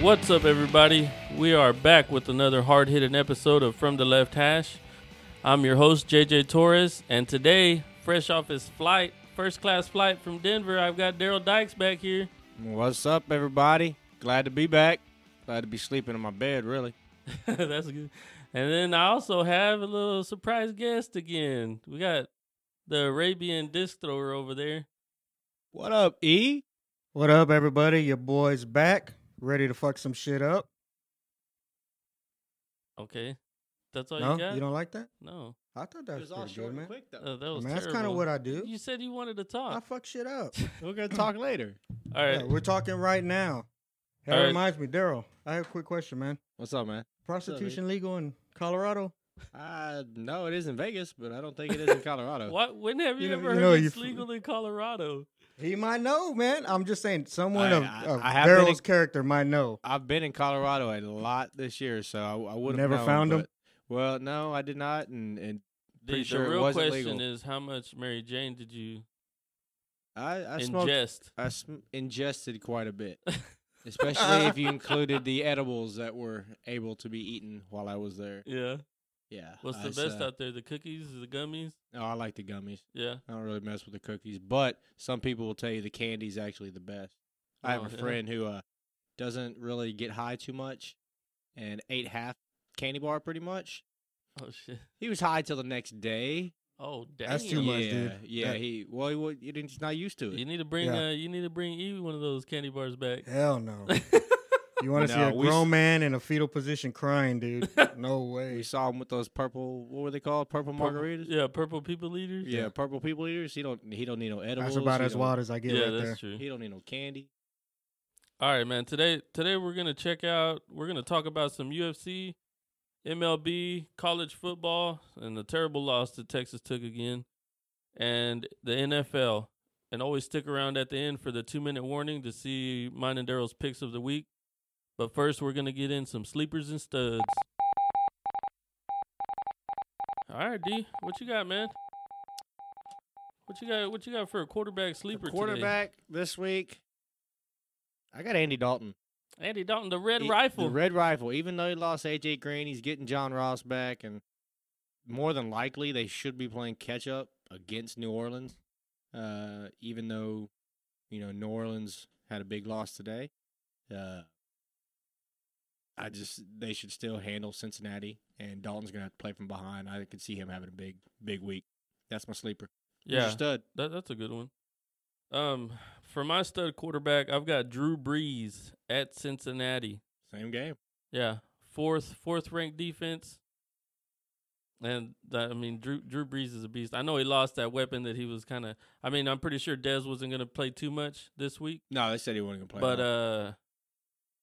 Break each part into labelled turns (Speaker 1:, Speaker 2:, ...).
Speaker 1: What's up, everybody? We are back with another hard hitting episode of From the Left Hash. I'm your host, JJ Torres, and today, fresh off his flight, first class flight from Denver, I've got Daryl Dykes back here.
Speaker 2: What's up, everybody? Glad to be back. Glad to be sleeping in my bed, really.
Speaker 1: That's good. And then I also have a little surprise guest again. We got the Arabian disc thrower over there.
Speaker 2: What up, E?
Speaker 3: What up, everybody? Your boy's back, ready to fuck some shit up.
Speaker 1: Okay. That's all
Speaker 3: no,
Speaker 1: Oh, you got?
Speaker 3: don't like that?
Speaker 1: no.
Speaker 3: I thought that was pretty good, man.
Speaker 2: quick, though.
Speaker 1: Uh, that
Speaker 3: I
Speaker 1: was
Speaker 3: mean, that's kind
Speaker 1: terrible.
Speaker 3: of what I do.
Speaker 1: You said you wanted to
Speaker 3: I
Speaker 1: talk.
Speaker 3: fuck shit up.
Speaker 2: We're gonna talk later.
Speaker 1: All right.
Speaker 3: Yeah, we're talking right now. That
Speaker 1: All right.
Speaker 3: reminds me, Daryl. I have a quick question, man.
Speaker 2: What's up, man?
Speaker 3: Prostitution legal in Colorado?
Speaker 2: Uh, no, it is in Vegas, but I don't think it is in Colorado.
Speaker 1: What? When have you,
Speaker 3: You know-
Speaker 1: ever heard
Speaker 3: you know,
Speaker 1: it's
Speaker 3: you-
Speaker 1: legal in Colorado?
Speaker 3: He might know, man. I'm just saying, someone
Speaker 2: I-
Speaker 3: of,
Speaker 2: I-
Speaker 3: of
Speaker 2: I have been
Speaker 3: Daryl's character might know.
Speaker 2: I've been in Colorado a lot this year, so I, I would have
Speaker 3: Never found 'em?
Speaker 2: Well, no, I did not, and, and
Speaker 1: The,
Speaker 2: Pretty
Speaker 1: the
Speaker 2: sure it
Speaker 1: real
Speaker 2: wasn't
Speaker 1: question
Speaker 2: legal.
Speaker 1: is how much Mary Jane did you
Speaker 2: I, I smoked,
Speaker 1: ingest?
Speaker 2: I sm- ingested quite a bit, especially if you included the edibles that were able to be eaten while I was there.
Speaker 1: Yeah.
Speaker 2: Yeah,
Speaker 1: What's the
Speaker 2: I s-
Speaker 1: best
Speaker 2: uh,
Speaker 1: out there? The cookies, the gummies?
Speaker 2: Oh, I like the gummies.
Speaker 1: Yeah.
Speaker 2: I don't really mess with the cookies, but some people will tell you the candy's actually the best. I have
Speaker 1: Oh,
Speaker 2: a
Speaker 1: yeah.
Speaker 2: friend who uh, doesn't really get high too much and ate half candy bar pretty much.
Speaker 1: Oh shit.
Speaker 2: He was high till the next day.
Speaker 1: Oh damn.
Speaker 3: That's too
Speaker 2: yeah,
Speaker 3: much, dude.
Speaker 2: Yeah,
Speaker 3: That-
Speaker 2: he well, he, wa- he didn't- he's not used to it.
Speaker 1: You need to bring
Speaker 3: Yeah.
Speaker 1: uh, you need to bring Evie one of those candy bars back.
Speaker 3: Hell no. You want to see
Speaker 2: No,
Speaker 3: a
Speaker 2: we s-
Speaker 3: grown man in a fetal position crying, dude? No
Speaker 2: We
Speaker 3: way.
Speaker 2: saw him with those purple. What were they called? Purple
Speaker 1: Purple-
Speaker 2: margaritas.
Speaker 1: Yeah, purple people leaders.
Speaker 2: Yeah, purple people eaters. He don't. He don't need no edibles.
Speaker 3: That's about
Speaker 2: he
Speaker 3: as
Speaker 2: don't-
Speaker 3: wild as I get
Speaker 1: Yeah,
Speaker 3: right
Speaker 1: that's
Speaker 3: there.
Speaker 1: true.
Speaker 2: He don't need no candy.
Speaker 1: All right, man. Today, today we're gonna check out. We're gonna talk about some UFC, MLB, college football, and the terrible loss that Texas took again, and the NFL. And always stick around at the end for the two minute warning to see mine and Daryl's picks of the week. But first, we're gonna get in some sleepers and studs. All right, D, what you got, man? What you got? What you got for a quarterback
Speaker 2: The
Speaker 1: sleeper? today?
Speaker 2: quarterback this week. I got Andy Dalton.
Speaker 1: Andy Dalton, the Red
Speaker 2: E-
Speaker 1: Rifle.
Speaker 2: The red rifle. Even though he lost AJ Green, he's getting John Ross back, and more than likely they should be playing catch up against New Orleans. Uh, even though you know New Orleans had a big loss today, uh, I just they should still handle Cincinnati, and Dalton's gonna have to play from behind. I could see him having a big big week. That's my sleeper. Who's your
Speaker 1: yeah,
Speaker 2: stud.
Speaker 1: That that's a good one. Um, for my stud quarterback, I've got Drew Brees at Cincinnati.
Speaker 2: Same game.
Speaker 1: Yeah, fourth fourth ranked defense. And that, I mean, Drew Drew Brees is a beast. I know he lost that weapon that he was kind of. I mean, I'm pretty sure Dez wasn't going to play too much this week,
Speaker 2: No, they said he wasn't gonna play.
Speaker 1: but
Speaker 2: at all.
Speaker 1: uh,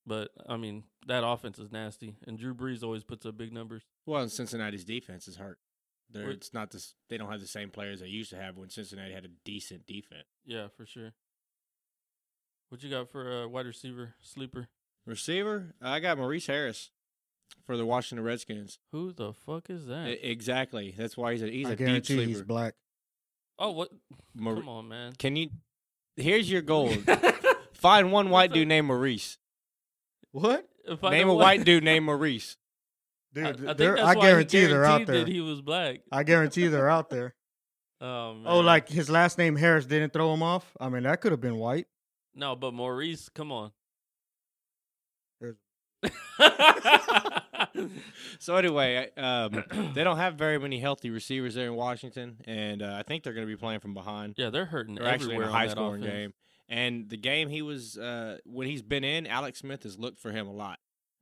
Speaker 1: but I mean, that offense is nasty, and Drew Brees always puts up big numbers.
Speaker 2: Well, and Cincinnati's defense is hurt. They're,
Speaker 1: Well-
Speaker 2: it's not this. They don't have the same players they used to have when Cincinnati had a decent defense.
Speaker 1: Yeah, for sure. What you got for a wide receiver sleeper?
Speaker 2: Receiver, I got Maurice Harris for the Washington Redskins.
Speaker 1: Who the fuck is that?
Speaker 2: E- exactly. That's why he's a he's
Speaker 3: I
Speaker 2: a deep
Speaker 3: guarantee he's
Speaker 2: sleeper.
Speaker 3: black.
Speaker 1: oh, what?
Speaker 2: Mar-
Speaker 1: Come on, man.
Speaker 2: Can you? Here's your goal. Find one white dude named Maurice.
Speaker 3: What?
Speaker 1: If I
Speaker 2: Name
Speaker 1: know
Speaker 2: a
Speaker 1: what-
Speaker 2: white dude named Maurice.
Speaker 3: Dude,
Speaker 1: I, I
Speaker 3: th-
Speaker 1: think
Speaker 3: they're-
Speaker 1: that's why
Speaker 3: I
Speaker 1: he
Speaker 3: guarantee they're out
Speaker 1: guaranteed that
Speaker 3: there.
Speaker 1: He was black.
Speaker 3: I guarantee they're out there.
Speaker 1: Oh man.
Speaker 3: Oh, like his last name Harris didn't throw him off. I mean, that could have been white.
Speaker 1: no, but Maurice, come on.
Speaker 3: There's-
Speaker 2: So anyway, I- um, they don't have very many healthy receivers there in Washington, and uh, I think they're going to be playing from behind.
Speaker 1: yeah, they're hurting
Speaker 2: They're actually in
Speaker 1: everywhere
Speaker 2: a
Speaker 1: on
Speaker 2: high
Speaker 1: that
Speaker 2: scoring
Speaker 1: offense.
Speaker 2: game. And the game he was uh, when he's been in, Alex Smith has looked for him a lot.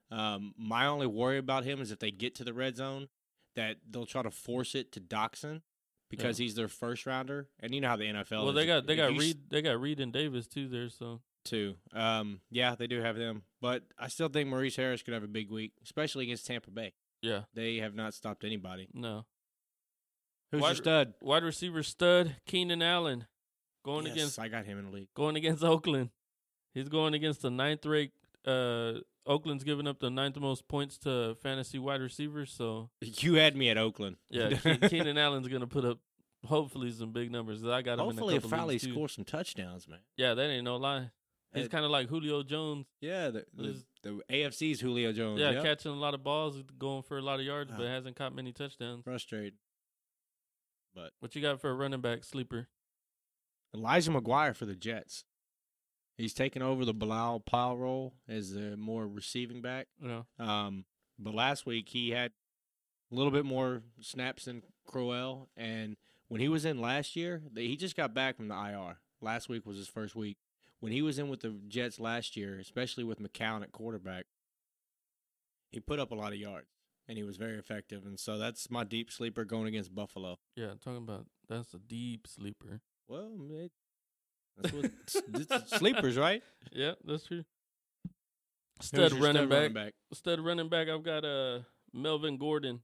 Speaker 2: Um, my only worry about him is if they get to the red zone, that they'll try to force it to Doxson because he's their first rounder. And you know how the NFL.
Speaker 1: Well,
Speaker 2: is.
Speaker 1: they got they
Speaker 2: If
Speaker 1: got
Speaker 2: you s-
Speaker 1: Reed they got Reed and Davis too there. So
Speaker 2: too. Um, yeah, they do have them, but I still think Maurice Harris could have a big week, especially against Tampa Bay.
Speaker 1: yeah,
Speaker 2: They have not stopped anybody.
Speaker 1: no
Speaker 2: Who's
Speaker 1: Wide
Speaker 2: your
Speaker 1: re-
Speaker 2: stud?
Speaker 1: wide receiver stud Keenan Allen going
Speaker 2: Yes,
Speaker 1: against
Speaker 2: I got him in the league.
Speaker 1: going against Oakland. He's going against the ninth ranked. Uh, Oakland's giving up the ninth most points to fantasy wide receivers. So
Speaker 2: You had me at Oakland.
Speaker 1: Yeah, Ke- Keenan Allen's gonna put up hopefully some big numbers. 'cause I got him.
Speaker 2: Hopefully,
Speaker 1: in a couple
Speaker 2: Fowley
Speaker 1: leagues, too.
Speaker 2: scores some touchdowns, man.
Speaker 1: Yeah, that ain't no lie. He's
Speaker 2: Uh,
Speaker 1: kind of like Julio Jones.
Speaker 2: Yeah, the, the,
Speaker 1: Is-
Speaker 2: the AFC's Julio Jones.
Speaker 1: Oh, Yeah,
Speaker 2: yep.
Speaker 1: catching a lot of balls, going for a lot of yards, but
Speaker 2: Ah.
Speaker 1: hasn't caught many touchdowns.
Speaker 2: frustrated. But
Speaker 1: What you got for a running back sleeper?
Speaker 2: Elijah McGuire for the Jets. He's taking over the Bilal Powell role as the more receiving back.
Speaker 1: You know,
Speaker 2: Um, but last week he had a little bit more snaps than Crowell, and when he was in last year, they, he just got back from the IR. Last week was his first week. When he was in with the Jets last year, especially with McCown at quarterback, he put up a lot of yards and he was very effective. And so that's my deep sleeper going against Buffalo.
Speaker 1: yeah, talking about that's a deep sleeper.
Speaker 2: Well, mm, it, that's what s- it's sleepers, right?
Speaker 1: Yeah, that's true.
Speaker 2: Who's
Speaker 1: Stud
Speaker 2: your
Speaker 1: running
Speaker 2: stud
Speaker 1: back. Stud running back. I've got uh Melvin Gordon.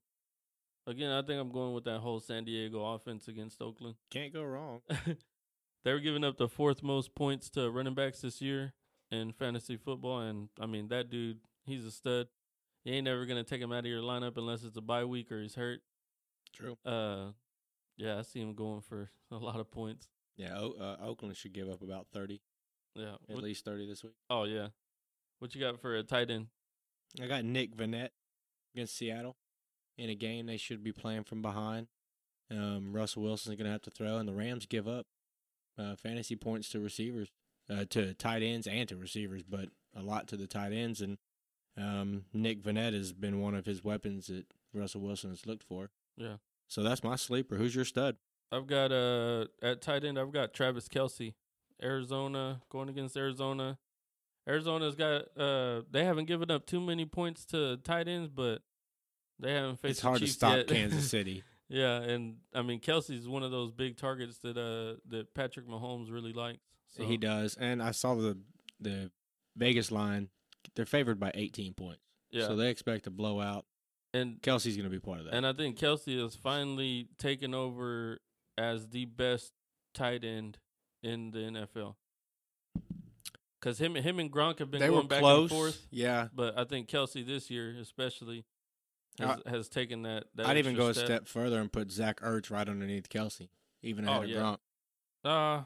Speaker 1: Again, I think I'm going with that whole San Diego offense against Oakland.
Speaker 2: Can't go wrong.
Speaker 1: they were giving up the fourth most points to running backs this year in fantasy football, and I mean that dude, he's a stud. You ain't never gonna take him out of your lineup unless it's a bye week or he's hurt.
Speaker 2: True.
Speaker 1: Uh, yeah, I see him going for a lot of points.
Speaker 2: Yeah, o- uh, Oakland should give up about 30,
Speaker 1: Yeah.
Speaker 2: at
Speaker 1: What-
Speaker 2: least 30 this week.
Speaker 1: oh yeah. What you got for a tight end?
Speaker 2: I got Nick Vanette against Seattle in a game they should be playing from behind. Um, Russell Wilson's going to have to throw, and the Rams give up uh, fantasy points to receivers, uh, to tight ends and to receivers, but a lot to the tight ends. And um, Nick Vanette has been one of his weapons that Russell Wilson has looked for.
Speaker 1: Yeah.
Speaker 2: So that's my sleeper. Who's your stud?
Speaker 1: I've got uh at tight end. I've got Travis Kelsey, Arizona going against Arizona. Arizona's got uh they haven't given up too many points to tight ends, but they haven't faced.
Speaker 2: It's
Speaker 1: the
Speaker 2: hard to
Speaker 1: Chiefs
Speaker 2: stop
Speaker 1: yet.
Speaker 2: Kansas City.
Speaker 1: yeah, and I mean Kelsey's one of those big targets that uh that Patrick Mahomes really likes. So
Speaker 2: He does, and I saw the the Vegas line. They're favored by 18 points,
Speaker 1: Yeah,
Speaker 2: so they expect a blowout.
Speaker 1: and
Speaker 2: Kelsey's going to be part of that.
Speaker 1: and I think Kelsey is finally taken over as the best tight end in the NFL. Cause him, him and Gronk have been
Speaker 2: they
Speaker 1: going
Speaker 2: were
Speaker 1: back
Speaker 2: close.
Speaker 1: and forth.
Speaker 2: Yeah,
Speaker 1: But I think Kelsey this year, especially, has, has taken that. that
Speaker 2: I'd even
Speaker 1: extra
Speaker 2: go a step further and put Zach Ertz right underneath Kelsey, even
Speaker 1: Oh,
Speaker 2: ahead of
Speaker 1: yeah.
Speaker 2: Gronk.
Speaker 1: Uh,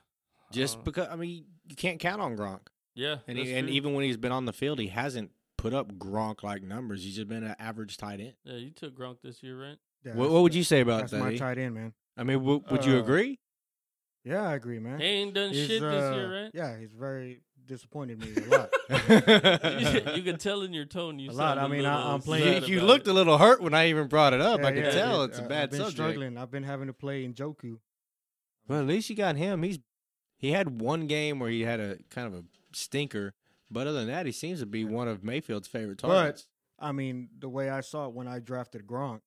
Speaker 2: Just
Speaker 1: uh,
Speaker 2: because I mean you can't count on Gronk,
Speaker 1: yeah,
Speaker 2: and
Speaker 1: that's
Speaker 2: he, and
Speaker 1: true.
Speaker 2: even when he's been on the field, he hasn't put up Gronk like numbers. He's just been an average tight end.
Speaker 1: yeah, you took Gronk this year, right?
Speaker 3: Yeah,
Speaker 2: What, what would you say about
Speaker 3: That's
Speaker 2: that?
Speaker 3: my
Speaker 2: E?
Speaker 3: tight end, man.
Speaker 2: I mean, w- would you
Speaker 3: Uh,
Speaker 2: agree?
Speaker 3: Yeah, I agree, man.
Speaker 1: He ain't done
Speaker 3: He's,
Speaker 1: shit this year,
Speaker 3: uh,
Speaker 1: right?
Speaker 3: Yeah, he's very disappointed me a lot.
Speaker 1: you can tell in your tone. You
Speaker 3: A lot.
Speaker 1: sound
Speaker 3: I mean, I-
Speaker 1: little
Speaker 3: I'm playing-
Speaker 1: sad
Speaker 2: You, you
Speaker 1: about
Speaker 2: looked
Speaker 1: it.
Speaker 2: a little hurt when I even brought it up.
Speaker 3: Yeah,
Speaker 2: I can
Speaker 3: yeah,
Speaker 2: tell
Speaker 3: dude.
Speaker 2: it's a
Speaker 3: I-
Speaker 2: bad
Speaker 3: I've been
Speaker 2: subject.
Speaker 3: struggling. I've been having to play in Joku.
Speaker 2: Well, at least you got him. He's he had one game where he had a kind of a stinker, but other than that, he seems to be one of Mayfield's favorite
Speaker 3: But-
Speaker 2: targets.
Speaker 3: I mean, the way I saw it when I drafted Gronk,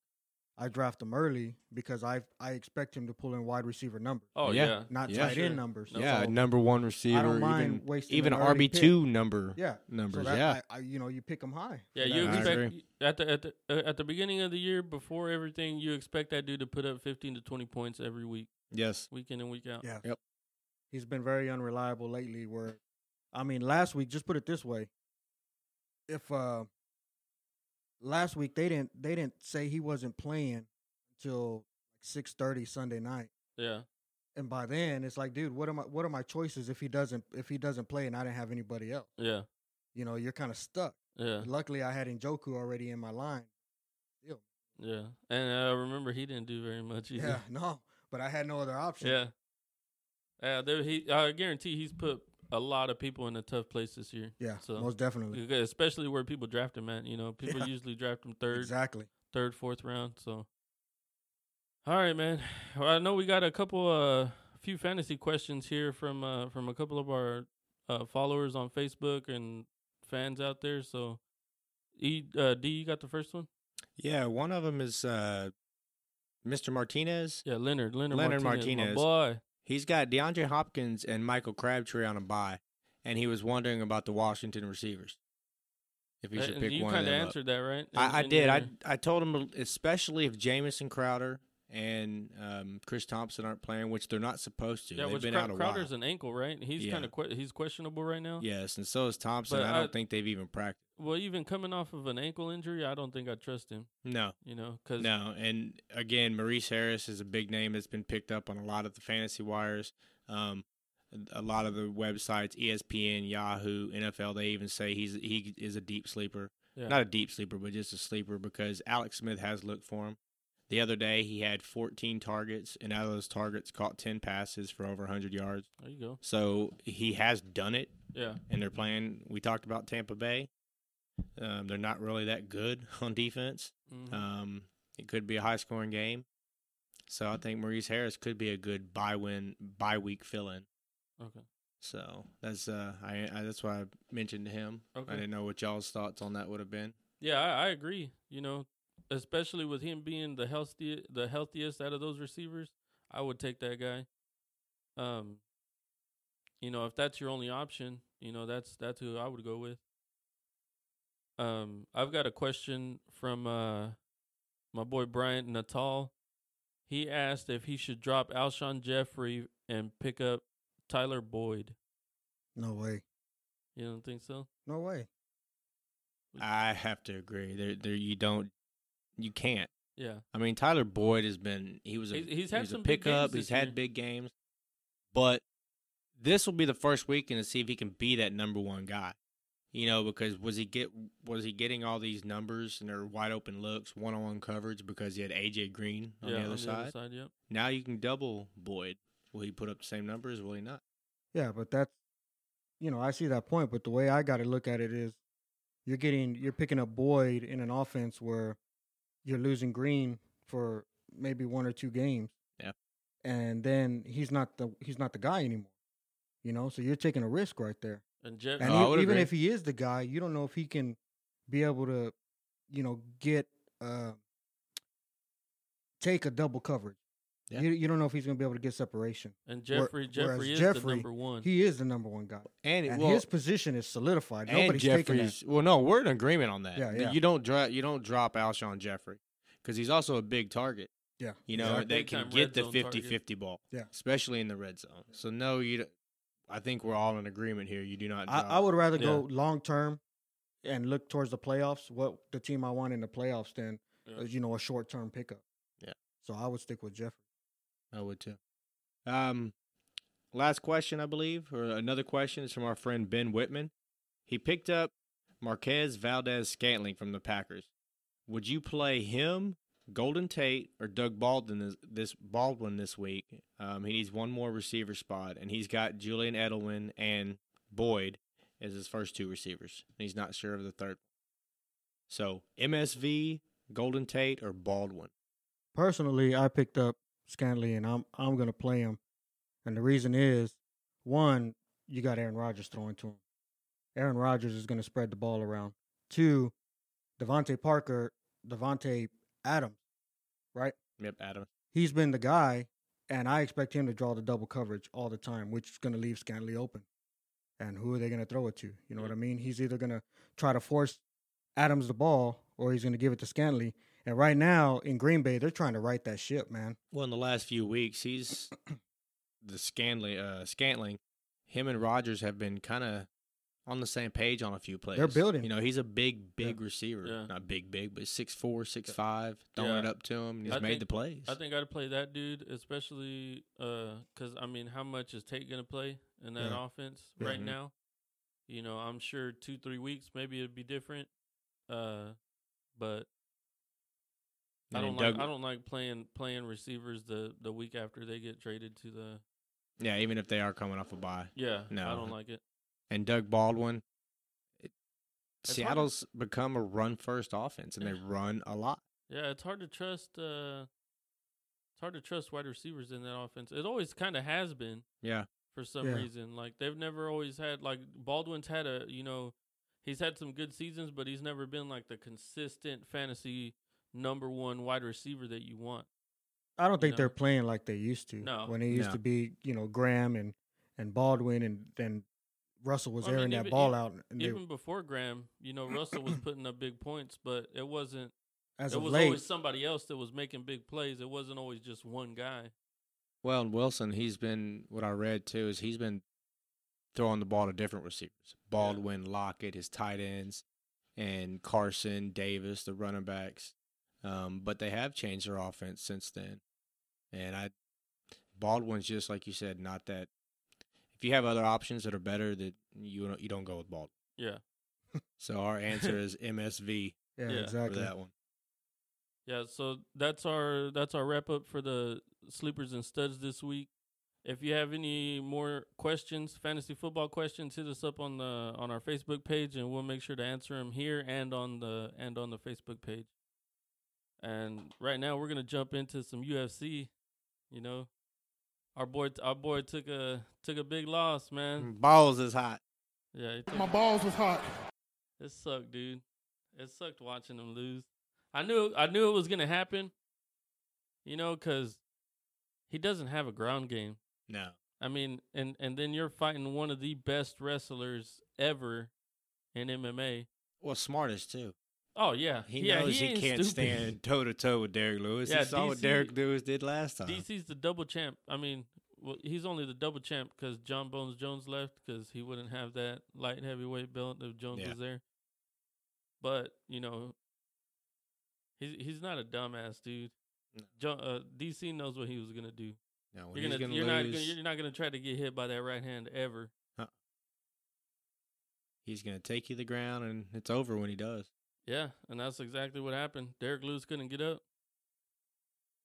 Speaker 3: I draft him early because I I expect him to pull in wide receiver numbers,
Speaker 1: Oh
Speaker 2: Yeah.
Speaker 1: yeah,
Speaker 3: not
Speaker 2: Yeah.
Speaker 3: tight
Speaker 1: Sure.
Speaker 3: end numbers.
Speaker 1: No.
Speaker 2: yeah,
Speaker 3: So,
Speaker 2: number one receiver,
Speaker 3: I don't mind
Speaker 2: even
Speaker 3: wasting
Speaker 2: even
Speaker 3: an early
Speaker 2: RB two number
Speaker 3: yeah.
Speaker 2: numbers.
Speaker 3: so that,
Speaker 2: yeah,
Speaker 3: I, I, you know, you pick him high.
Speaker 1: yeah.
Speaker 3: for
Speaker 1: You
Speaker 3: that
Speaker 2: I
Speaker 3: reason.
Speaker 1: expect at the at the uh, at the beginning of the year before everything, you expect that dude to put up 15 to 20 points every week,
Speaker 2: yes,
Speaker 1: week in and week out.
Speaker 3: Yeah.
Speaker 2: Yep.
Speaker 3: He's been very unreliable lately. Where, I mean, last week, just put it this way: if uh last week they didn't they didn't say he wasn't playing until six thirty Sunday night,
Speaker 1: Yeah,
Speaker 3: and by then it's like, dude, what am I? What are my choices if he doesn't if he doesn't play and I didn't have anybody else?
Speaker 1: yeah,
Speaker 3: You know, you're kind of stuck.
Speaker 1: yeah,
Speaker 3: Luckily, I had Njoku already in my line.
Speaker 1: yeah. And I remember he didn't do very much either.
Speaker 3: Yeah, no, but I had no other option.
Speaker 1: Yeah. Yeah, there he I guarantee he's put a lot of people in a tough place this year.
Speaker 3: yeah,
Speaker 1: So-
Speaker 3: most definitely,
Speaker 1: Especially where people draft him at, you know. People
Speaker 3: Yeah.
Speaker 1: usually draft him third,
Speaker 3: exactly.
Speaker 1: third, fourth round, so All right, man. Well, I know we got a couple uh few fantasy questions here from uh from a couple of our uh followers on Facebook and fans out there, so E uh D you got the first one?
Speaker 2: yeah. One of them is uh, Mr. Martinez.
Speaker 1: Yeah, Leonard, Leonard,
Speaker 2: Leonard
Speaker 1: Martinez, my
Speaker 2: Martinez.
Speaker 1: boy.
Speaker 2: He's got DeAndre Hopkins and Michael Crabtree on a bye, and he was wondering about the Washington receivers. If he
Speaker 1: Uh,
Speaker 2: should
Speaker 1: and
Speaker 2: pick
Speaker 1: you
Speaker 2: one of
Speaker 1: kinda
Speaker 2: them up.
Speaker 1: answered that, right? In-
Speaker 2: I, I
Speaker 1: in
Speaker 2: did. I
Speaker 1: your-
Speaker 2: I told him especially if Jamison Crowder and um, Chris Thompson aren't playing, which they're not supposed to.
Speaker 1: Yeah,
Speaker 2: They've
Speaker 1: which
Speaker 2: been
Speaker 1: Crow-
Speaker 2: out a
Speaker 1: Crowder's an ankle, right? He's
Speaker 2: Yeah.
Speaker 1: kind of que- he's questionable right now.
Speaker 2: while. Yes, and so is Thompson.
Speaker 1: But
Speaker 2: I don't
Speaker 1: I-
Speaker 2: think they've even practiced.
Speaker 1: Well, even coming off of an ankle injury, I don't think I trust him.
Speaker 2: No,
Speaker 1: You know, because
Speaker 2: no. And again, Maurice Harris is a big name that's been picked up on a lot of the fantasy wires. Um, a lot of the websites, E ESPN, Yahoo, NFL, they even say he's he is a deep sleeper.
Speaker 1: Yeah.
Speaker 2: Not a deep sleeper, but just a sleeper because Alex Smith has looked for him. The other day, he had 14 targets, and out of those targets, caught 10 passes for over 100 yards.
Speaker 1: There you go.
Speaker 2: So he has done it,
Speaker 1: Yeah.
Speaker 2: and they're playing. We talked about Tampa Bay. Um, they're not really that good on defense.
Speaker 1: Mhm.
Speaker 2: Um, it could be a high scoring game. So I think Maurice Harris could be a good bye win bye week fill in.
Speaker 1: okay.
Speaker 2: So that's uh I, I that's why I mentioned him.
Speaker 1: Okay.
Speaker 2: I didn't know what y'all's thoughts on that would have been.
Speaker 1: Yeah, I, I agree. You know, especially with him being the healthy, the healthiest out of those receivers, I would take that guy. Um, you know, if that's your only option, you know that's that's who I would go with. Um, I've got a question from uh my boy Bryant Natal. He asked if he should drop Alshon Jeffrey and pick up Tyler Boyd.
Speaker 3: No way.
Speaker 1: You don't think so?
Speaker 3: No way.
Speaker 2: I have to agree. There there you don't you can't.
Speaker 1: Yeah,
Speaker 2: I mean Tyler Boyd has been he was a
Speaker 1: He's- he's had
Speaker 2: he was a
Speaker 1: some big
Speaker 2: pickup,
Speaker 1: games
Speaker 2: he's
Speaker 1: this
Speaker 2: had
Speaker 1: year.
Speaker 2: big games. But this will be the first weekend to see if he can be that number one guy. You know, because was he get was he getting all these numbers and their wide open looks, one on one coverage because he had AJ Green on
Speaker 1: yeah.
Speaker 2: the other side?
Speaker 1: yep.
Speaker 2: Now you can double Boyd. Will he put up the same numbers? Will he not?
Speaker 3: Yeah, but that's you know, I see that point, but the way I gotta look at it is you're getting you're picking up Boyd in an offense where you're losing Green for maybe one or two games.
Speaker 2: Yeah.
Speaker 3: And then he's not the he's not the guy anymore. You know, so you're taking a risk right there.
Speaker 1: And Jeff,
Speaker 3: And
Speaker 2: Oh, I
Speaker 3: e-
Speaker 2: would
Speaker 3: even
Speaker 2: agree.
Speaker 3: if he is the guy, you don't know if he can be able to, you know, get uh, take a double coverage.
Speaker 2: Yeah.
Speaker 3: You, you don't know if he's going to be able to get separation.
Speaker 1: And
Speaker 3: Where-
Speaker 1: Jeffrey, Jeffrey is
Speaker 3: whereas
Speaker 1: the
Speaker 3: Jeffrey,
Speaker 1: number one.
Speaker 3: He is the number one guy,
Speaker 2: And,
Speaker 3: and
Speaker 2: well,
Speaker 3: his position is solidified.
Speaker 2: and
Speaker 3: Nobody's taking that.
Speaker 2: Jeffrey's. Well, no, we're in agreement on that.
Speaker 3: Yeah, yeah.
Speaker 2: You don't drop. You don't drop Alshon Jeffrey because he's also a big target.
Speaker 3: Yeah,
Speaker 2: You know
Speaker 1: Exactly.
Speaker 2: they
Speaker 1: Big
Speaker 2: can
Speaker 1: time
Speaker 2: get
Speaker 1: red
Speaker 2: the
Speaker 1: zone target.
Speaker 2: 50-50 ball.
Speaker 3: Yeah.
Speaker 2: especially in the red zone. So no, you. don't- I think we're all in agreement here. You do not.
Speaker 3: I,
Speaker 2: drop-
Speaker 3: I would rather go long term and look towards the playoffs. What the team I want in the playoffs than
Speaker 1: Yeah.
Speaker 3: uh, you know a short term pickup.
Speaker 2: Yeah.
Speaker 3: So I would stick with Jeffrey.
Speaker 2: I would too. Um, last question, I believe, or another question is from our friend Ben Whitman. He picked up Marquez Valdez Scantling from the Packers. Would you play him, Golden Tate, or Doug Baldwin this, this Baldwin this week? Um, he needs one more receiver spot, and he's got Julian Edelman and Boyd as his first two receivers, and he's not sure of the third. So MSV, Golden Tate, or Baldwin?
Speaker 3: personally, I picked up Scantley, and I'm I'm gonna play him. And the reason is, one, you got Aaron Rodgers throwing to him. Aaron Rodgers is gonna spread the ball around. Two, Devontae Parker, Devontae Adams, right?
Speaker 2: Yep, Adam.
Speaker 3: He's been the guy, and I expect him to draw the double coverage all the time, which is gonna leave Scantley open. And who are they gonna throw it to? You know what I mean? He's either gonna try to force Adams the ball, or he's gonna give it to Scantley. And right now in Green Bay, they're trying to right that ship, man.
Speaker 2: Well, in the last few weeks, he's the Scantling. Uh, Scantling, him and Rogers have been kind of on the same page on a few plays.
Speaker 3: building.
Speaker 2: You know, he's a big, big receiver.
Speaker 1: Yeah.
Speaker 2: Not big, big, but six four, six five. Throwing it
Speaker 1: Yeah.
Speaker 2: up to him. and He's
Speaker 1: I
Speaker 2: made
Speaker 1: think-
Speaker 2: the plays.
Speaker 1: I think I'd play that dude, especially because I mean, how much is Tate gonna play in that
Speaker 3: Yeah. Mm-hmm.
Speaker 1: offense
Speaker 3: Yeah.
Speaker 1: right
Speaker 2: Mhm.
Speaker 1: now? You know, I'm sure two, three weeks, maybe it'd be different. Uh, but I
Speaker 2: And
Speaker 1: don't
Speaker 2: Doug-
Speaker 1: like I don't like playing playing receivers the the week after they get traded to the
Speaker 2: Yeah, even if they are coming off a bye,
Speaker 1: yeah. I
Speaker 2: No.
Speaker 1: don't like it.
Speaker 2: and Doug Baldwin. it-
Speaker 1: hard to-
Speaker 2: Seattle's become a run first offense, and they run a lot.
Speaker 1: Yeah, it's hard to trust. Uh, it's hard to trust wide receivers in that offense. It always kind of has been.
Speaker 2: Yeah.
Speaker 1: for some
Speaker 3: Yeah.
Speaker 1: reason. Like they've never always had like Baldwin's had a you know he's had some good seasons, but he's never been like the consistent fantasy number one wide receiver that you want.
Speaker 3: I don't think
Speaker 1: know?
Speaker 3: they're playing like they used to.
Speaker 1: No.
Speaker 3: When it used
Speaker 2: No.
Speaker 3: to be, you know, Graham and, and Baldwin and then Russell was
Speaker 1: Well, I mean,
Speaker 3: airing that
Speaker 1: even-
Speaker 3: ball
Speaker 1: even-
Speaker 3: out and they,
Speaker 1: Even before Graham, you know Russell was putting up big points, but it wasn't.
Speaker 3: as
Speaker 1: it
Speaker 3: of
Speaker 1: was
Speaker 3: late.
Speaker 1: always somebody else that was making big plays. It wasn't always just one guy.
Speaker 2: Well, and Wilson, he's been what I read too is he's been throwing the ball to different receivers: Baldwin, Lockett, his tight ends, and Carson Davis, the running backs. Um, but they have changed their offense since then, and I Baldwin's just like you said, not that if you have other options that are better, that you don't, you don't go with Baldwin.
Speaker 1: Yeah.
Speaker 2: So our answer is MSV
Speaker 3: Yeah,
Speaker 1: Yeah.
Speaker 2: for
Speaker 3: exactly.
Speaker 2: that one.
Speaker 1: Yeah, so that's our that's our wrap up for the sleepers and studs this week. If you have any more questions, fantasy football questions, hit us up on the on our Facebook page, and we'll make sure to answer them here and on the and on the Facebook page. And right now, we're gonna jump into some UFC. You know, our boy our boy took a took a big loss,
Speaker 2: Mm-hmm.
Speaker 1: man.
Speaker 2: Balls is hot.
Speaker 1: Yeah, he took-
Speaker 4: My balls was hot.
Speaker 1: it sucked, dude. It sucked watching them lose. I knew I knew it was gonna happen. You know, cause he doesn't have a ground game.
Speaker 2: No.
Speaker 1: I mean, and and then you're fighting one of the best wrestlers ever in MMA.
Speaker 2: Well, smartest too.
Speaker 1: Oh yeah,
Speaker 2: He
Speaker 1: yeah,
Speaker 2: knows he,
Speaker 1: ain't
Speaker 2: can't
Speaker 1: stupid.
Speaker 2: stand toe to toe with Derek Lewis.
Speaker 1: Yeah,
Speaker 2: he saw what
Speaker 1: DC
Speaker 2: Derek Lewis did last time.
Speaker 1: DC's the double champ. I mean, well, he's only the double champ because John Bones Jones left because he wouldn't have that light heavyweight belt if Jones
Speaker 2: Yeah.
Speaker 1: was there. But you know, he's he's not a dumbass dude.
Speaker 2: No.
Speaker 1: Jo- uh, DC knows what he was gonna do.
Speaker 2: No,
Speaker 1: You're
Speaker 2: he's
Speaker 1: gonna,
Speaker 2: gonna
Speaker 1: you're not gonna,
Speaker 2: lose.
Speaker 1: you're not gonna try to get hit by that right hand ever.
Speaker 2: he's gonna take you to the ground, and it's over when he does.
Speaker 1: Yeah, and that's exactly what happened. Derek Lewis couldn't get up.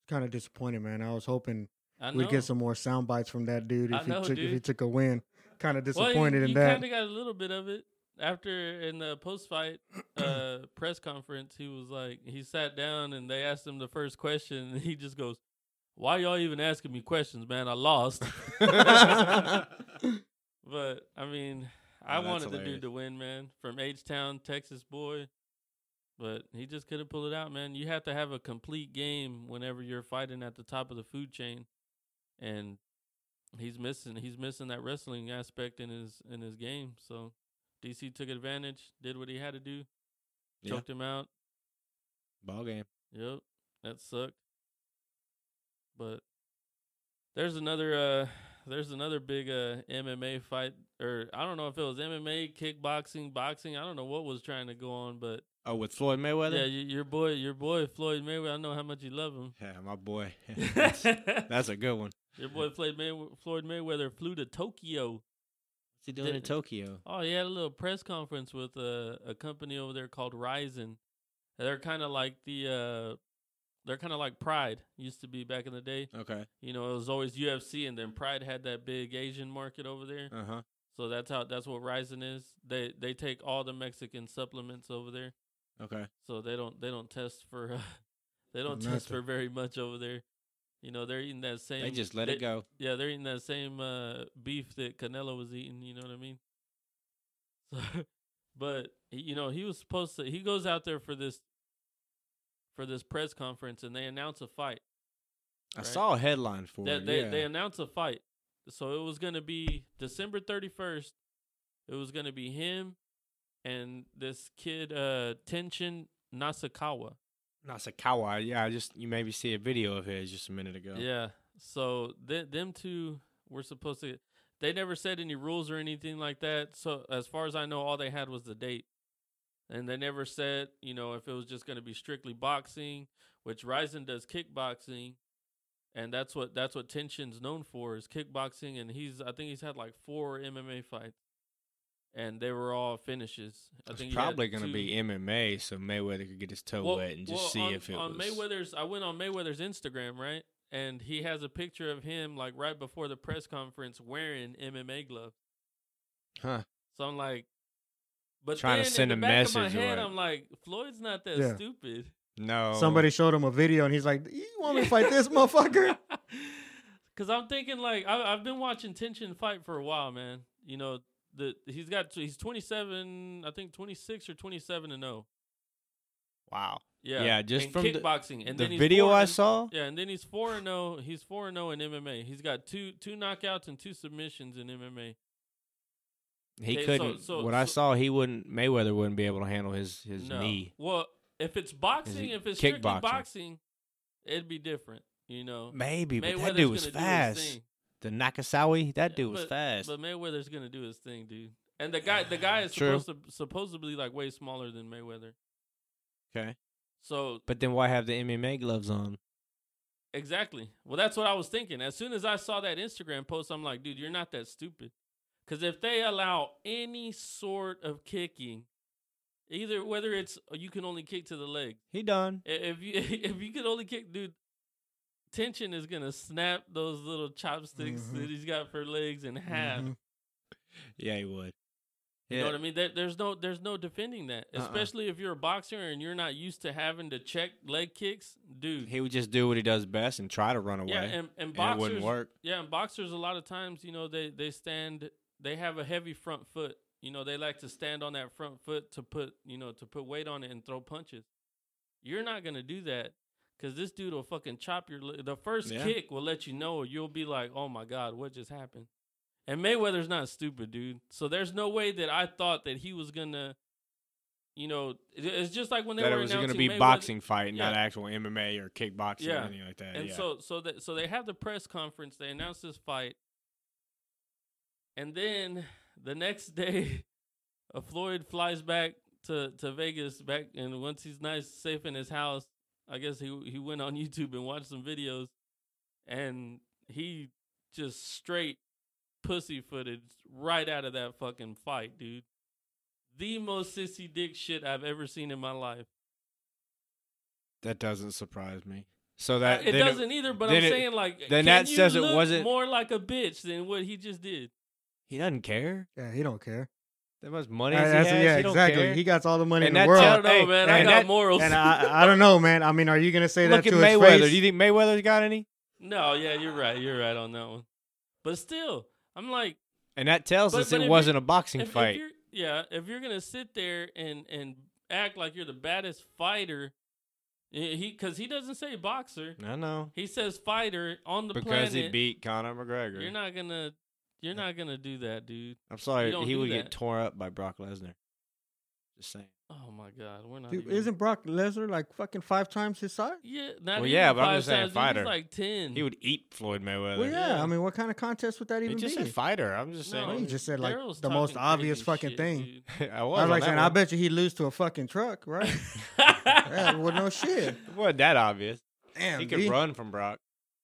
Speaker 3: Kind of disappointed, man. I was hoping
Speaker 1: I know.
Speaker 3: we'd get some more sound bites from that dude
Speaker 1: I
Speaker 3: if he
Speaker 1: know,
Speaker 3: took if he
Speaker 1: dude.
Speaker 3: took a win. Kind of
Speaker 1: Well, you-
Speaker 3: disappointed in
Speaker 1: you
Speaker 3: that.
Speaker 1: kind of got a little bit of it after in the post-fight uh, press conference. He was like, he sat down and they asked him the first question, and he just goes, "Why y'all even asking me questions, man? I lost." but I mean, I
Speaker 2: Oh, that's
Speaker 1: wanted the
Speaker 2: hilarious.
Speaker 1: dude to win, man, from H Town, Texas boy. But he just couldn't pull it out, man. You have to have a complete game whenever you're fighting at the top of the food chain, and he's missing he's missing that wrestling aspect in his in his game. So DC took advantage, did what he had to do,
Speaker 2: Yeah.
Speaker 1: choked him out.
Speaker 2: Ball game.
Speaker 1: Yep, that sucked. But there's another uh there's another big uh MMA fight or I don't know if it was MMA, kickboxing, boxing, I don't know what was trying to go on, but
Speaker 2: Oh, with Floyd Mayweather.
Speaker 1: yeah, y- your boy your boy Floyd Mayweather, I know how much you love him.
Speaker 2: Yeah, my boy. that's, that's a good one. What's
Speaker 1: your boy Floyd, May- Floyd Mayweather flew to Tokyo.
Speaker 2: he doing in
Speaker 1: Did-
Speaker 2: Tokyo?
Speaker 1: Oh, he had a little press conference with a, a company over there called Ryzen. They're kind of like the uh they're kind of like Pride used to be back in the day.
Speaker 2: Okay.
Speaker 1: you know, it was always UFC, and then Pride had that big Asian market over there.
Speaker 2: Uh huh.
Speaker 1: So that's how that's what Ryzen is. They they take all the Mexican supplements over there,
Speaker 2: Okay.
Speaker 1: so they don't they don't test for uh, they don't test
Speaker 3: Nothing.
Speaker 1: for very much over there. You know, they're eating that same.
Speaker 2: They just let it go.
Speaker 1: Yeah, they're eating that same uh, beef that Canelo was eating. You know what I mean? So, but you know, he was supposed to. He goes out there for this for this press conference, and they announce a fight.
Speaker 2: I
Speaker 1: right.
Speaker 2: saw a headline for
Speaker 1: They
Speaker 2: it.
Speaker 1: they,
Speaker 2: yeah.
Speaker 1: they announced a fight, so it was gonna be December thirty first. It was gonna be him and this kid, uh, Tenshin Nasakawa.
Speaker 2: Nasakawa. Yeah, I just you maybe see a video of his just a minute ago.
Speaker 1: Yeah. So th- them two were supposed to. They never said any rules or anything like that. So as far as I know, all they had was the date, and they never said you know if it was just gonna be strictly boxing, which Ryzen does kickboxing. And that's what that's what Tension's known for is kickboxing, and he's I think he's had like four MMA fights, and they were all finishes. I think
Speaker 2: It's
Speaker 1: he had
Speaker 2: probably going to
Speaker 1: two-
Speaker 2: be MMA, so Mayweather could get his toe wet and just
Speaker 1: well,
Speaker 2: see
Speaker 1: on,
Speaker 2: if it
Speaker 1: on
Speaker 2: was.
Speaker 1: Mayweather's. I went on Mayweather's Instagram, right, and he has a picture of him like right before the press conference wearing MMA gloves.
Speaker 2: Huh.
Speaker 1: So I'm like, but
Speaker 2: Trying to
Speaker 1: then
Speaker 2: send
Speaker 1: in
Speaker 2: a
Speaker 1: the back Of
Speaker 2: message
Speaker 1: my
Speaker 2: or
Speaker 1: head,
Speaker 2: what?
Speaker 1: I'm like, Floyd's not that
Speaker 3: Yeah.
Speaker 1: stupid.
Speaker 2: No.
Speaker 3: Somebody showed him a video and he's like, "You want me to fight this motherfucker?"
Speaker 1: Because I'm thinking like I, I've been watching Tension fight for a while, man. You know the he's got he's 27, I think 26 or 27 and 0.
Speaker 2: Wow.
Speaker 1: Yeah,
Speaker 2: Yeah, just
Speaker 1: and
Speaker 2: from the-
Speaker 1: kickboxing, and
Speaker 2: the
Speaker 1: then he's
Speaker 2: video
Speaker 1: four
Speaker 2: I
Speaker 1: and-
Speaker 2: saw.
Speaker 1: Yeah, and then he's four and zero. He's four and zero in MMA. He's got two two knockouts and two submissions in MMA.
Speaker 2: He
Speaker 1: Okay, so-
Speaker 2: couldn't.
Speaker 1: so-
Speaker 2: what I
Speaker 1: so-
Speaker 2: saw, he wouldn't. Mayweather wouldn't be able to handle his his
Speaker 1: no.
Speaker 2: knee.
Speaker 1: Well, if it's boxing, if it's strictly
Speaker 2: kickboxing?
Speaker 1: boxing, it'd be different. You know,
Speaker 2: Maybe, but
Speaker 1: Mayweather's
Speaker 2: that dude was
Speaker 1: gonna do his
Speaker 2: fast.
Speaker 1: thing.
Speaker 2: The Nakasawi, that
Speaker 1: Yeah,
Speaker 2: dude was
Speaker 1: but-
Speaker 2: fast.
Speaker 1: But Mayweather's gonna do his thing, dude. And the guy, the guy is
Speaker 2: True.
Speaker 1: supposed to supposedly like way smaller than Mayweather.
Speaker 2: okay.
Speaker 1: So
Speaker 2: But then why have the MMA gloves on?
Speaker 1: exactly. Well, that's what I was thinking. As soon as I saw that Instagram post, I'm like, dude, you're not that stupid. Because if they allow any sort of kicking, either whether it's uh, you can only kick to the leg,
Speaker 2: He done.
Speaker 1: i- if you if you can only kick, dude, tension is gonna snap those little chopsticks
Speaker 3: Mhm.
Speaker 1: that he's got for legs in half.
Speaker 3: Mhm.
Speaker 2: Yeah, he would.
Speaker 1: You know what I mean? There, there's no there's no defending that,
Speaker 2: Uh-uh.
Speaker 1: especially if you're a boxer and you're not used to having to check leg kicks, dude.
Speaker 2: He would just do what he does best and try to run away.
Speaker 1: yeah, and, and
Speaker 2: and it
Speaker 1: boxers,
Speaker 2: wouldn't work.
Speaker 1: yeah, and boxers a lot of times, you know, they they stand, they have a heavy front foot. You know, they like to stand on that front foot to put, you know, to put weight on it and throw punches. You're not gonna do that because this dude will fucking chop your. Li- the first
Speaker 2: Yeah.
Speaker 1: kick will let you know. You'll be like, oh my god, what just happened? And Mayweather's not stupid, dude. So there's no way that I thought that he was gonna, you know, it- it's just like when they
Speaker 2: That it
Speaker 1: were
Speaker 2: was going to
Speaker 1: announcing
Speaker 2: be
Speaker 1: Mayweather-
Speaker 2: boxing fight, not
Speaker 1: Yeah.
Speaker 2: actual MMA or kickboxing
Speaker 1: Yeah.
Speaker 2: or anything like that.
Speaker 1: And
Speaker 2: yeah.
Speaker 1: so so that so they have the press conference, they announce this fight. And then the next day, uh, Floyd flies back to, to Vegas back and once he's nice safe in his house, I guess he he went on YouTube and watched some videos and he just straight pussy footage right out of that fucking fight, dude. The most sissy dick shit I've ever seen in my life.
Speaker 2: that doesn't surprise me. So that
Speaker 1: Uh, it
Speaker 2: then
Speaker 1: doesn't either, but I'm
Speaker 2: then it-
Speaker 1: saying like can
Speaker 2: then that
Speaker 1: you
Speaker 2: says it
Speaker 1: look
Speaker 2: wasn't-
Speaker 1: more like a bitch than what he just did.
Speaker 2: he doesn't care.
Speaker 3: Yeah, he don't care.
Speaker 2: That much money
Speaker 3: Uh,
Speaker 2: as he
Speaker 3: that's-
Speaker 2: has,
Speaker 3: yeah,
Speaker 2: he don't
Speaker 3: exactly.
Speaker 2: care.
Speaker 3: He got all the money
Speaker 2: And
Speaker 3: in
Speaker 2: that
Speaker 3: the world.
Speaker 1: I don't
Speaker 2: tell-
Speaker 1: know,
Speaker 2: Hey,
Speaker 1: man. I
Speaker 2: and
Speaker 1: got
Speaker 2: that-
Speaker 1: morals.
Speaker 3: and I, I don't know, man. I mean, are you gonna say
Speaker 2: Look
Speaker 3: that
Speaker 2: at
Speaker 3: to
Speaker 2: Mayweather.
Speaker 3: his face?
Speaker 2: Do you think Mayweather's got any?
Speaker 1: no, yeah, you're right. You're right on that one. But still, I'm like,
Speaker 2: And that tells
Speaker 1: But-
Speaker 2: us
Speaker 1: but if
Speaker 2: it
Speaker 1: you-
Speaker 2: wasn't a boxing
Speaker 1: if, if
Speaker 2: fight.
Speaker 1: you're, yeah, if you're gonna sit there and and act like you're the baddest fighter, eh, he because he doesn't say boxer,
Speaker 2: I know
Speaker 1: he says fighter on the
Speaker 2: because
Speaker 1: planet.
Speaker 2: he beat Conor McGregor.
Speaker 1: you're not gonna, you're not gonna do that, dude.
Speaker 2: I'm
Speaker 1: you
Speaker 2: sorry,
Speaker 1: don't
Speaker 2: he
Speaker 1: do
Speaker 2: would
Speaker 1: that.
Speaker 2: get tore up by Brock Lesnar. Just saying.
Speaker 1: Oh my god, we're not.
Speaker 3: Dude,
Speaker 1: even-
Speaker 3: isn't Brock Lesnar like fucking five times his size?
Speaker 1: Yeah, not
Speaker 2: Well,
Speaker 1: even
Speaker 2: yeah, but I'm
Speaker 1: five
Speaker 2: just saying
Speaker 1: times, dude,
Speaker 2: fighter.
Speaker 1: He's like ten.
Speaker 2: He would eat Floyd Mayweather.
Speaker 3: Well, yeah.
Speaker 1: Yeah.
Speaker 3: I mean, what kind of contest would that
Speaker 2: he
Speaker 3: even
Speaker 2: just
Speaker 3: be?
Speaker 2: said fighter. I'm just saying.
Speaker 3: No, he just said, like,
Speaker 1: Daryl's
Speaker 3: the most
Speaker 1: talking crazy
Speaker 3: obvious fucking
Speaker 1: shit,
Speaker 3: thing.
Speaker 1: dude.
Speaker 2: I was,
Speaker 3: I
Speaker 2: on
Speaker 3: was like
Speaker 2: that
Speaker 3: saying, I
Speaker 2: one.
Speaker 3: bet you he'd lose to a fucking truck, right? yeah, well, no shit.
Speaker 2: It wasn't that obvious.
Speaker 3: Damn,
Speaker 2: He could
Speaker 3: B.
Speaker 2: run from Brock.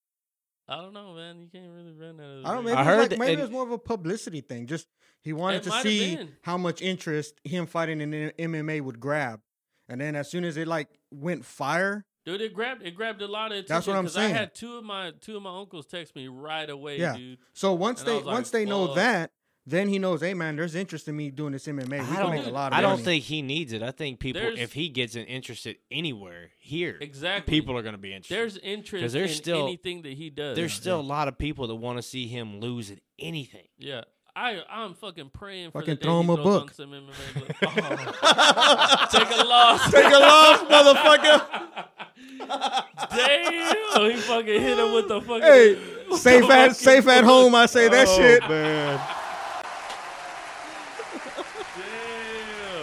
Speaker 1: I don't know, man. You can't really run out of.
Speaker 3: I don't.
Speaker 1: the
Speaker 3: Maybe
Speaker 1: ring.
Speaker 2: I
Speaker 3: it was
Speaker 2: heard
Speaker 3: like,
Speaker 2: that-
Speaker 3: maybe
Speaker 2: and-
Speaker 3: it was more of a publicity thing. Just he wanted
Speaker 1: It
Speaker 3: to
Speaker 1: might have
Speaker 3: see
Speaker 1: been.
Speaker 3: how much interest him fighting in M- MMA would grab, and then as soon as it like went fire,
Speaker 1: dude. It grabbed. It grabbed a lot of attention.
Speaker 3: That's what I'm
Speaker 1: 'cause
Speaker 3: saying.
Speaker 1: I had two of my two of my uncles text me right away,
Speaker 3: Yeah.
Speaker 1: dude.
Speaker 3: so once
Speaker 1: And I
Speaker 3: they
Speaker 1: was like,
Speaker 3: once they know
Speaker 1: "Fuck."
Speaker 3: that, then he knows, hey man, there's interest in me doing this MMA. We
Speaker 2: I
Speaker 3: can
Speaker 2: don't,
Speaker 3: make a lot of
Speaker 2: I don't
Speaker 3: money.
Speaker 2: think he needs it. I think people,
Speaker 1: There's-
Speaker 2: if he gets an interested anywhere here,
Speaker 1: Exactly.
Speaker 2: people are going to be interested.
Speaker 1: There's interest
Speaker 2: 'Cause there's
Speaker 1: in
Speaker 2: still-
Speaker 1: anything that he does.
Speaker 2: There's still a lot of people that want to see him lose at anything.
Speaker 1: yeah. I I'm fucking praying for
Speaker 3: Fucking
Speaker 1: the day
Speaker 3: throw
Speaker 1: he
Speaker 3: him a
Speaker 1: throws on
Speaker 3: book.
Speaker 1: some MMA book. Oh, take a loss.
Speaker 2: Take a loss, motherfucker.
Speaker 1: Damn, he fucking hit him with the fucking.
Speaker 3: Hey, safe
Speaker 1: fucking
Speaker 3: at safe at home. I say that shit.
Speaker 2: Oh, man.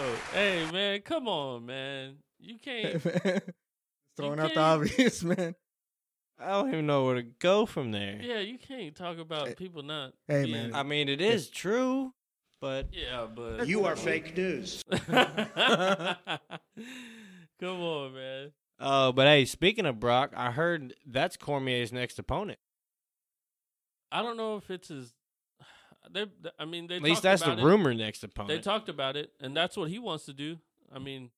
Speaker 1: Damn. Hey man, come on, man. You can't.
Speaker 3: Throwing out
Speaker 1: can't-
Speaker 3: the obvious, man.
Speaker 2: I don't even know where to go from there.
Speaker 1: Yeah, you can't talk about people not.
Speaker 3: Hey,
Speaker 1: being-
Speaker 3: man.
Speaker 2: I mean, it is true, but
Speaker 1: Yeah, but
Speaker 5: You are fake news.
Speaker 1: Come on, man.
Speaker 2: uh, but hey, speaking of Brock, I heard that's Cormier's next opponent.
Speaker 1: I don't know if it's his. They, I mean, they
Speaker 2: At least
Speaker 1: talked
Speaker 2: that's the
Speaker 1: about it.
Speaker 2: rumor next
Speaker 1: They
Speaker 2: opponent.
Speaker 1: talked about it, and that's what he wants to do. I mean,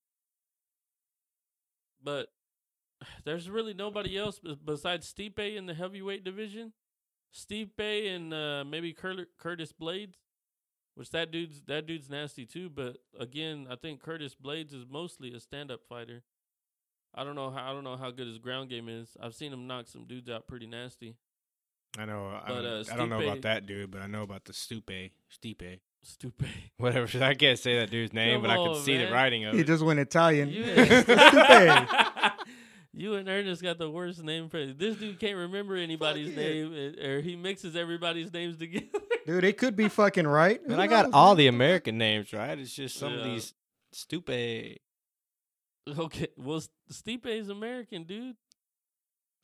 Speaker 1: but there's really nobody else bes- besides Stipe in the heavyweight division. Stipe and uh, maybe Cur- Curtis Blades, which that dude's that dude's nasty too. But again, I think Curtis Blades is mostly a stand-up fighter. I don't know how I don't know how good his ground game is. I've seen him knock some dudes out pretty nasty.
Speaker 2: I know. I,
Speaker 1: But,
Speaker 2: don't-
Speaker 1: uh,
Speaker 2: I don't know
Speaker 1: Stipe-
Speaker 2: about that dude, but I know about the Stupe. Stipe.
Speaker 1: Stipe.
Speaker 2: Whatever. I can't say that dude's name,
Speaker 1: Come
Speaker 2: but I can
Speaker 1: on,
Speaker 2: see
Speaker 1: man.
Speaker 2: the writing of
Speaker 3: He
Speaker 2: it.
Speaker 3: just went Italian.
Speaker 1: You,
Speaker 3: Stupid.
Speaker 1: You and Ernest got the worst name for this dude. Can't remember anybody's
Speaker 3: yeah.
Speaker 1: name, and- or he mixes everybody's names together.
Speaker 3: Dude, it could be fucking right.
Speaker 2: But
Speaker 3: Who
Speaker 2: I got
Speaker 3: knows,
Speaker 2: all
Speaker 3: man?
Speaker 2: the American names right. It's just some of
Speaker 1: Yeah.
Speaker 2: these Stupe.
Speaker 1: okay, well, S- Stipe is American, dude.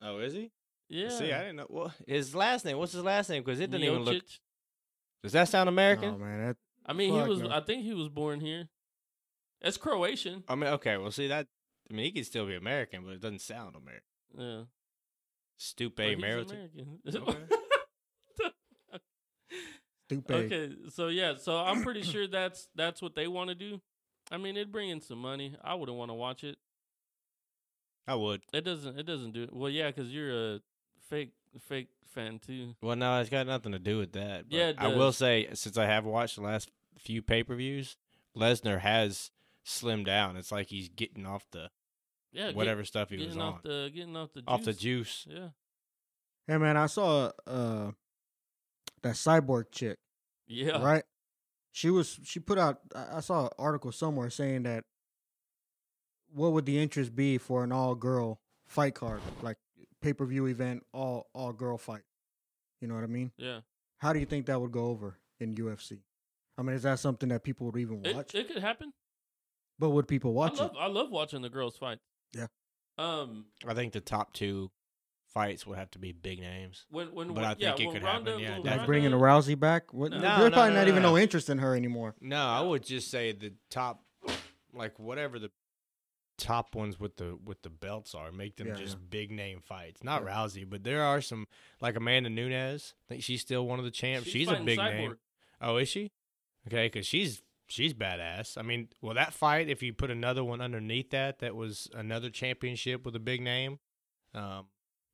Speaker 2: Oh, is he?
Speaker 1: Yeah,
Speaker 2: See, I didn't know. Well, his last name. What's his last name? Because it doesn't even look.
Speaker 1: Miocic.
Speaker 2: Does that sound American?
Speaker 3: Oh man, that,
Speaker 1: I mean,
Speaker 3: Fuck
Speaker 1: he was.
Speaker 3: no.
Speaker 1: I think he was born here. That's Croatian.
Speaker 3: Uh,
Speaker 2: I mean, okay. Well, see that. I mean, he could still be American, but it doesn't sound American.
Speaker 1: Yeah,
Speaker 2: Stupe
Speaker 1: but he's
Speaker 2: Meriton.
Speaker 1: American.
Speaker 2: Okay.
Speaker 3: Stupid.
Speaker 1: Okay, so yeah, so I'm pretty sure that's that's what they want to do. I mean, it'd bring in some money. I wouldn't want to watch it.
Speaker 2: I would.
Speaker 1: It doesn't. It doesn't do it. Well, yeah, because you're a fake fake fan too.
Speaker 2: Well, no, it's got nothing to do with that. but
Speaker 1: Yeah, it
Speaker 2: I will
Speaker 1: does.
Speaker 2: say since I have watched the last few pay per views, Lesnar has slimmed down. It's like he's getting off the
Speaker 1: Yeah, get-
Speaker 2: whatever stuff he was
Speaker 1: getting
Speaker 2: on,
Speaker 1: off the getting off the juice.
Speaker 2: off the juice.
Speaker 1: Yeah,
Speaker 3: Hey man, I saw uh that cyborg chick,
Speaker 1: yeah.
Speaker 3: right? She was she put out I I saw an article somewhere saying that what would the interest be for an all girl fight card, like pay per view event, all all girl fight. You know what I mean?
Speaker 1: Yeah,
Speaker 3: How do you think that would go over in UFC? I mean, is that something that people would even
Speaker 1: it,
Speaker 3: watch?
Speaker 1: it could happen.
Speaker 3: but would people watch
Speaker 1: I
Speaker 3: it?
Speaker 1: love I love watching the girls fight.
Speaker 3: Yeah.
Speaker 1: Um.
Speaker 2: I think the top two fights would have to be big names.
Speaker 1: When when
Speaker 2: But I
Speaker 1: yeah,
Speaker 2: think it
Speaker 1: when
Speaker 2: could happen,
Speaker 1: Ronda,
Speaker 2: yeah,
Speaker 1: when
Speaker 2: definitely.
Speaker 3: Like
Speaker 1: Ronda,
Speaker 3: bringing a Rousey back? What,
Speaker 1: No.
Speaker 3: there's
Speaker 2: No, no,
Speaker 3: probably
Speaker 2: no,
Speaker 3: not even
Speaker 2: no.
Speaker 3: no interest in her anymore.
Speaker 2: No, I would just say the top, like whatever the top ones with the with the belts are, make them
Speaker 3: Yeah,
Speaker 2: just
Speaker 3: yeah.
Speaker 2: big name fights. Not
Speaker 3: Yeah.
Speaker 2: Rousey, but there are some like Amanda Nunes. I think she's still one of the champs. She's, a
Speaker 1: fighting
Speaker 2: big
Speaker 1: Cyborg.
Speaker 2: name. Oh, is she? Okay, because she's she's badass. I mean, well, that fight if you put another one underneath that, that was another championship with a big name. Um,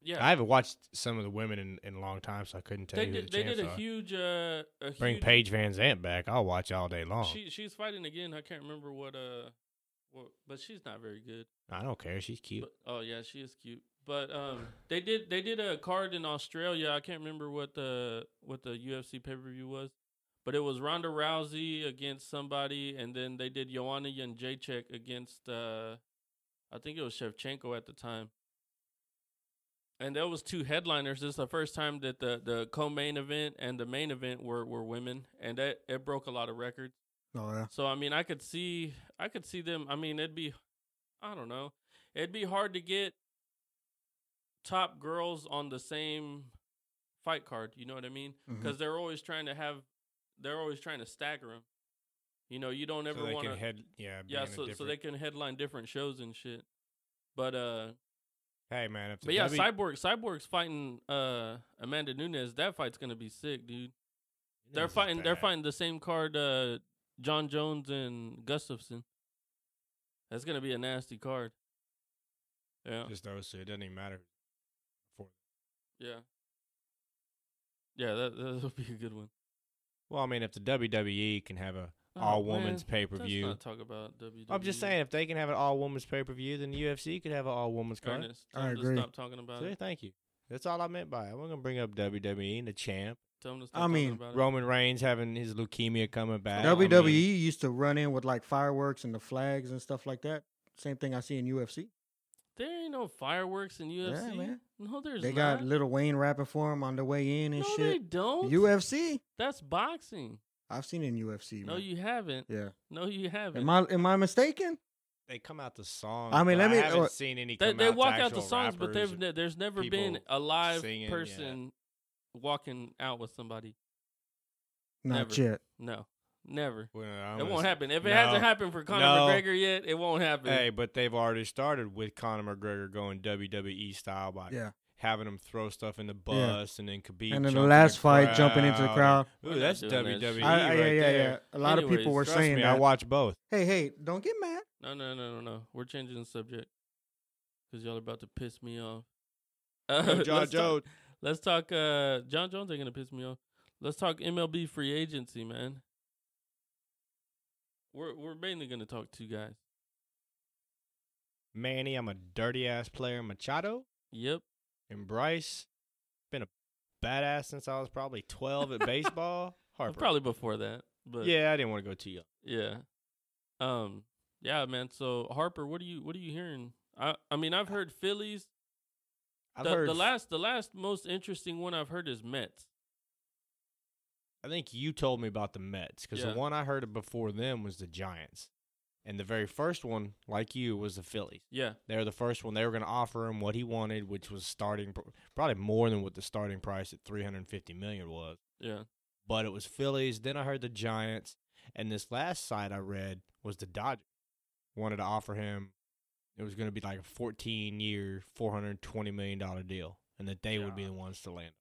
Speaker 1: Yeah,
Speaker 2: I haven't watched some of the women in, in a long time, so I couldn't tell
Speaker 1: they
Speaker 2: you who
Speaker 1: did
Speaker 2: the
Speaker 1: they
Speaker 2: champs
Speaker 1: did a
Speaker 2: are.
Speaker 1: huge uh a
Speaker 2: Bring
Speaker 1: huge,
Speaker 2: Paige Van Zant back. I'll watch all day long.
Speaker 1: She she's fighting again. I can't remember what uh what, but she's not very good.
Speaker 2: I don't care. She's cute.
Speaker 1: But, oh yeah, she is cute. But um, they did they did a card in Australia. I can't remember what the what the UFC pay per view was, but it was Ronda Rousey against somebody, and then they did Joanna Jędrzejczyk against uh, I think it was Shevchenko at the time. And there was two headliners. This is the first time that the the co main event and the main event were were women, and that it broke a lot of records.
Speaker 3: Oh yeah.
Speaker 1: So I mean, I could see, I could see them. I mean, it'd be, I don't know, it'd be hard to get top girls on the same fight card. You know what I mean?
Speaker 2: Mm-hmm.
Speaker 3: Mhm.
Speaker 1: Because they're always trying to have, they're always trying to stagger them. You know, you don't ever
Speaker 2: so they
Speaker 1: want
Speaker 2: can
Speaker 1: to,
Speaker 2: head, yeah, be
Speaker 1: yeah.
Speaker 2: in a
Speaker 1: So so they
Speaker 2: different-
Speaker 1: can headline different shows and shit. But uh,
Speaker 2: Hey man, if the
Speaker 1: but yeah,
Speaker 2: W-
Speaker 1: Cyborg, Cyborg's fighting uh Amanda Nunes. That fight's gonna be sick, dude. They're
Speaker 2: This is
Speaker 1: fighting. They're
Speaker 2: bad.
Speaker 1: fighting the same card. Uh, John Jones and Gustafson. That's gonna be a nasty card. Yeah,
Speaker 2: Just those two. It doesn't even matter. For-
Speaker 1: yeah, yeah. That that'll be a good one.
Speaker 2: Well, I mean, if the WWE can have a
Speaker 1: Oh,
Speaker 2: all
Speaker 1: man,
Speaker 2: women's pay per
Speaker 1: Let's
Speaker 2: view,
Speaker 1: not talk about E WWE.
Speaker 2: I'm just saying if they can have an all women's pay per view, then the UFC could have an all women's card.
Speaker 1: Ernest,
Speaker 3: I
Speaker 1: tell 'em to
Speaker 3: agree.
Speaker 1: Stop talking about
Speaker 2: See,
Speaker 1: it.
Speaker 2: thank you. That's all I meant by it. We're gonna bring up WWE and the champ.
Speaker 1: Tell 'em to stop
Speaker 3: I
Speaker 1: talking
Speaker 3: mean,
Speaker 1: about it.
Speaker 2: Roman Reigns having his leukemia coming back. I mean,
Speaker 3: WWE E used to run in with like fireworks and the flags and stuff like that. Same thing I see in UFC.
Speaker 1: There ain't no fireworks in UFC.
Speaker 3: man.
Speaker 1: No, there's
Speaker 3: they
Speaker 1: not.
Speaker 3: got Little Wayne rapping for him on the way in and
Speaker 1: no, they
Speaker 3: shit.
Speaker 1: don't.
Speaker 3: UFC,
Speaker 1: That's boxing.
Speaker 3: I've seen it in UFC.
Speaker 1: No,
Speaker 3: man.
Speaker 1: you haven't.
Speaker 3: yeah.
Speaker 1: No, you haven't.
Speaker 3: Am I am I mistaken?
Speaker 2: they come out the song.
Speaker 3: I
Speaker 2: but
Speaker 3: mean, let me- uh,
Speaker 2: I haven't
Speaker 3: or-
Speaker 2: seen any.
Speaker 1: they
Speaker 2: come
Speaker 1: they
Speaker 2: out
Speaker 1: walk out the
Speaker 2: actual
Speaker 1: songs, but
Speaker 2: rappers
Speaker 1: there's
Speaker 2: or-
Speaker 1: ne- there's never been
Speaker 2: people
Speaker 1: a live
Speaker 2: singing, yeah.
Speaker 1: person walking out with somebody.
Speaker 3: Not
Speaker 1: Never.
Speaker 3: yet.
Speaker 1: No, never.
Speaker 2: Well, I'm
Speaker 1: it
Speaker 2: gonna
Speaker 1: won't
Speaker 2: s-
Speaker 1: happen. If it
Speaker 2: No.
Speaker 1: hasn't happened for Conor
Speaker 2: No.
Speaker 1: McGregor yet, it won't happen.
Speaker 2: Hey, but they've already started with Conor McGregor going WWE style by
Speaker 3: Yeah.
Speaker 2: having him throw stuff in the bus and then Khabib.
Speaker 3: And then the
Speaker 2: jumping
Speaker 3: last fight, jumping into the crowd.
Speaker 1: We're
Speaker 2: Ooh,
Speaker 1: not
Speaker 2: that's
Speaker 1: doing that
Speaker 2: WWE.
Speaker 1: shit.
Speaker 3: I, I-
Speaker 2: right
Speaker 3: yeah, yeah,
Speaker 2: there.
Speaker 3: yeah. A lot of people
Speaker 1: Anyways,
Speaker 3: were
Speaker 2: Trust
Speaker 3: saying
Speaker 2: me,
Speaker 3: that.
Speaker 2: I watch both.
Speaker 3: hey, hey, don't get mad.
Speaker 1: No, no, no, no, no. We're changing the subject because y'all are about to piss me off. Uh,
Speaker 2: Yo, John
Speaker 1: let's
Speaker 2: Jones.
Speaker 1: Talk, let's talk. Uh, John Jones ain't gonna piss me off. Let's talk MLB free agency, man. We're we're mainly gonna talk two guys.
Speaker 2: Manny, I'm a dirty ass player. Machado
Speaker 1: Yep.
Speaker 2: and Bryce. Been a badass since I was probably 12 at baseball. Harper.
Speaker 1: Probably before that, but
Speaker 2: Yeah, I didn't want to go too young.
Speaker 1: Yeah. Um. Yeah, man. So Harper, what are you what are you hearing? I I mean, I've heard Phillies.
Speaker 2: I've
Speaker 1: the,
Speaker 2: heard
Speaker 1: the last the last most interesting one I've heard is Mets.
Speaker 2: I think you told me about the Mets because
Speaker 1: Yeah.
Speaker 2: the one I heard of before them was the Giants. And the very first one, like you, was the Phillies.
Speaker 1: Yeah.
Speaker 2: They were the first one. They were going to offer him what he wanted, which was starting pr- probably more than what the starting price at 350 million was.
Speaker 1: Yeah.
Speaker 2: But it was Phillies. Then I heard the Giants, and this last side I read was the Dodgers wanted to offer him. It was going to be like a 14 year, 420 million dollar deal, and that they would be the ones to land.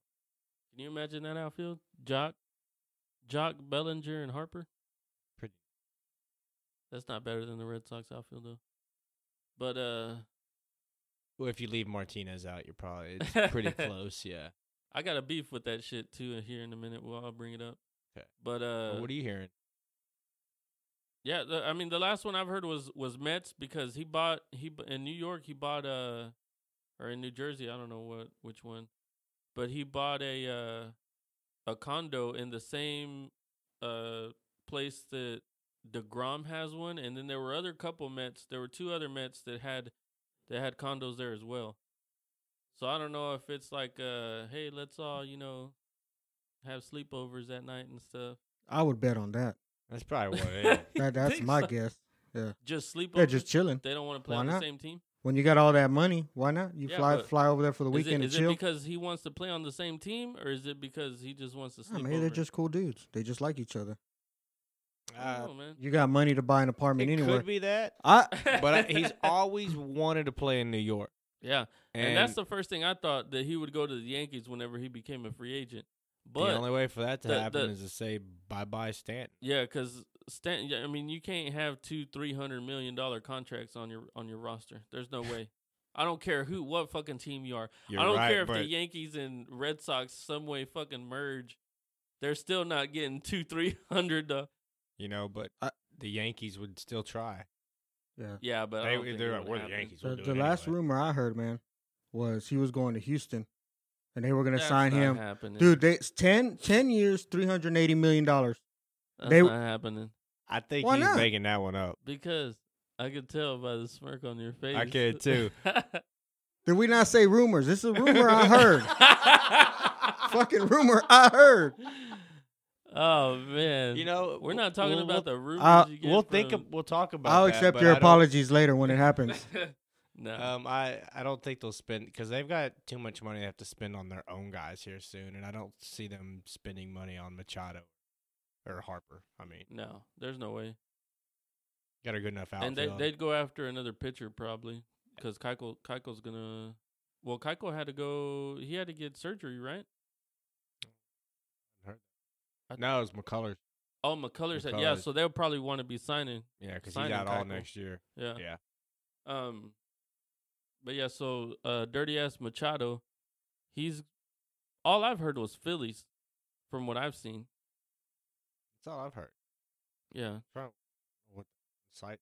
Speaker 1: Can you imagine that outfield? Jock, Jock Bellinger and Harper.
Speaker 2: Pretty.
Speaker 1: That's not better than the Red Sox outfield though. But uh,
Speaker 2: Well, if you leave Martinez out, you're probably it's pretty close. Yeah.
Speaker 1: I got a beef with that shit too. And here in a minute, well, I'll bring it up.
Speaker 2: 'Kay.
Speaker 1: But uh,
Speaker 2: what are you hearing?
Speaker 1: Yeah, the, I mean the last one I've heard was was Mets because he bought he b- in New York he bought uh or in New Jersey I don't know what which one, but he bought a uh a condo in the same uh place that Degrom has one, and then there were other couple Mets. There were two other Mets that had that had condos there as well. So I don't know if it's like uh hey let's all you know have sleepovers at night and stuff.
Speaker 3: I would bet on that.
Speaker 2: That's probably what. it is.
Speaker 3: that that's
Speaker 1: Think
Speaker 3: my
Speaker 1: so?
Speaker 3: guess.
Speaker 1: Just sleepovers.
Speaker 3: They're just chilling.
Speaker 1: They don't want to play
Speaker 3: Why
Speaker 1: on the
Speaker 3: not?
Speaker 1: same team.
Speaker 3: When you got all that money, why not? You
Speaker 1: Yeah,
Speaker 3: fly
Speaker 1: but
Speaker 3: fly over there for the
Speaker 1: Is it-
Speaker 3: weekend
Speaker 1: is
Speaker 3: and chill.
Speaker 1: it because he wants to play on the same team, or is it because he just wants to
Speaker 3: Nah,
Speaker 1: sleep
Speaker 3: man,
Speaker 1: over?
Speaker 3: they're just cool dudes. They just like each other.
Speaker 1: I don't
Speaker 2: Uh,
Speaker 1: know, man.
Speaker 3: You got money to buy an apartment
Speaker 2: it
Speaker 3: anywhere.
Speaker 2: could be that,
Speaker 3: I
Speaker 2: but I, he's always wanted to play in New York,
Speaker 1: yeah, and,
Speaker 2: and,
Speaker 1: that's the first thing I thought that he would go to the Yankees whenever he became a free agent.
Speaker 2: the
Speaker 1: But
Speaker 2: only way for that to
Speaker 1: the-
Speaker 2: happen
Speaker 1: the-
Speaker 2: is to say bye bye Stanton.
Speaker 1: yeah, because Stanton, yeah, I mean, you can't have two three hundred million dollar contracts on your on your roster. There's no way. I don't care who, what fucking team you are.
Speaker 2: You're
Speaker 1: I don't
Speaker 2: right,
Speaker 1: care if the
Speaker 2: but-
Speaker 1: Yankees and Red Sox some way fucking merge. They're still not getting two three hundred. Uh,
Speaker 2: you know, but
Speaker 3: I-
Speaker 2: the Yankees would still try.
Speaker 3: yeah.
Speaker 1: yeah, but I don't
Speaker 2: They,
Speaker 1: think it
Speaker 2: they're
Speaker 1: would
Speaker 2: like, we're the
Speaker 1: happen.
Speaker 2: Yankees.
Speaker 3: The,
Speaker 2: we'll do
Speaker 3: the
Speaker 2: it
Speaker 3: last
Speaker 2: anyway."
Speaker 3: rumor I heard, man, was he was going to Houston, and they were going to
Speaker 1: That's
Speaker 3: sign
Speaker 1: not
Speaker 3: him.
Speaker 1: happening.
Speaker 3: Dude, they, it's 10, 10 years, three hundred eighty million dollars.
Speaker 1: That's
Speaker 3: They-
Speaker 1: not happening
Speaker 2: I think
Speaker 3: Why
Speaker 2: he's
Speaker 3: not?
Speaker 2: making that one up.
Speaker 1: because I could tell by the smirk on your face.
Speaker 2: I could, too.
Speaker 3: Did we not say rumors? This is a rumor I heard. Fucking rumor I heard.
Speaker 1: Oh man,
Speaker 2: You know,
Speaker 1: we're not talking
Speaker 2: we'll-
Speaker 1: about
Speaker 2: we'll-
Speaker 1: the rumors.
Speaker 3: I'll-
Speaker 1: you get
Speaker 2: We'll think.
Speaker 1: from-
Speaker 2: Of, we'll talk about.
Speaker 3: I'll
Speaker 2: that,
Speaker 3: accept
Speaker 2: but
Speaker 3: your
Speaker 2: I don't-
Speaker 3: apologies later when it happens.
Speaker 1: no,
Speaker 2: Um, I I don't think they'll spend because they've got too much money they have to spend on their own guys here soon, and I don't see them spending money on Machado or Harper. I mean,
Speaker 1: no, there's no way.
Speaker 2: got a good enough
Speaker 1: And they,
Speaker 2: outfield.
Speaker 1: they'd go after another pitcher probably because Keiko Keiko's gonna. Well, Keiko had to go. He had to get surgery, right?
Speaker 2: no, it's McCullers.
Speaker 1: Oh, McCullers. Had, yeah,
Speaker 2: McCullers.
Speaker 1: so they'll probably want to be signing.
Speaker 2: Yeah, because he's
Speaker 1: Signing
Speaker 2: out all
Speaker 1: Keuchel.
Speaker 2: next year.
Speaker 1: Yeah.
Speaker 2: Yeah.
Speaker 1: Um but yeah, so uh dirty ass Machado, he's all I've heard was Phillies from what I've seen.
Speaker 2: That's all I've heard.
Speaker 1: Yeah.
Speaker 2: From what site?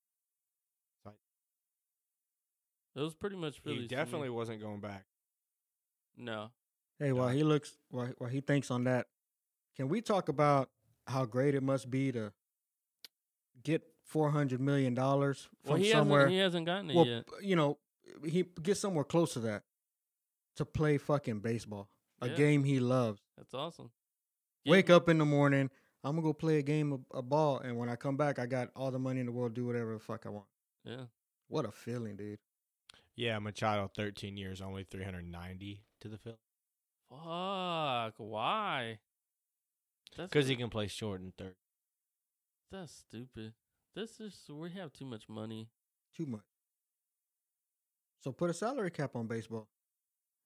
Speaker 1: It was pretty much Phillies.
Speaker 2: He
Speaker 1: to me.
Speaker 2: definitely wasn't going back.
Speaker 1: No.
Speaker 3: Hey, while he looks, while, while he thinks on that, can we talk about how great it must be to get four hundred million dollars from
Speaker 1: Well he
Speaker 3: somewhere?
Speaker 1: hasn't he hasn't gotten it
Speaker 3: well,
Speaker 1: yet.
Speaker 3: p- you know, he gets somewhere close to that to play fucking baseball, a
Speaker 1: Yeah.
Speaker 3: game he loves.
Speaker 1: That's awesome.
Speaker 3: Wake up in the morning, I'm gonna go play a game of, of ball, and when I come back, I got all the money in the world, do whatever the fuck I want.
Speaker 1: Yeah.
Speaker 3: What a feeling, dude!
Speaker 2: Yeah, Machado, thirteen years, only three hundred ninety to the field
Speaker 1: Fuck. Why? That's
Speaker 2: because he
Speaker 1: ri-
Speaker 2: can play short and third.
Speaker 1: that's stupid. This is we have too much money.
Speaker 3: Too much. So put a salary cap on baseball,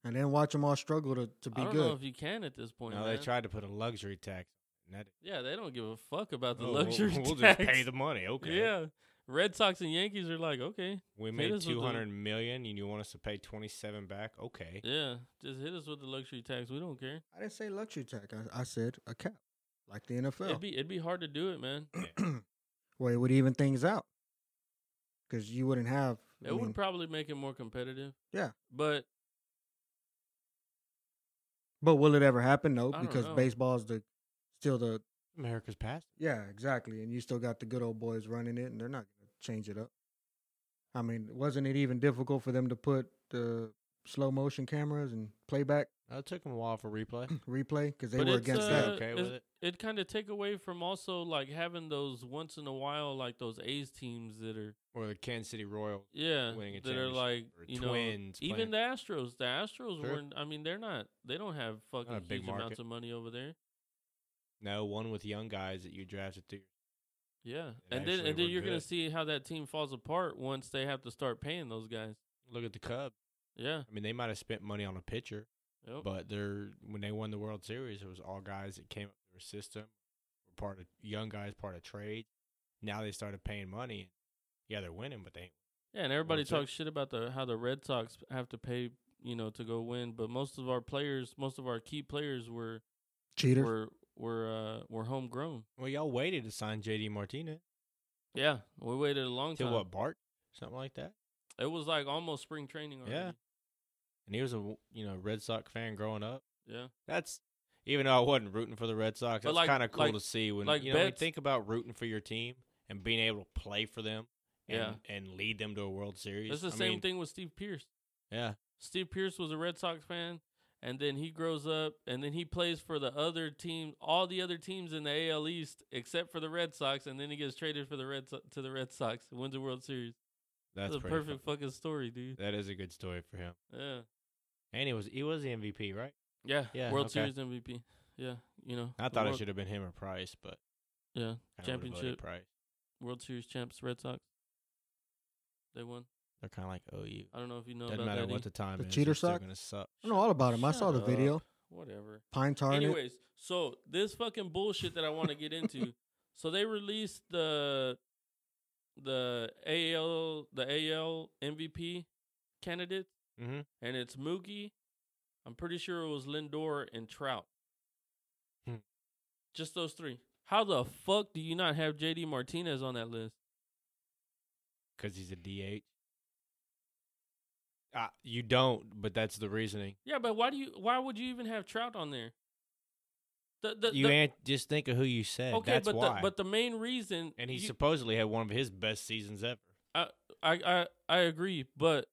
Speaker 3: and then watch them all struggle to to be
Speaker 1: I don't know
Speaker 3: good.
Speaker 1: if you can at this point.
Speaker 2: No,
Speaker 1: man.
Speaker 2: they tried to put a luxury tax. on that.
Speaker 1: Yeah, they don't give a fuck about the
Speaker 2: Oh, we'll-
Speaker 1: luxury
Speaker 2: We'll,
Speaker 1: tax.
Speaker 2: just pay the money. Okay.
Speaker 1: Yeah. Red Sox and Yankees are like, okay.
Speaker 2: We
Speaker 1: Hit
Speaker 2: made
Speaker 1: us with the-
Speaker 2: two hundred million, and you want us to pay twenty seven back? Okay.
Speaker 1: Yeah. Just hit us with the luxury tax. We don't care.
Speaker 3: I didn't say luxury tax. I, I said a cap, like the NFL.
Speaker 1: It'd be it'd be hard to do it, man.
Speaker 3: Well, it would even things out because you wouldn't have.
Speaker 1: It
Speaker 3: I mean,
Speaker 1: would probably make it more competitive.
Speaker 3: Yeah.
Speaker 1: But
Speaker 3: but will it ever happen? No,
Speaker 1: I don't
Speaker 3: because
Speaker 1: know.
Speaker 3: baseball's the still the
Speaker 2: America's past.
Speaker 3: yeah exactly, and you still got the good old boys running it, and they're not gonna change it up. I mean, wasn't it even difficult for them to put the slow motion cameras and playback
Speaker 2: It took him a while for replay.
Speaker 3: replay because they
Speaker 1: But
Speaker 3: were
Speaker 1: it's,
Speaker 3: against
Speaker 1: uh,
Speaker 3: that?
Speaker 2: okay
Speaker 1: it's-
Speaker 2: with it.
Speaker 1: it kind of take away from also like having those once in a while like those A's teams that are
Speaker 2: Or the Kansas City Royals.
Speaker 1: yeah
Speaker 2: Winning a
Speaker 1: that are
Speaker 2: championship
Speaker 1: like
Speaker 2: or
Speaker 1: you
Speaker 2: Twins
Speaker 1: know even the Astros. The Astros
Speaker 2: Sure.
Speaker 1: weren't. I mean, they're not. They don't have fucking
Speaker 2: big
Speaker 1: huge amounts
Speaker 2: market.
Speaker 1: of money over there.
Speaker 2: No, one with young guys that you drafted to.
Speaker 1: Yeah,
Speaker 2: They
Speaker 1: and then
Speaker 2: actually
Speaker 1: and then
Speaker 2: were
Speaker 1: you're gonna
Speaker 2: good.
Speaker 1: see how that team falls apart once they have to start paying those guys.
Speaker 2: Look at the Cubs. Oh.
Speaker 1: Yeah.
Speaker 2: I mean, they might have spent money on a pitcher,
Speaker 1: Yep.
Speaker 2: but they're when they won the World Series, it was all guys that came up their system, part of young guys part of trade. Now they started paying money. Yeah, they're winning, but they ain't
Speaker 1: Yeah, and everybody
Speaker 2: That's it.
Speaker 1: talks shit about the how the Red Sox have to pay, you know, to go win. But most of our players, most of our key players were
Speaker 3: Cheater.
Speaker 1: were were uh were homegrown.
Speaker 2: Well, y'all waited to sign JD Martinez
Speaker 1: Yeah, we waited a long
Speaker 2: to
Speaker 1: time.
Speaker 2: what Bart, something like that,
Speaker 1: It was like almost spring training already.
Speaker 2: Yeah. and he was a you know Red Sox fan growing up.
Speaker 1: yeah.
Speaker 2: That's even though I wasn't rooting for the Red Sox,
Speaker 1: But
Speaker 2: it's
Speaker 1: like-
Speaker 2: kind of cool
Speaker 1: like-
Speaker 2: to see when
Speaker 1: like
Speaker 2: you know when you
Speaker 1: Betts-
Speaker 2: think about rooting for your team and being able to play for them, and, and lead them to a World Series.
Speaker 1: It's the
Speaker 2: I
Speaker 1: same
Speaker 2: mean,
Speaker 1: thing with Steve Pierce.
Speaker 2: Yeah,
Speaker 1: Steve Pierce was a Red Sox fan, and then he grows up, and then he plays for the other team, all the other teams in the AL East except for the Red Sox, and then he gets traded for the Red so- to the Red Sox, and wins the World Series.
Speaker 2: that's,
Speaker 1: That's, a
Speaker 2: pretty
Speaker 1: perfect
Speaker 2: fun.
Speaker 1: fucking story, dude.
Speaker 2: That is a good story for him.
Speaker 1: Yeah,
Speaker 2: And he was he was the MVP, right?
Speaker 1: yeah,
Speaker 2: Yeah,
Speaker 1: World
Speaker 2: okay.
Speaker 1: Series MVP. Yeah, you know,
Speaker 2: I
Speaker 1: the
Speaker 2: thought it
Speaker 1: World,
Speaker 2: should have been him or Price, but
Speaker 1: Yeah,
Speaker 2: I would've voted
Speaker 1: Championship.
Speaker 2: Price.
Speaker 1: World Series champs, Red Sox. They won.
Speaker 2: They're kind of like OU.
Speaker 1: I don't know if you know
Speaker 2: Doesn't
Speaker 1: about
Speaker 2: matter
Speaker 1: that. Ian.
Speaker 2: what the time
Speaker 3: The
Speaker 2: is.
Speaker 3: cheater
Speaker 2: they're still
Speaker 3: sock?
Speaker 2: gonna suck.
Speaker 3: I know all about him. I
Speaker 1: Shut
Speaker 3: saw the
Speaker 1: up.
Speaker 3: video.
Speaker 1: Whatever.
Speaker 3: Pine tar in it.
Speaker 1: Anyways, so this fucking bullshit that I want to get into. so they released the the AL the AL MVP candidate,
Speaker 2: Mm-hmm.
Speaker 1: and it's Mookie. I'm pretty sure it was Lindor and Trout.
Speaker 2: Hmm.
Speaker 1: Just those three. How the fuck do you not have JD Martinez on that list?
Speaker 2: because he's a DH. Uh, you don't, but that's the reasoning.
Speaker 1: Yeah, but why do you? Why would you even have Trout on there? The, the,
Speaker 2: you
Speaker 1: the-
Speaker 2: ain't just think of who you said.
Speaker 1: okay,
Speaker 2: that's
Speaker 1: but
Speaker 2: why.
Speaker 1: the but the main reason
Speaker 2: and he
Speaker 1: you-
Speaker 2: supposedly had one of his best seasons ever.
Speaker 1: I, I I agree, but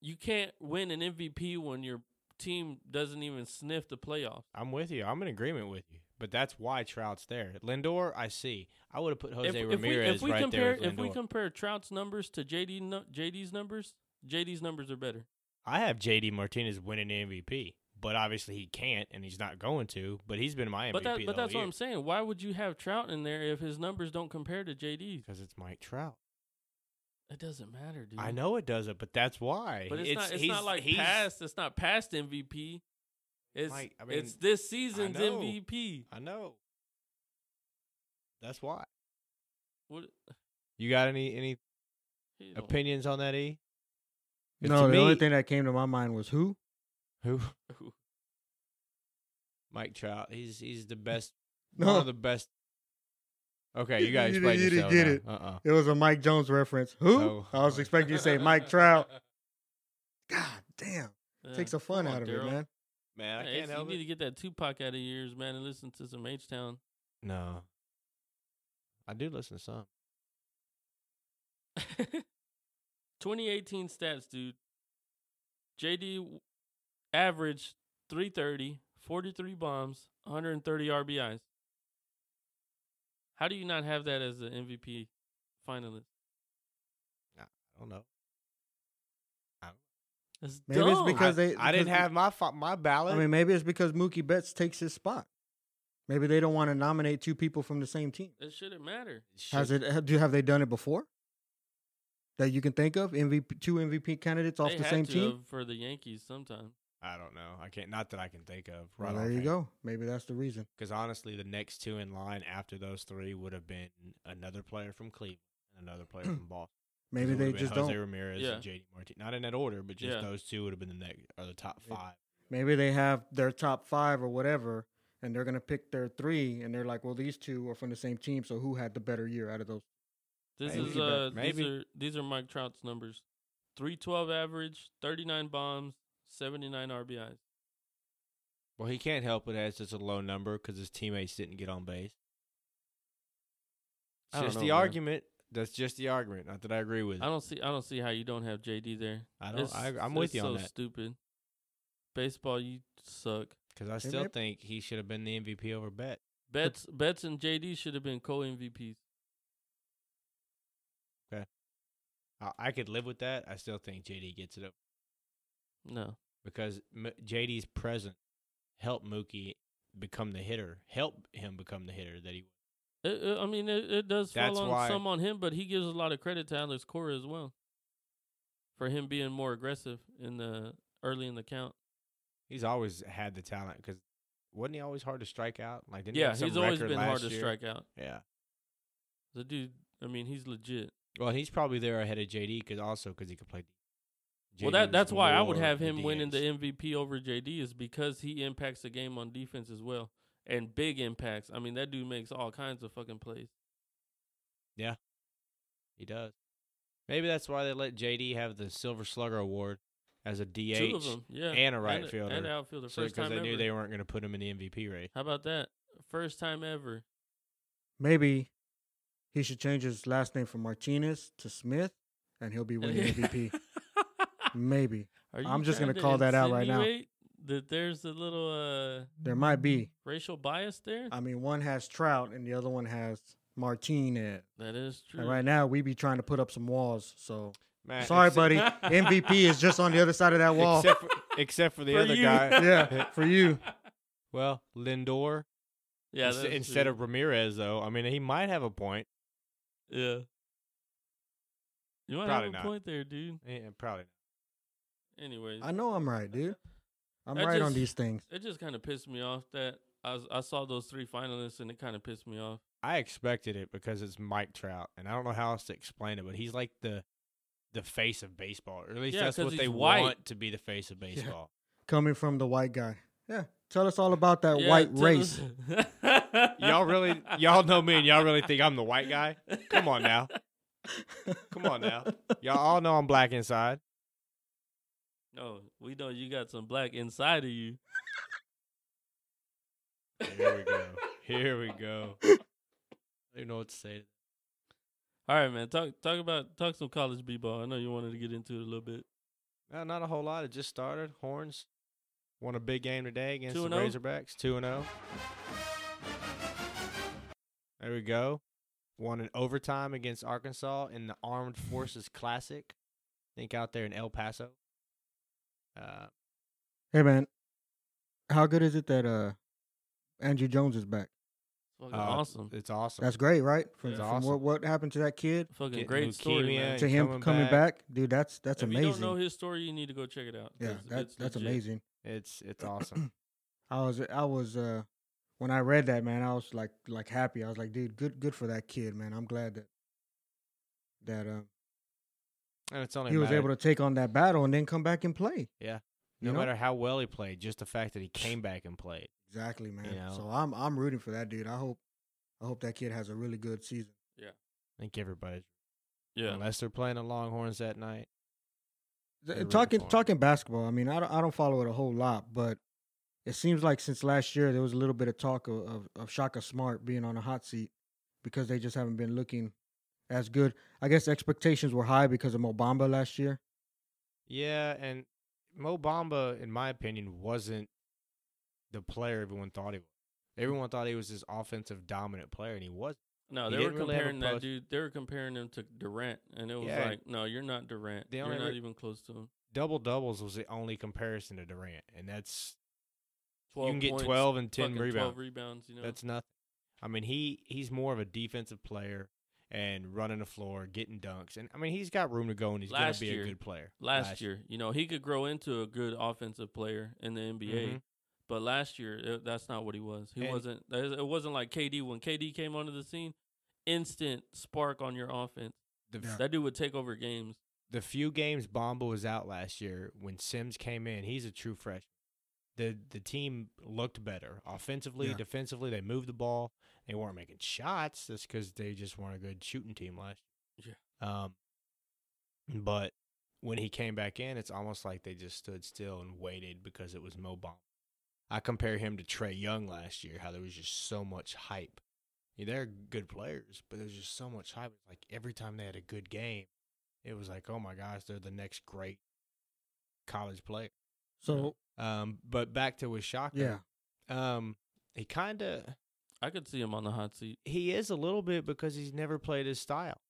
Speaker 1: you can't win an MVP when your team doesn't even sniff the playoffs.
Speaker 2: I'm with you. I'm in agreement with you. But that's why Trout's there. Lindor, I see. I would have put Jose
Speaker 1: if, if we
Speaker 2: Ramirez
Speaker 1: if we
Speaker 2: right
Speaker 1: compare
Speaker 2: there. With
Speaker 1: if we
Speaker 2: Lindor.
Speaker 1: compare Trout's numbers to JD nu- JD's numbers, JD's numbers are better.
Speaker 2: I have JD Martinez winning the MVP, but obviously he can't, and he's not going to. But he's been my MVP.
Speaker 1: but that
Speaker 2: the
Speaker 1: but
Speaker 2: whole
Speaker 1: that's what I'm saying. Why would you have Trout in there if his numbers don't compare to JD's?
Speaker 2: because it's Mike Trout.
Speaker 1: It doesn't matter, dude.
Speaker 2: I know it doesn't, but that's why.
Speaker 1: Mm-hmm. but it's, not it's
Speaker 2: he's-
Speaker 1: not like
Speaker 2: he's-
Speaker 1: past. It's not past MVP. It's
Speaker 2: Mike, I
Speaker 1: it's
Speaker 2: mean,
Speaker 1: this season's
Speaker 2: know.
Speaker 1: MVP.
Speaker 2: I know. That's why.
Speaker 1: What,
Speaker 2: You got any any
Speaker 1: he don't-
Speaker 2: opinions on that? E. 'Cause
Speaker 3: No,
Speaker 2: to
Speaker 3: the only
Speaker 2: me-
Speaker 3: thing that came to my mind was who?
Speaker 2: who Mike Trout. He's he's the best. One
Speaker 3: No,
Speaker 2: of the best. Okay, you
Speaker 3: You
Speaker 2: gotta
Speaker 3: didn't-
Speaker 2: explain
Speaker 3: you didn't
Speaker 2: yourself.
Speaker 3: get
Speaker 2: now.
Speaker 3: it.
Speaker 2: Uh-uh.
Speaker 3: it was a Mike Jones reference. Who?
Speaker 2: Oh.
Speaker 3: I was expecting you to say Mike Trout. God damn,
Speaker 1: Yeah.
Speaker 3: takes the fun
Speaker 1: Uh, Come on,
Speaker 3: out of it,
Speaker 1: Daryl.
Speaker 3: man.
Speaker 2: Man, I
Speaker 1: Yeah,
Speaker 2: can't
Speaker 1: it's-
Speaker 2: help
Speaker 1: you need to
Speaker 2: it.
Speaker 1: get that Tupac out of your ears, man, and listen to some H Town.
Speaker 2: No. I do listen to some.
Speaker 1: 2018 stats, dude. JD w- averaged 330, 43 bombs, 130 RBIs. How do you not have that as an MVP finalist?
Speaker 2: I don't know.
Speaker 1: That's
Speaker 3: Maybe it's
Speaker 1: dumb.
Speaker 3: because-
Speaker 2: I,
Speaker 3: they-
Speaker 2: I didn't
Speaker 3: because-
Speaker 2: have my fo- my ballot.
Speaker 3: I mean, maybe it's because Mookie Betts takes his spot. Maybe they don't want to nominate two people from the same team.
Speaker 1: it shouldn't matter.
Speaker 3: Has it? Have, do have they done it before? That you can think of MVP two MVP candidates off
Speaker 1: They
Speaker 3: the
Speaker 1: had
Speaker 3: same
Speaker 1: to
Speaker 3: team.
Speaker 1: have for the Yankees sometime.
Speaker 2: I don't know. I can't. Not that I can think of.
Speaker 3: Well, there you go. Maybe that's the reason.
Speaker 2: Because honestly, the next two in line after those three would have been another player from Cleveland and another player from Boston.
Speaker 3: Maybe
Speaker 2: It would've
Speaker 3: they
Speaker 2: been
Speaker 3: just
Speaker 2: Jose
Speaker 3: don't.
Speaker 2: Ramirez
Speaker 1: Yeah.
Speaker 2: and JD Martinez. Not in that order, but just
Speaker 1: Yeah.
Speaker 2: those two would have been the next or the top
Speaker 3: Yeah.
Speaker 2: five.
Speaker 3: Maybe they have their top five or whatever, and they're gonna pick their three, and they're like, well, these two are from the same team, so who had the better year out of those?
Speaker 1: This
Speaker 2: Maybe,
Speaker 1: is
Speaker 2: but
Speaker 1: uh
Speaker 2: maybe.
Speaker 1: these are these are Mike Trout's numbers. 312 average, 39 bombs, 79 RBIs.
Speaker 2: Well, he can't help it as it's a low number because his teammates didn't get on base.
Speaker 1: I
Speaker 2: It's
Speaker 1: don't
Speaker 2: just
Speaker 1: know,
Speaker 2: the
Speaker 1: man.
Speaker 2: argument. That's just the argument. Not that I agree with.
Speaker 1: I
Speaker 2: it.
Speaker 1: don't see I don't see how you don't have JD there.
Speaker 2: I don't.
Speaker 1: It's-
Speaker 2: I, am with
Speaker 1: it's
Speaker 2: you on
Speaker 1: so
Speaker 2: that
Speaker 1: Stupid. Baseball, you suck.
Speaker 2: because I
Speaker 3: Hey,
Speaker 2: still
Speaker 3: man.
Speaker 2: think he should have been the MVP over Bet.
Speaker 1: Betts, Betts, and JD should have been co MVPs.
Speaker 2: I, I could live with that. I still think JD gets it up
Speaker 1: No,
Speaker 2: because M- JD's present helped Mookie become the hitter. Help him become the hitter that he.
Speaker 1: it, it- I mean it, it does fall
Speaker 2: That's
Speaker 1: on
Speaker 2: why-
Speaker 1: some on him, but he gives a lot of credit to Alex Cora as well for him being more aggressive in the early in the count.
Speaker 2: He's always had the talent because Wasn't he always hard to strike out? Like didn't he
Speaker 1: yeah,
Speaker 2: have some
Speaker 1: he's always
Speaker 2: record
Speaker 1: been hard
Speaker 2: last
Speaker 1: to
Speaker 2: year?
Speaker 1: strike out.
Speaker 2: Yeah.
Speaker 1: The dude, I mean, he's legit.
Speaker 2: Well, he's probably there ahead of JD because also because he could play.
Speaker 1: well,
Speaker 2: JD
Speaker 1: that that's
Speaker 2: was
Speaker 1: why I would
Speaker 2: more
Speaker 1: have
Speaker 2: the
Speaker 1: him winning the
Speaker 2: DH.
Speaker 1: MVP over JD is because he impacts the game on defense as well and big impacts. I mean, that dude makes all kinds of fucking plays.
Speaker 2: He does. Maybe that's why they let JD have the Silver Slugger Award as a DH.
Speaker 1: Two of them, yeah,
Speaker 2: and a right fielder.
Speaker 1: and outfielder.
Speaker 2: So
Speaker 1: First time
Speaker 2: because they
Speaker 1: ever.
Speaker 2: knew they weren't going to put him in the MVP race.
Speaker 1: How about that? First time ever.
Speaker 3: Maybe he should change his last name from Martinez to Smith, and he'll be winning MVP. Maybe
Speaker 1: Are you
Speaker 3: I'm just gonna
Speaker 1: trying to
Speaker 3: call that out right now.
Speaker 1: insinuate That there's a little uh,
Speaker 3: there might be.
Speaker 1: racial bias there.
Speaker 3: I mean, one has Trout, and the other one has Martinez.
Speaker 1: that is true.
Speaker 3: And right now, we be trying to put up some walls. So
Speaker 2: Matt,
Speaker 3: sorry,
Speaker 2: except-
Speaker 3: buddy. MVP is just on the other side of that wall.
Speaker 2: Except for, except for the
Speaker 1: For
Speaker 2: other
Speaker 1: you.
Speaker 2: guy.
Speaker 3: yeah, for you.
Speaker 2: Well, Lindor.
Speaker 1: Yeah,
Speaker 2: ins-
Speaker 1: that's
Speaker 2: instead
Speaker 1: true.
Speaker 2: of Ramirez, though, I mean, he might have a point.
Speaker 1: yeah. You might
Speaker 2: Probably
Speaker 1: have a
Speaker 2: not.
Speaker 1: point there, dude.
Speaker 2: Yeah, Eh, probably.
Speaker 1: Anyways,
Speaker 3: I know I'm right, dude. I'm
Speaker 1: That
Speaker 3: right on
Speaker 1: just-
Speaker 3: these things.
Speaker 1: it just kind of pissed me off that I was, I saw those three finalists and it kind of pissed me off.
Speaker 2: I expected it because it's Mike Trout, and I don't know how else to explain it, but he's like the the face of baseball, or at least
Speaker 1: Yeah,
Speaker 2: that's
Speaker 1: 'cause
Speaker 2: what
Speaker 1: he's
Speaker 2: they
Speaker 1: white.
Speaker 2: want to be the face of baseball.
Speaker 3: Coming from the white guy. Yeah. Tell us all about that
Speaker 1: Yeah,
Speaker 3: white
Speaker 1: tell
Speaker 3: race.
Speaker 1: us-
Speaker 2: y'all really, y'all know me, and y'all really think I'm the white guy? Come on now, come on now. Y'all all know I'm black inside.
Speaker 1: No, we know you got some black inside of you.
Speaker 2: Here we go. Here we go. I don't even know what to say.
Speaker 1: All right, man. Talk talk about talk some college b ball. I know you wanted to get into it a little bit.
Speaker 2: No, not a whole lot. It just started. Horns won a big game today against
Speaker 1: Two
Speaker 2: the
Speaker 1: and oh?
Speaker 2: Razorbacks. Two and zero. There we go. Won in overtime against Arkansas in the Armed Forces Classic. I think out there in El Paso. Uh,
Speaker 3: Hey man, how good is it that uh Andrew Jones is back?
Speaker 1: Fucking
Speaker 2: uh,
Speaker 1: awesome.
Speaker 2: It's awesome.
Speaker 3: That's great, right? From,
Speaker 1: That's
Speaker 3: from
Speaker 2: awesome.
Speaker 3: what what happened to that kid
Speaker 1: Fucking
Speaker 2: Getting
Speaker 1: great story,
Speaker 2: leukemia
Speaker 1: man.
Speaker 2: and
Speaker 3: to him
Speaker 2: coming
Speaker 3: coming,
Speaker 2: back.
Speaker 3: back. dude. That's that's
Speaker 1: if
Speaker 3: amazing.
Speaker 1: you don't know his story, you need to go check it out.
Speaker 3: yeah,
Speaker 1: 'cause
Speaker 3: that,
Speaker 1: it's
Speaker 3: that's
Speaker 1: legit.
Speaker 3: amazing.
Speaker 2: It's it's awesome.
Speaker 3: I was I was uh when I read that man, I was like like happy. I was like, dude, good good for that kid, man. I'm glad that that um
Speaker 2: and it's only
Speaker 3: he was able to take on that battle and then come back and play.
Speaker 2: no
Speaker 3: you know?
Speaker 2: matter how well he played, just the fact that he came back and played.
Speaker 3: Exactly, man.
Speaker 2: know?
Speaker 3: So I'm I'm rooting for that dude. I hope I hope that kid has a really good season.
Speaker 2: I think everybody,
Speaker 1: Yeah.
Speaker 2: unless they're playing the Longhorns that night.
Speaker 3: Th-
Speaker 2: rooting
Speaker 3: talking
Speaker 2: for him.
Speaker 3: talking basketball. I mean, I don't, I don't follow it a whole lot, but it seems like since last year there was a little bit of talk of, of, of Shaka Smart being on a hot seat because they just haven't been looking as good. I guess expectations were high because of Mobamba last year.
Speaker 2: Yeah, and Mo Bamba, in my opinion, wasn't the player everyone thought he was.
Speaker 1: Mm.
Speaker 2: Everyone thought he was this offensive dominant player, and he wasn't.
Speaker 1: No,
Speaker 2: He
Speaker 1: they were
Speaker 2: didn't really have a
Speaker 1: comparing that
Speaker 2: post-
Speaker 1: dude. They were comparing him to Durant, and it was
Speaker 2: Yeah.
Speaker 1: like, no, you're not Durant.
Speaker 2: They
Speaker 1: You're
Speaker 2: only
Speaker 1: not
Speaker 2: re-
Speaker 1: even close to him.
Speaker 2: Double doubles was the only comparison to Durant, and that's you
Speaker 1: Twelve
Speaker 2: can get
Speaker 1: points,
Speaker 2: twelve and ten
Speaker 1: fucking
Speaker 2: rebounds.
Speaker 1: Twelve rebounds. You know.
Speaker 2: That's nothing. I mean, he he's more of a defensive player and running the floor, getting dunks, and I mean he's got room to go, and he's going
Speaker 1: Last
Speaker 2: to be
Speaker 1: year-
Speaker 2: a good player.
Speaker 1: last, year, you know, he could grow into a good offensive player in the NBA.
Speaker 2: Mhm.
Speaker 1: But last year, it, that's not what he was. He
Speaker 2: And-
Speaker 1: wasn't. It wasn't like KD when KD came onto the scene. Instant spark on your offense.
Speaker 2: the
Speaker 3: Yeah.
Speaker 1: That dude would take over games.
Speaker 2: the few games Bomba was out last year, when Sims came in, he's a true freshman. The the team looked better offensively,
Speaker 3: Yeah.
Speaker 2: defensively. They moved the ball. They weren't making shots. That's because they just weren't a good shooting team last year. Yeah. Um, but when he came back in, it's almost like they just stood still and waited because it was Mo Bamba. I compare him to Trey Young last year, how there was just so much hype. Yeah, they're good players, but there's just so much hype. Like every time they had a good game, it was like, oh my gosh, they're the next great college player.
Speaker 3: So
Speaker 2: Um, but back to Wishaka.
Speaker 3: yeah,
Speaker 2: Um, he kind of
Speaker 1: I could see him on the hot seat.
Speaker 2: he is a little bit because he's never played his style.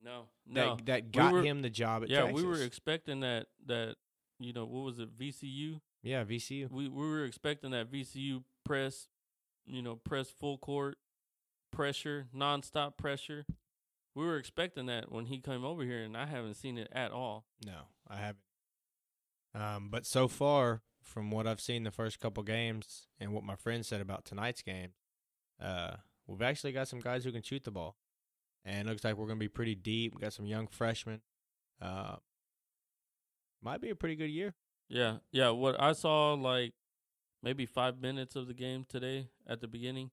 Speaker 1: No, no.
Speaker 2: That that got
Speaker 1: were-
Speaker 2: him the job at
Speaker 1: yeah,
Speaker 2: Texas.
Speaker 1: we were expecting that. That you know, what was it? VCU.
Speaker 2: yeah VCU.
Speaker 1: we we were expecting that VCU press, you know, press full court pressure, nonstop pressure. We were expecting that when he came over here, and I haven't seen it at all.
Speaker 2: No, I haven't. Um, but so far from what I've seen the first couple games and what my friend said about tonight's game, uh, we've actually got some guys who can shoot the ball, and it looks like we're going to be pretty deep. We got some young freshmen. Uh, might be a pretty good year.
Speaker 1: Yeah, yeah. What I saw like maybe five minutes of the game today at the beginning,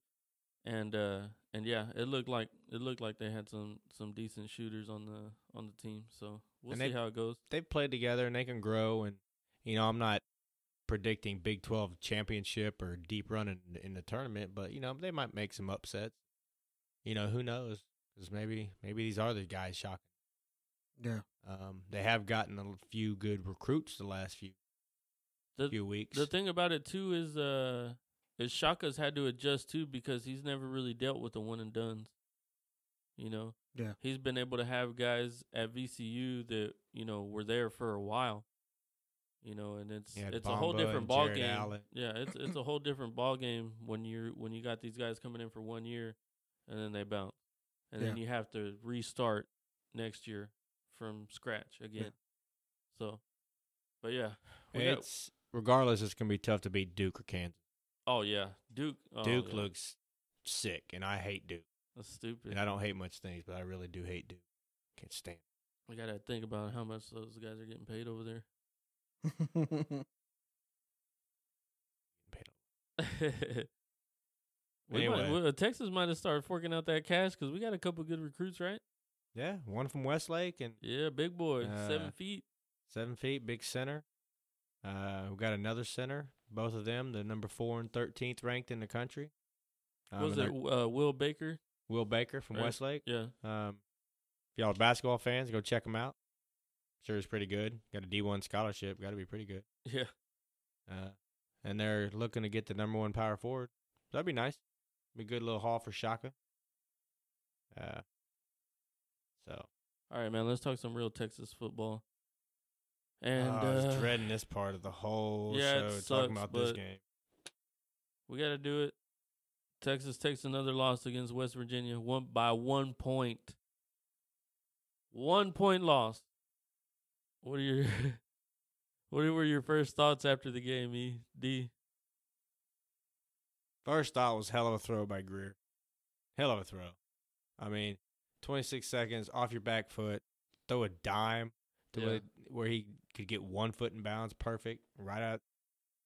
Speaker 1: and uh and yeah, it looked like it looked like they had some some decent shooters on the on the team. So we'll
Speaker 2: And
Speaker 1: see
Speaker 2: they-
Speaker 1: how it goes.
Speaker 2: They've played together and they can grow. And you know, I'm not predicting Big Twelve championship or deep run in, in the tournament, but you know, they might make some upsets. You know, who knows? Because maybe maybe these are the guys shocking.
Speaker 3: Yeah.
Speaker 2: Um, they have gotten a l- few good recruits the last few
Speaker 1: The-
Speaker 2: few weeks.
Speaker 1: The thing about it too is uh is Shaka's had to adjust too because he's never really dealt with the one and duns. You know?
Speaker 3: Yeah.
Speaker 1: He's been able to have guys at VCU that, you know, were there for a while. You know, and it's
Speaker 2: Yeah,
Speaker 1: it's a whole
Speaker 2: Bamba
Speaker 1: different
Speaker 2: and
Speaker 1: ball
Speaker 2: Jared
Speaker 1: game.
Speaker 2: Allen.
Speaker 1: Yeah, it's it's a whole different ball game when you're when you got these guys coming in for one year and then they bounce. And then you have to restart next year from scratch again. So but yeah. we got-
Speaker 2: it's regardless, it's gonna be tough to beat Duke or Kansas.
Speaker 1: Oh yeah, Duke. oh,
Speaker 2: Duke
Speaker 1: yeah.
Speaker 2: looks sick, and I hate Duke,
Speaker 1: That's stupid.
Speaker 2: and I don't hate much things, but I really do hate Duke. Can't stand.
Speaker 1: I gotta think about how much those guys are getting paid over there.
Speaker 2: Paid
Speaker 1: we might,
Speaker 2: Anyway.
Speaker 1: well, Texas might have started forking out that cash because we got a couple good recruits, right?
Speaker 2: Yeah, one from Westlake and
Speaker 1: Yeah, big boy, seven
Speaker 2: Uh,
Speaker 1: feet.
Speaker 2: seven feet, big center. Uh, we got another center, both of them, the number four and thirteenth ranked in the country. Um,
Speaker 1: was
Speaker 2: and
Speaker 1: it
Speaker 2: they're-
Speaker 1: uh, Will Baker?
Speaker 2: Will Baker from
Speaker 1: Right.
Speaker 2: Westlake?
Speaker 1: Yeah,
Speaker 2: Um, if y'all are basketball fans, go check him out. Sure, he's pretty good. Got a D one scholarship. Got to be pretty good.
Speaker 1: yeah,
Speaker 2: Uh, and they're looking to get the number one power forward. So that'd be nice. Be a good little haul for Shaka. Uh, so
Speaker 1: All right, man. Let's talk some real Texas football. And
Speaker 2: Oh, I was
Speaker 1: uh,
Speaker 2: dreading this part of the whole
Speaker 1: yeah, it
Speaker 2: show
Speaker 1: sucks,
Speaker 2: talking about this
Speaker 1: but-
Speaker 2: game.
Speaker 1: we gotta do it. Texas takes another loss against West Virginia, one by one point. One point loss. What are your What were your first thoughts after the game, E D?
Speaker 2: First thought was hell of a throw by Greer. Hell of a throw. I mean, 26 seconds off your back foot, throw a dime to
Speaker 1: Yeah.
Speaker 2: where, where he could get one foot in bounds, perfect, right out,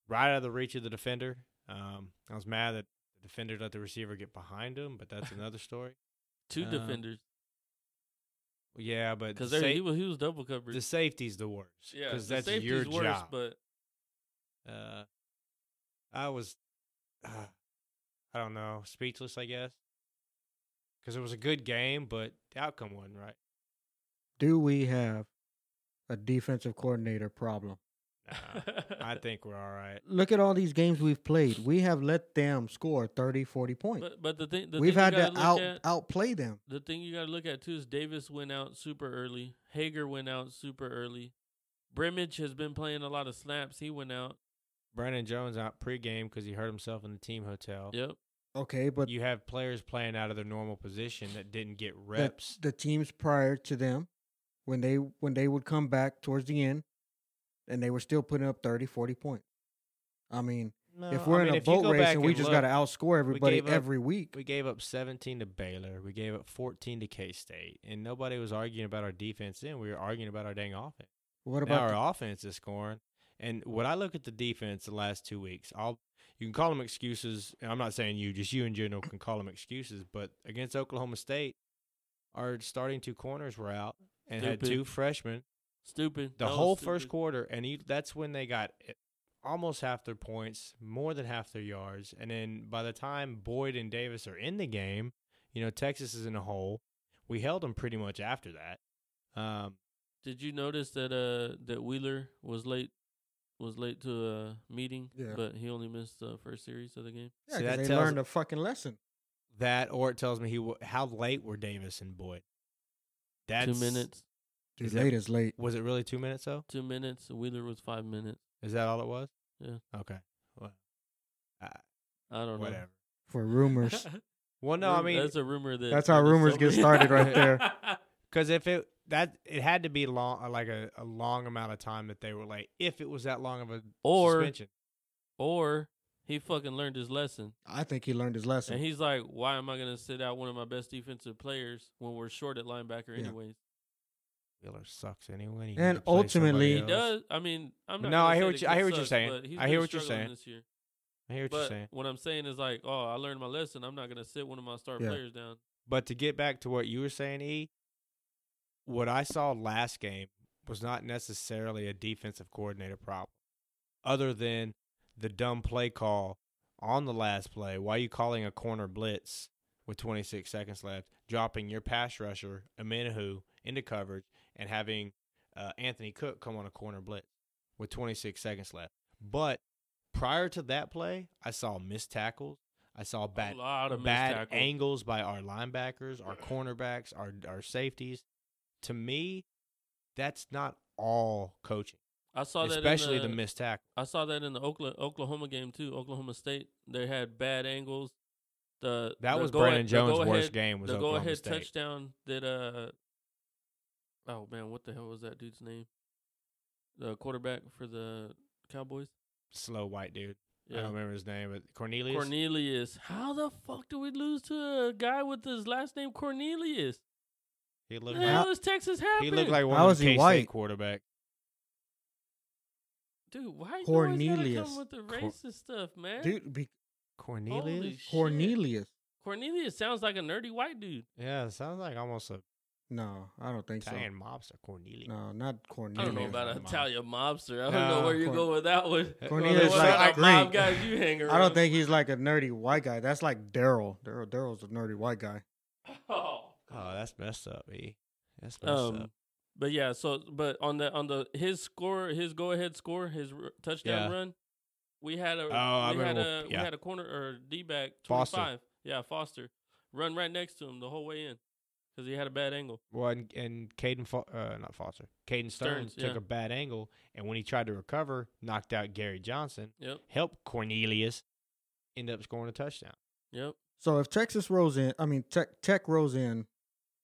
Speaker 2: right out of the reach of the defender. Um, I was mad that the defender let the receiver get behind him, but that's another story.
Speaker 1: Two
Speaker 2: Uh,
Speaker 1: defenders.
Speaker 2: Yeah, but
Speaker 1: Because
Speaker 2: the, sa-
Speaker 1: he was he was double covered.
Speaker 2: the safety's the worst.
Speaker 1: yeah,
Speaker 2: because
Speaker 1: the
Speaker 2: that's
Speaker 1: safety's
Speaker 2: your
Speaker 1: worse,
Speaker 2: job.
Speaker 1: but
Speaker 2: uh, I was, uh, I don't know, speechless, I guess, because it was a good game, but the outcome wasn't right.
Speaker 3: Do we have a defensive coordinator problem?
Speaker 2: Nah, I think we're all right.
Speaker 3: Look at all these games we've played. We have let them score 30, 40 points.
Speaker 1: but but the thing the
Speaker 3: We've
Speaker 1: thing
Speaker 3: had
Speaker 1: you
Speaker 3: to
Speaker 1: gotta look
Speaker 3: out
Speaker 1: at,
Speaker 3: outplay them.
Speaker 1: the thing you got to look at too is Davis went out super early. Hager went out super early. Brimage has been playing a lot of snaps. He went out.
Speaker 2: Brandon Jones out pregame because he hurt himself in the team hotel.
Speaker 1: Yep.
Speaker 3: Okay, but
Speaker 2: You have players playing out of their normal position that didn't get
Speaker 3: the,
Speaker 2: reps.
Speaker 3: the teams prior to them, when they when they would come back towards the end, and they were still putting up 30, 40 points. I mean,
Speaker 2: No,
Speaker 3: if
Speaker 2: Uh, I
Speaker 3: we're
Speaker 2: mean,
Speaker 3: in a
Speaker 2: if you
Speaker 3: boat
Speaker 2: go
Speaker 3: race
Speaker 2: back
Speaker 3: and we
Speaker 2: and
Speaker 3: just
Speaker 2: look,
Speaker 3: got to outscore everybody
Speaker 2: gave up-
Speaker 3: every week,
Speaker 2: we gave up 17 to Baylor. We gave up 14 to K State, and nobody was arguing about our defense. Then we were arguing about our dang offense.
Speaker 3: what
Speaker 2: now
Speaker 3: about
Speaker 2: our offense is scoring. And when I look at the defense the last two weeks, I'll you can call them excuses. And I'm not saying you, just you in general can call them excuses. But against Oklahoma State, our starting two corners were out and had
Speaker 1: Stupid.
Speaker 2: two freshmen
Speaker 1: Stupid.
Speaker 2: the
Speaker 1: That was
Speaker 2: whole first
Speaker 1: stupid.
Speaker 2: quarter, and you, that's when they got i- almost half their points, more than half their yards, and then by the time Boyd and Davis are in the game, you know Texas is in a hole. We held them pretty much after that. Um,
Speaker 1: Did you notice that uh that Wheeler was late was late to a meeting,
Speaker 3: Yeah.
Speaker 1: but he only missed the first series of the game.
Speaker 2: See,
Speaker 3: Yeah, 'cause
Speaker 2: that
Speaker 3: they
Speaker 2: tells-
Speaker 3: learned a fucking lesson.
Speaker 2: That or it tells me he wa- how late were Davis and Boyd? That's
Speaker 1: two minutes,
Speaker 3: Dude,
Speaker 2: Is that-
Speaker 3: late is late.
Speaker 2: Was it really two minutes though?
Speaker 1: two minutes. Wheeler was five minutes.
Speaker 2: Is that all it was?
Speaker 1: Yeah.
Speaker 2: Okay. Well,
Speaker 1: I don't
Speaker 2: whatever.
Speaker 3: for
Speaker 1: know.
Speaker 3: rumors.
Speaker 2: Well, no, I
Speaker 1: Ru-
Speaker 2: mean
Speaker 1: that's a rumor that
Speaker 3: That's how
Speaker 1: that is
Speaker 3: rumors get
Speaker 1: somebody-
Speaker 3: started right there.
Speaker 2: because if it that it uh, had to be long, like a, a long amount of time that they were late. If it was that long of a
Speaker 1: or
Speaker 2: suspension,
Speaker 1: or he fucking learned his lesson.
Speaker 3: I think he learned his lesson.
Speaker 1: And he's like, why am I going to sit out one of my best defensive players when we're short at linebacker,
Speaker 3: Yeah.
Speaker 1: anyways?
Speaker 2: Wheeler sucks anyway.
Speaker 3: And
Speaker 2: needs to play
Speaker 3: ultimately-
Speaker 1: He
Speaker 2: somebody else.
Speaker 1: does. I mean, I'm not.
Speaker 2: No,
Speaker 1: gonna
Speaker 2: I hear
Speaker 1: say
Speaker 2: what
Speaker 1: the
Speaker 2: you- I
Speaker 1: kid
Speaker 2: hear what you're
Speaker 1: sucks,
Speaker 2: saying.
Speaker 1: but he's
Speaker 2: I hear
Speaker 1: been
Speaker 2: what you're
Speaker 1: struggling
Speaker 2: saying.
Speaker 1: This year.
Speaker 2: I hear what
Speaker 1: but
Speaker 2: you're saying.
Speaker 1: what I'm saying is like, oh, I learned my lesson. I'm not going to sit one of my star
Speaker 3: Yeah.
Speaker 1: players down.
Speaker 2: But to get back to what you were saying, E, what I saw last game was not necessarily a defensive coordinator problem, other than the dumb play call on the last play. Why are you calling a corner blitz with 26 seconds left, dropping your pass rusher, Aminahu, into coverage, and having uh, Anthony Cook come on a corner blitz with 26 seconds left? But prior to that play, I saw missed tackles. I saw bad
Speaker 1: a lot of missed
Speaker 2: bad
Speaker 1: tackles.
Speaker 2: angles by our linebackers, our cornerbacks, our our safeties. To me, that's not all coaching,
Speaker 1: I saw that,
Speaker 2: especially
Speaker 1: in
Speaker 2: the missed tackle.
Speaker 1: I saw that in the Oklahoma, Oklahoma game too. Oklahoma State they had bad angles. The
Speaker 2: That
Speaker 1: the
Speaker 2: was
Speaker 1: go-ahead-
Speaker 2: Brandon
Speaker 1: the
Speaker 2: Jones'
Speaker 1: go-ahead-
Speaker 2: worst game. Was
Speaker 1: the
Speaker 2: Oklahoma
Speaker 1: go-ahead
Speaker 2: State?
Speaker 1: touchdown that uh oh man, what the hell was that dude's name? The quarterback for the Cowboys.
Speaker 2: Slow white dude. I
Speaker 1: Yeah,
Speaker 2: don't remember his name, but Cornelius.
Speaker 1: Cornelius. How the fuck do we lose to a guy with his last name Cornelius?
Speaker 2: he
Speaker 1: What
Speaker 2: looked
Speaker 1: the
Speaker 2: like
Speaker 1: hell is Texas happening?
Speaker 2: he looked like one
Speaker 3: How
Speaker 2: of
Speaker 3: is
Speaker 2: the
Speaker 3: he
Speaker 2: K State
Speaker 3: white?
Speaker 2: quarterback.
Speaker 1: dude. Why you always gotta come
Speaker 3: Cornelius.
Speaker 1: with the
Speaker 2: Cor-
Speaker 1: racist stuff, man?
Speaker 3: Dude, be-
Speaker 1: Holy
Speaker 2: Cornelius.
Speaker 1: shit.
Speaker 3: Cornelius.
Speaker 1: Cornelius sounds like a nerdy white dude.
Speaker 2: Yeah, it sounds like almost a
Speaker 3: No, I don't think
Speaker 2: Italian mobster. Cornelius.
Speaker 3: so. No, not Cornelius.
Speaker 1: I don't know
Speaker 2: Cornelius
Speaker 1: about
Speaker 2: is
Speaker 1: an
Speaker 2: a mob.
Speaker 1: Italian mobster. I don't
Speaker 2: No,
Speaker 1: know where you
Speaker 3: Corn-
Speaker 1: go with that one.
Speaker 3: Cornelius
Speaker 1: What
Speaker 3: like
Speaker 1: about
Speaker 3: Greek.
Speaker 1: mob guys you hang around?
Speaker 3: I don't think he's like a nerdy white guy. That's like Daryl. Daryl Daryl's a nerdy white guy.
Speaker 1: Oh.
Speaker 2: Oh, that's messed up, E. That's messed up.
Speaker 1: Um, but yeah. So, but on the on the his score, his go ahead score, his r- touchdown
Speaker 2: Yeah.
Speaker 1: run, we had a
Speaker 2: Oh, I
Speaker 1: we had
Speaker 2: remember,
Speaker 1: a we
Speaker 2: yeah.
Speaker 1: had a corner or D back twenty
Speaker 2: Foster.
Speaker 1: five. Yeah, Foster run right next to him the whole way in because he had a bad angle.
Speaker 2: Well, and, and Caden, Fo- uh, not Foster, Caden Stearns,
Speaker 1: Stearns,
Speaker 2: took
Speaker 1: yeah.
Speaker 2: a bad angle, and when he tried to recover, knocked out Gary Johnson,
Speaker 1: Yep.
Speaker 2: helped Cornelius end up scoring a touchdown.
Speaker 1: Yep.
Speaker 3: So if Texas rolls in, I mean Tech Tech rolls in,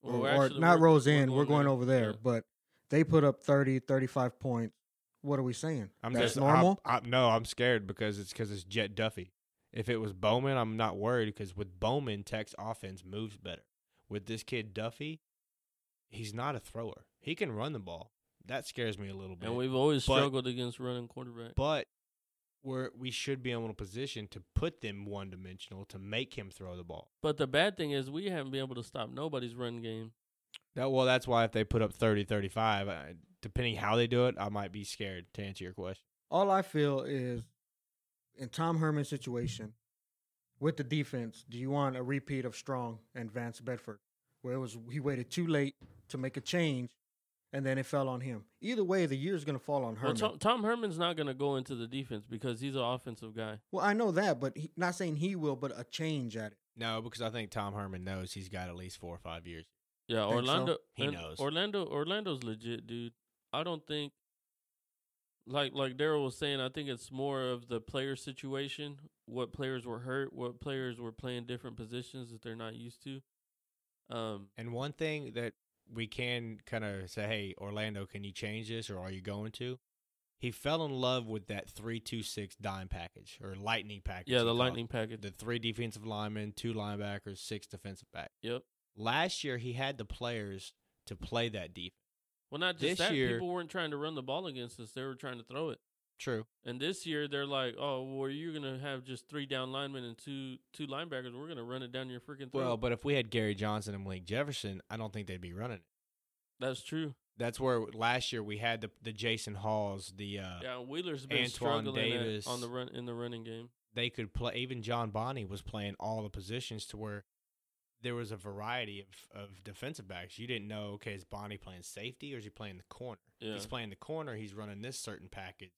Speaker 3: or,
Speaker 1: Well, we're
Speaker 3: or
Speaker 1: actually-
Speaker 3: not
Speaker 1: we're-
Speaker 3: rolls in, we're going over there,
Speaker 1: Yeah.
Speaker 3: but they put up 30, 35 points. What are we saying?
Speaker 2: I'm
Speaker 3: That's
Speaker 2: just
Speaker 3: normal.
Speaker 2: I'm, I'm, no, I'm scared because it's because it's Jet Duffy. If it was Bowman, I'm not worried because with Bowman, Tech's offense moves better. With this kid Duffy, he's not a thrower. He can run the ball. That scares me a little bit.
Speaker 1: And we've always
Speaker 2: But-
Speaker 1: struggled against running quarterback.
Speaker 2: but we're, we should be able to position to put them one dimensional to make him throw the ball.
Speaker 1: But the bad thing is we haven't been able to stop nobody's run game.
Speaker 2: That well, that's why if they put up 30, 35, I, depending how they do it, I might be scared to answer your question.
Speaker 3: All I feel is in Tom Herman's situation with the defense, do you want a repeat of Strong and Vance Bedford, where it was he waited too late to make a change, and then it fell on him. Either way, the year's going to fall on
Speaker 1: Well,
Speaker 3: Herman.
Speaker 1: Tom, Tom Herman's not going to go into the defense because he's an offensive guy.
Speaker 3: Well, I know that, but he, not saying he will, but a change at it.
Speaker 2: No, because I think Tom Herman knows he's got at least four or five years.
Speaker 1: Yeah,
Speaker 3: Think so?
Speaker 1: Orlando.
Speaker 2: He
Speaker 1: and
Speaker 2: knows.
Speaker 1: Orlando. Orlando's legit, dude. I don't think. Like like Daryl was saying, I think it's more of the player situation. What players were hurt? What players were playing different positions that they're not used to? Um,
Speaker 2: And one thing that we can kind of say, hey, Orlando, can you change this or are you going to? He fell in love with that 326 dime package or lightning package.
Speaker 1: yeah,
Speaker 2: he
Speaker 1: the
Speaker 2: called
Speaker 1: lightning
Speaker 2: it.
Speaker 1: package.
Speaker 2: The three defensive linemen, two linebackers, six defensive back.
Speaker 1: Yep.
Speaker 2: Last year, he had the players to play that defense.
Speaker 1: Well, not just
Speaker 2: This
Speaker 1: that.
Speaker 2: year-
Speaker 1: people weren't trying to run the ball against us; they were trying to throw it.
Speaker 2: True.
Speaker 1: And this year they're like, "Oh, well, you're gonna have just three down linemen and two two linebackers. We're gonna run it down your freaking throat."
Speaker 2: Well, but if we had Gary Johnson and Malik Jefferson, I don't think they'd be running it.
Speaker 1: that's true.
Speaker 2: That's where last year we had the the Jason Halls, the uh,
Speaker 1: Yeah, Wheeler's been
Speaker 2: Antoine
Speaker 1: struggling at-
Speaker 2: Davis.
Speaker 1: on the run in the running game.
Speaker 2: they could play. Even John Bonney was playing all the positions to where there was a variety of, of defensive backs. You didn't know, okay, is Bonnie playing safety or is he playing the corner? If He's
Speaker 1: Yeah.
Speaker 2: playing the corner. He's running this certain package,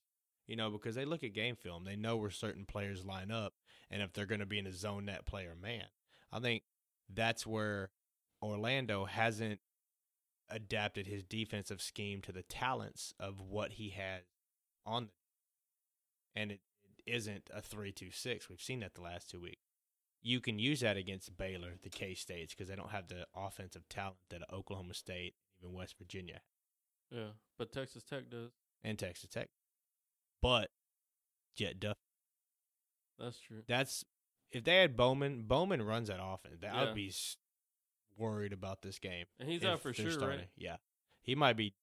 Speaker 2: you know, because they look at game film. They know where certain players line up and if they're going to be in a zone net play or man. I think that's where Orlando hasn't adapted his defensive scheme to the talents of what he has on the and it isn't a three-two-six. We've seen that the last two weeks. You can use that against Baylor, the K States, because they don't have the offensive talent that Oklahoma State, even West Virginia,
Speaker 1: Yeah, but Texas Tech does.
Speaker 2: and Texas Tech. But Jet Duff,
Speaker 1: That's true.
Speaker 2: That's if they had Bowman. Bowman runs that offense. That
Speaker 1: Yeah.
Speaker 2: I'd be s- worried about this game.
Speaker 1: And he's
Speaker 2: if
Speaker 1: out for
Speaker 2: they're
Speaker 1: sure, right?
Speaker 2: starting. Yeah, he might be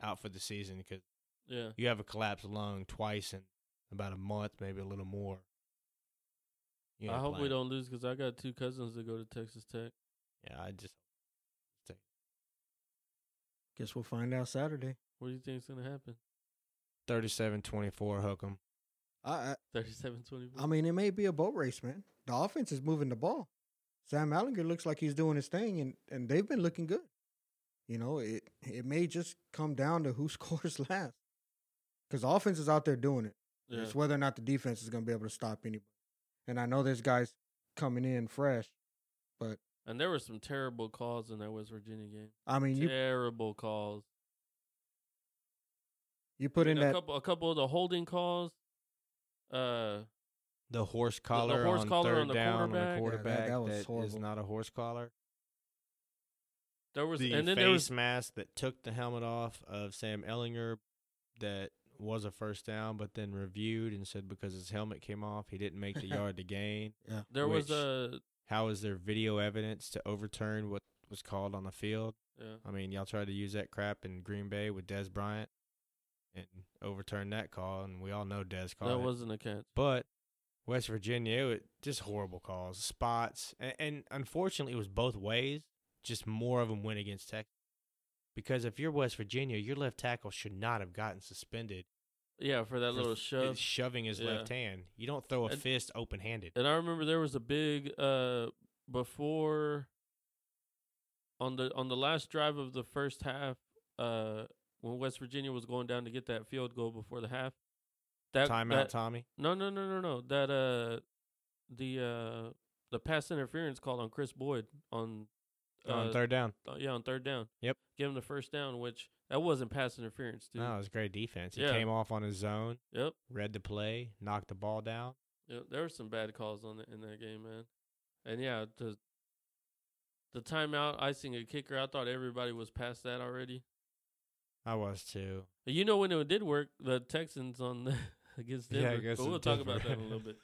Speaker 2: out for the season because
Speaker 1: Yeah.
Speaker 2: you have a collapsed lung twice in about a month, maybe a little more. You
Speaker 1: I
Speaker 2: ain't
Speaker 1: hope we
Speaker 2: playing.
Speaker 1: don't lose because I got two cousins that go to Texas Tech.
Speaker 2: Yeah, I just
Speaker 3: Guess we'll find out Saturday.
Speaker 1: What do you think's gonna happen?
Speaker 2: 37-24 Hookem.
Speaker 3: I, I
Speaker 1: Thirty-seven twenty-four.
Speaker 3: I mean, it may be a boat race, man. The offense is moving the ball. Sam Allinger looks like he's doing his thing, and, and they've been looking good. You know, it it may just come down to who scores last, because offense is out there doing it.
Speaker 1: yeah.
Speaker 3: It's whether or not the defense is going to be able to stop anybody. And I know there's guys coming in fresh.
Speaker 1: And there were some terrible calls in that West Virginia game.
Speaker 3: I mean, you
Speaker 1: terrible calls.
Speaker 3: you put
Speaker 1: I
Speaker 3: in
Speaker 1: mean, a
Speaker 3: that
Speaker 1: couple, a couple of the holding calls. Uh,
Speaker 2: The horse collar,
Speaker 1: horse
Speaker 2: on
Speaker 1: collar
Speaker 2: third
Speaker 1: on the
Speaker 2: down
Speaker 1: quarterback. Yeah,
Speaker 2: on the
Speaker 3: that-
Speaker 2: quarterback
Speaker 3: that was
Speaker 2: that is
Speaker 3: horrible.
Speaker 2: not a horse collar.
Speaker 1: there was,
Speaker 2: the
Speaker 1: and then
Speaker 2: face
Speaker 1: there was,
Speaker 2: mask that took the helmet off of Sam Ellinger that was a first down, but then reviewed and said because his helmet came off, he didn't make the yard to gain.
Speaker 1: there was
Speaker 2: which-
Speaker 1: a,
Speaker 2: How is there video evidence to overturn what was called on the field?
Speaker 1: yeah,
Speaker 2: I mean, y'all tried to use that crap in Green Bay with Des Bryant and overturn that call, and we all know Des called
Speaker 1: that
Speaker 2: it.
Speaker 1: wasn't a catch.
Speaker 2: But West Virginia, it, just horrible calls, spots, and, and unfortunately, it was both ways. Just more of them went against Texas because if you're West Virginia, your left tackle should not have gotten suspended.
Speaker 1: Yeah, for that
Speaker 2: for
Speaker 1: little
Speaker 2: f-
Speaker 1: shove.
Speaker 2: shoving his
Speaker 1: Yeah.
Speaker 2: left hand. You don't throw a
Speaker 1: And-
Speaker 2: fist open handed.
Speaker 1: And I remember there was a big uh before on the on the last drive of the first half, uh when West Virginia was going down to get that field goal before the half. That
Speaker 2: Timeout,
Speaker 1: that-
Speaker 2: Tommy.
Speaker 1: No, no, no, no, no. That uh the uh the pass interference called on Chris Boyd on
Speaker 2: on
Speaker 1: uh,
Speaker 2: third down.
Speaker 1: uh, yeah, on third down.
Speaker 2: Yep.
Speaker 1: Give him the first down, which that wasn't pass interference, dude.
Speaker 2: No, it was great defense. He
Speaker 1: Yeah.
Speaker 2: came off on his zone,
Speaker 1: Yep.
Speaker 2: read the play, knocked the ball down.
Speaker 1: Yeah, there were some bad calls on the, in that game, man. And yeah, the the timeout, icing a kicker. I thought everybody was past that already.
Speaker 2: I was too.
Speaker 1: You know when it did work, the Texans on the, against Denver. but we'll talk about that in a little bit.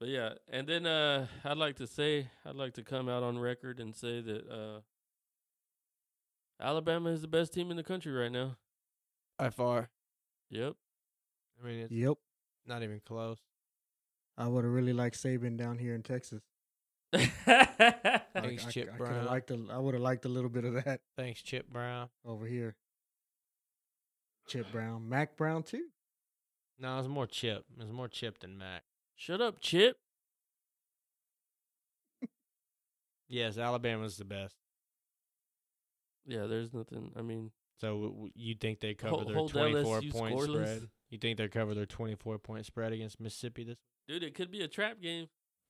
Speaker 1: But yeah, and then uh, I'd like to say I'd like to come out on record and say that uh, Alabama is the best team in the country right now.
Speaker 2: By far.
Speaker 1: Yep.
Speaker 2: I mean, it's
Speaker 3: yep.
Speaker 2: not even close.
Speaker 3: I would have really liked Saban down here in Texas.
Speaker 2: Thanks,
Speaker 3: I, I,
Speaker 2: Chip
Speaker 3: I,
Speaker 2: Brown.
Speaker 3: could've liked a, I would have liked a little bit of that
Speaker 2: Thanks, Chip Brown.
Speaker 3: over here. Chip Brown, Mac Brown too.
Speaker 2: No, it was more Chip. It was more Chip than Mac.
Speaker 1: Shut up, Chip.
Speaker 2: Yes, Alabama's the best.
Speaker 1: Yeah, there's nothing. I mean,
Speaker 2: So w- w- you think they cover
Speaker 1: Hol-
Speaker 2: their
Speaker 1: hold
Speaker 2: twenty-four
Speaker 1: LSU
Speaker 2: point
Speaker 1: scoreless?
Speaker 2: spread? You think they cover their twenty-four point spread against Mississippi this
Speaker 1: dude, it could be a trap game.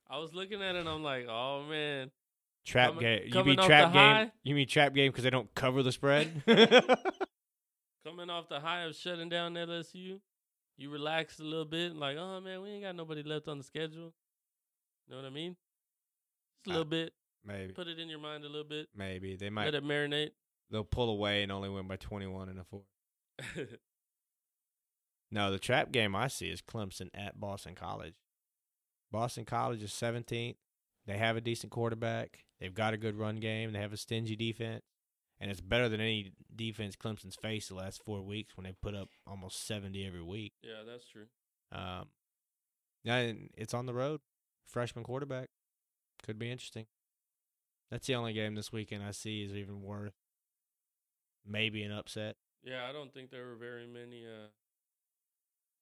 Speaker 1: I was looking at it and I'm like, oh man.
Speaker 2: trap
Speaker 1: Coming-
Speaker 2: game? You
Speaker 1: coming
Speaker 2: mean
Speaker 1: off
Speaker 2: trap
Speaker 1: the
Speaker 2: game?
Speaker 1: high?
Speaker 2: You mean trap game because they don't cover the spread?
Speaker 1: Coming off the high of shutting down LSU, you relaxed a little bit and like, oh man, we ain't got nobody left on the schedule. Know what I mean? Just a
Speaker 2: I-
Speaker 1: little bit.
Speaker 2: maybe,
Speaker 1: Put it in your mind a little bit.
Speaker 2: maybe they
Speaker 1: Let
Speaker 2: might.
Speaker 1: it marinate.
Speaker 2: They'll pull away and only win by twenty-one and a four. No, the trap game I see is Clemson at Boston College. Boston College is 17th. They have a decent quarterback. They've got a good run game. They have a stingy defense. And it's better than any defense Clemson's faced the last four weeks when they put up almost 70 every week.
Speaker 1: yeah, that's true.
Speaker 2: Um, and it's on the road. Freshman quarterback. Could be interesting. That's the only game this weekend I see is even worth maybe an upset.
Speaker 1: Yeah, I don't think there were very many. Uh,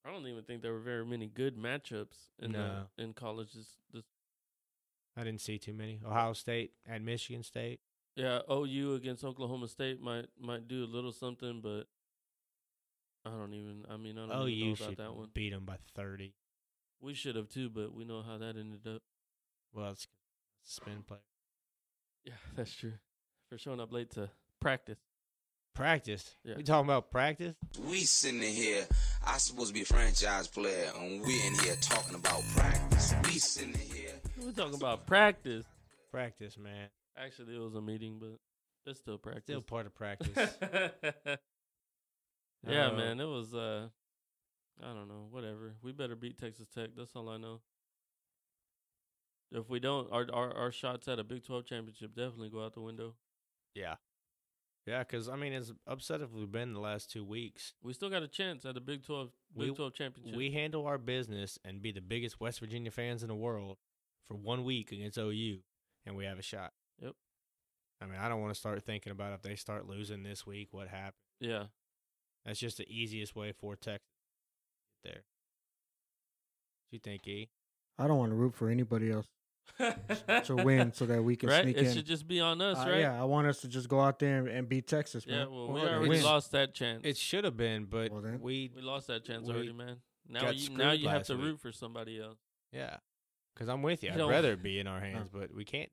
Speaker 1: I don't even think there were very many good matchups in
Speaker 2: No.
Speaker 1: the, in college this, this
Speaker 2: I didn't see too many. Ohio State at Michigan State.
Speaker 1: Yeah, OU against Oklahoma State might might do a little something, but I don't even. I mean, I don't even know
Speaker 2: Oh, you
Speaker 1: about
Speaker 2: should
Speaker 1: that one.
Speaker 2: beat them by 30.
Speaker 1: We should have too, but we know how that ended up.
Speaker 2: Well, it's spin play.
Speaker 1: Yeah, that's true. For showing up late to practice.
Speaker 2: Practice.
Speaker 1: Yeah.
Speaker 2: We talking about practice?
Speaker 6: We sitting in here, I supposed to be a franchise player, and we in here talking about practice. We sitting in here.
Speaker 1: We're talking about practice.
Speaker 2: Practice, man.
Speaker 1: Actually, it was a meeting, but it's still practice.
Speaker 2: Still part of practice.
Speaker 1: yeah,
Speaker 2: Uh,
Speaker 1: man, it was. uh I don't know. Whatever. We better beat Texas Tech. That's all I know. If we don't, our our, our shots at a Big Twelve championship definitely go out the window.
Speaker 2: Yeah. Yeah, because, I mean, as upset as we've been the last two weeks,
Speaker 1: We still got a chance at a Big Twelve Big
Speaker 2: We-
Speaker 1: Twelve championship.
Speaker 2: we handle our business and be the biggest West Virginia fans in the world for one week against OU, and we have a shot.
Speaker 1: Yep.
Speaker 2: I mean, I don't want to start thinking about if they start losing this week, what happened.
Speaker 1: yeah.
Speaker 2: That's just the easiest way for Texas to get there. What you think, E?
Speaker 3: I don't want to root for anybody else to win so that we can
Speaker 1: right?
Speaker 3: sneak
Speaker 1: It
Speaker 3: in.
Speaker 1: should just be on us,
Speaker 3: Uh,
Speaker 1: right?
Speaker 3: Yeah, I want us to just go out there and, and beat Texas,
Speaker 1: Yeah,
Speaker 3: man.
Speaker 1: well,
Speaker 2: Well,
Speaker 1: we
Speaker 2: they
Speaker 1: already
Speaker 2: win.
Speaker 1: lost that chance.
Speaker 2: It should have been, but
Speaker 3: Well, then-
Speaker 2: we,
Speaker 1: we lost that chance
Speaker 2: we
Speaker 1: already, man. Now
Speaker 2: got
Speaker 1: you now
Speaker 2: screwed
Speaker 1: you have
Speaker 2: last
Speaker 1: to
Speaker 2: week.
Speaker 1: root for somebody else.
Speaker 2: yeah, because I'm with you.
Speaker 1: You
Speaker 2: I'd
Speaker 1: don't-
Speaker 2: rather it be in our hands,
Speaker 3: Oh.
Speaker 2: but we can't.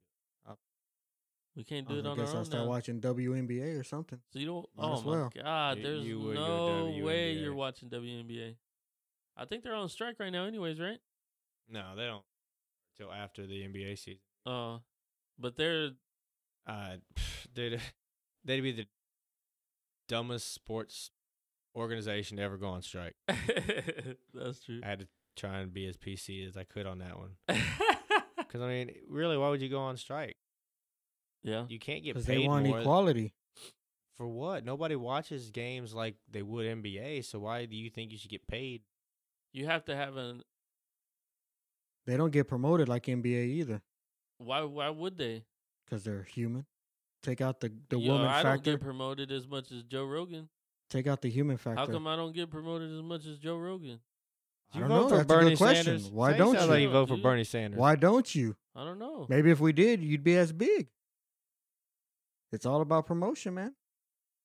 Speaker 1: We can't do
Speaker 3: Uh, I
Speaker 1: it on
Speaker 3: guess
Speaker 1: our
Speaker 3: I'll
Speaker 1: own.
Speaker 3: start
Speaker 1: now.
Speaker 3: watching WNBA or something.
Speaker 1: So you don't.
Speaker 3: Might
Speaker 1: oh
Speaker 3: as
Speaker 1: my
Speaker 3: well.
Speaker 1: god,
Speaker 2: You-
Speaker 1: there's
Speaker 2: you would go
Speaker 1: no way
Speaker 2: WNBA.
Speaker 1: you're watching WNBA. I think they're on strike right now, anyways, right?
Speaker 2: No, they don't until after the NBA season.
Speaker 1: Uh, but they're
Speaker 2: Uh, dude, they'd be the dumbest sports organization to ever go on strike.
Speaker 1: that's true.
Speaker 2: I had to try and be as PC as I could on that one. Because I mean, really, why would you go on strike?
Speaker 1: yeah,
Speaker 2: You can't get
Speaker 3: Because
Speaker 2: paid
Speaker 3: they want
Speaker 2: more
Speaker 3: equality.
Speaker 2: for what? Nobody watches games like they would NBA. So why do you think you should get paid?
Speaker 1: you have to have an.
Speaker 3: They don't get promoted like NBA either
Speaker 1: Why? Why would they?
Speaker 3: because they're human. Take out the, the
Speaker 1: Yo,
Speaker 3: woman
Speaker 1: I don't
Speaker 3: factor.
Speaker 1: get promoted as much as Joe Rogan.
Speaker 3: Take out the human factor.
Speaker 1: How come I don't get promoted as much as Joe Rogan?
Speaker 3: I don't know. That's a good question. Why
Speaker 2: Say it
Speaker 3: don't
Speaker 2: sounds
Speaker 3: you?
Speaker 2: Like you vote for
Speaker 1: Dude.
Speaker 2: Bernie Sanders.
Speaker 3: Why don't you?
Speaker 1: I don't know.
Speaker 3: Maybe if we did, you'd be as big. It's all about promotion, man.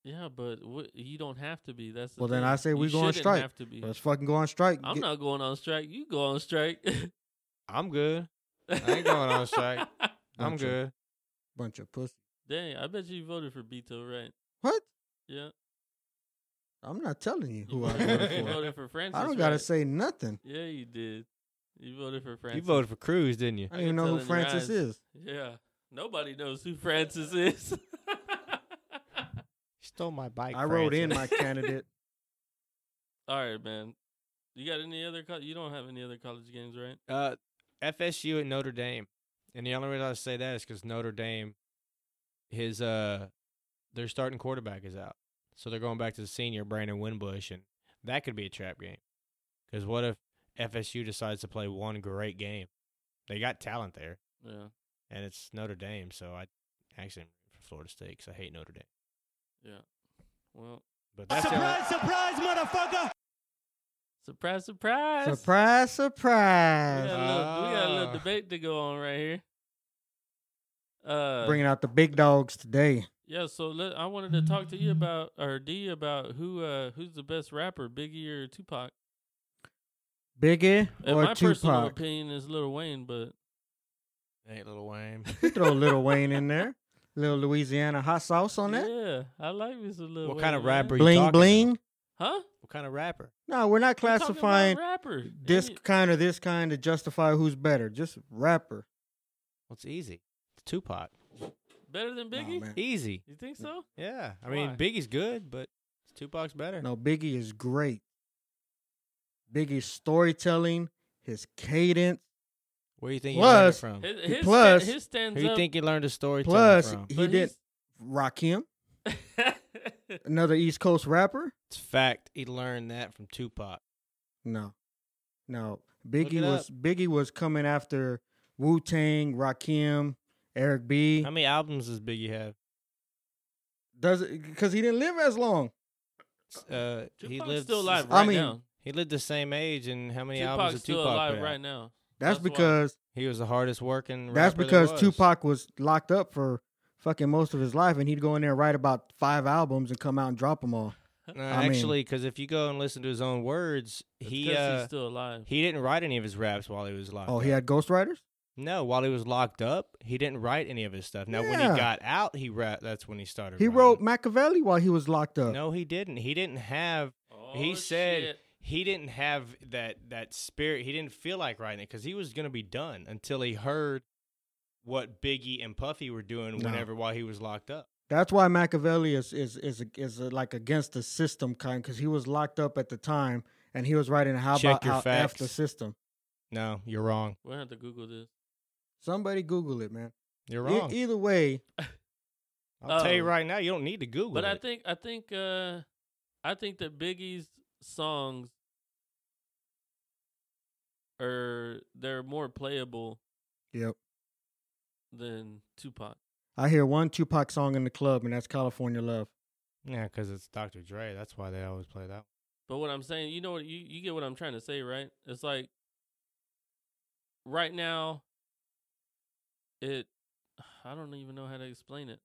Speaker 1: Yeah, but wh- you don't have to be. That's the
Speaker 3: Well, then
Speaker 1: thing.
Speaker 3: I say we
Speaker 1: You
Speaker 3: go on
Speaker 1: shouldn't
Speaker 3: strike.
Speaker 1: Have to be.
Speaker 3: Let's fucking go on strike.
Speaker 1: I'm
Speaker 3: Get-
Speaker 1: not going on strike. You go on strike.
Speaker 2: I'm good. I ain't going on strike. I'm
Speaker 3: Bunch of-
Speaker 2: good.
Speaker 3: bunch of pussy.
Speaker 1: Dang, I bet you voted for Beto, right?
Speaker 3: What?
Speaker 1: Yeah.
Speaker 3: I'm not telling you who I
Speaker 1: voted- you
Speaker 3: voted for.
Speaker 1: voted for Francis.
Speaker 3: I don't gotta
Speaker 1: right?
Speaker 3: say nothing.
Speaker 1: Yeah, you did. You voted for Francis.
Speaker 2: You voted for Cruz, didn't you?
Speaker 3: I
Speaker 1: I
Speaker 3: don't even
Speaker 1: can
Speaker 3: know
Speaker 1: tell
Speaker 3: who
Speaker 1: in your eyes.
Speaker 3: Francis is.
Speaker 1: Yeah. Nobody knows who Francis is.
Speaker 2: Stole my bike.
Speaker 3: I wrote in
Speaker 2: Francis.
Speaker 3: my candidate.
Speaker 1: All right, man. You got any other? Co- you don't have any other college games, right?
Speaker 2: Uh, FSU and Notre Dame, and the only reason I say that is because Notre Dame, his uh, their starting quarterback is out, so they're going back to the senior Brandon Winbush, and that could be a trap game. Because what if FSU decides to play one great game? They got talent there,
Speaker 1: Yeah.
Speaker 2: and it's Notre Dame, so I actually am for Florida State 'cause I hate Notre Dame.
Speaker 1: Yeah. Well,
Speaker 2: But that's the only-
Speaker 7: surprise, motherfucker!
Speaker 1: surprise, surprise.
Speaker 3: surprise,
Speaker 1: We got, a
Speaker 3: surprise.
Speaker 1: little, we got a little
Speaker 2: Ah.
Speaker 1: debate to go on right here. Uh,
Speaker 3: Bringing out the big dogs today.
Speaker 1: Yeah, so let, I wanted to talk to you about or D about who uh who's the best rapper, Biggie or Tupac.
Speaker 3: Biggie
Speaker 1: And
Speaker 3: or
Speaker 1: my personal
Speaker 3: Tupac?
Speaker 1: opinion is Lil Wayne, but
Speaker 2: ain't Little Wayne.
Speaker 3: Throw Little Wayne in there. Little Louisiana hot sauce on that.
Speaker 1: yeah, I like Mr. Lil Wayne.
Speaker 2: What kind of
Speaker 1: man.
Speaker 2: rapper you talking
Speaker 3: Bling
Speaker 2: about?
Speaker 3: bling.
Speaker 1: Huh?
Speaker 2: What kind of rapper?
Speaker 3: No, we're not
Speaker 1: I'm talking about
Speaker 3: classifying
Speaker 1: rapper.
Speaker 3: this
Speaker 1: Any-
Speaker 3: kind of this kind to justify who's better. Just rapper.
Speaker 2: Well, it's easy. It's Tupac.
Speaker 1: better than
Speaker 3: Nah,
Speaker 1: Biggie.
Speaker 3: man.
Speaker 2: Easy.
Speaker 1: you think so?
Speaker 2: Yeah, I mean
Speaker 1: Why?
Speaker 2: Biggie's good, but Tupac's better.
Speaker 3: No, Biggie is great. Biggie's storytelling, his cadence.
Speaker 2: Where you think
Speaker 3: Plus-
Speaker 2: he learned it
Speaker 1: His, his
Speaker 3: Plus-
Speaker 1: sta- his
Speaker 2: from?
Speaker 1: stands
Speaker 2: Who you
Speaker 1: up.
Speaker 2: think he learned the storytelling
Speaker 3: Plus,
Speaker 2: from?
Speaker 3: he
Speaker 1: but
Speaker 3: did
Speaker 1: he's-
Speaker 3: Rakim, another East Coast rapper.
Speaker 2: It's fact. He learned that from Tupac.
Speaker 3: No, no.
Speaker 2: Look
Speaker 3: Biggie
Speaker 2: it
Speaker 3: was
Speaker 2: up.
Speaker 3: Biggie was coming after Wu Tang, Rakim, Eric B.
Speaker 2: How many albums does Biggie have?
Speaker 3: Does it because he didn't live as long.
Speaker 2: Uh, he
Speaker 1: Tupac's
Speaker 2: lived
Speaker 1: still alive
Speaker 3: I
Speaker 1: right
Speaker 3: mean,
Speaker 1: now.
Speaker 2: He lived the same age, and how many albums
Speaker 1: Tupac's
Speaker 2: did
Speaker 1: still
Speaker 2: Tupac
Speaker 1: alive
Speaker 2: put out?
Speaker 1: right now.
Speaker 3: That's,
Speaker 1: That's why.
Speaker 3: because
Speaker 2: He was the hardest working.
Speaker 3: that's
Speaker 2: rapper there
Speaker 3: because
Speaker 2: was.
Speaker 3: Tupac was locked up for fucking most of his life, and he'd go in there and write about five albums and come out and drop them all.
Speaker 2: No,
Speaker 3: I mean-
Speaker 2: actually, because if you go and listen to his own words,
Speaker 1: It's
Speaker 2: he
Speaker 1: 'cause
Speaker 2: uh,
Speaker 1: he's still alive.
Speaker 2: he didn't write any of his raps while he was locked.
Speaker 3: Oh,
Speaker 2: up.
Speaker 3: he had ghostwriters.
Speaker 2: no. While he was locked up, he didn't write any of his stuff. Now, when he
Speaker 3: Yeah.
Speaker 2: got out, he rap. That's when he started.
Speaker 3: He
Speaker 2: writing.
Speaker 3: wrote Machiavelli while he was locked up.
Speaker 2: No, he didn't. He didn't have. he
Speaker 1: Oh,
Speaker 2: said
Speaker 1: shit.
Speaker 2: he didn't have that that spirit. He didn't feel like writing it because he was gonna be done until he heard what Biggie and Puffy were doing
Speaker 3: No.
Speaker 2: whenever while he was locked up.
Speaker 3: That's why Machiavelli is is is is, uh, like against the system kind because he was locked up at the time and he was writing how
Speaker 2: Check
Speaker 3: about
Speaker 2: your
Speaker 3: how F the
Speaker 2: facts.
Speaker 3: system.
Speaker 2: No, you're wrong.
Speaker 1: We're gonna have to Google this.
Speaker 3: Somebody Google it, man.
Speaker 2: You're
Speaker 3: E-
Speaker 2: wrong.
Speaker 3: either way,
Speaker 2: I'll tell you
Speaker 1: Oh.
Speaker 2: right now, you don't need to Google
Speaker 1: But
Speaker 2: it.
Speaker 1: I think I think uh I think that Biggie's songs are they're more playable
Speaker 3: yep.
Speaker 1: than Tupac.
Speaker 3: I hear one Tupac song in the club, and that's California Love.
Speaker 2: yeah, because it's Dr. Dre. That's why they always play that.
Speaker 1: But what I'm saying, you know what you, you get what I'm trying to say, right? It's like right now it I don't even know how to explain it.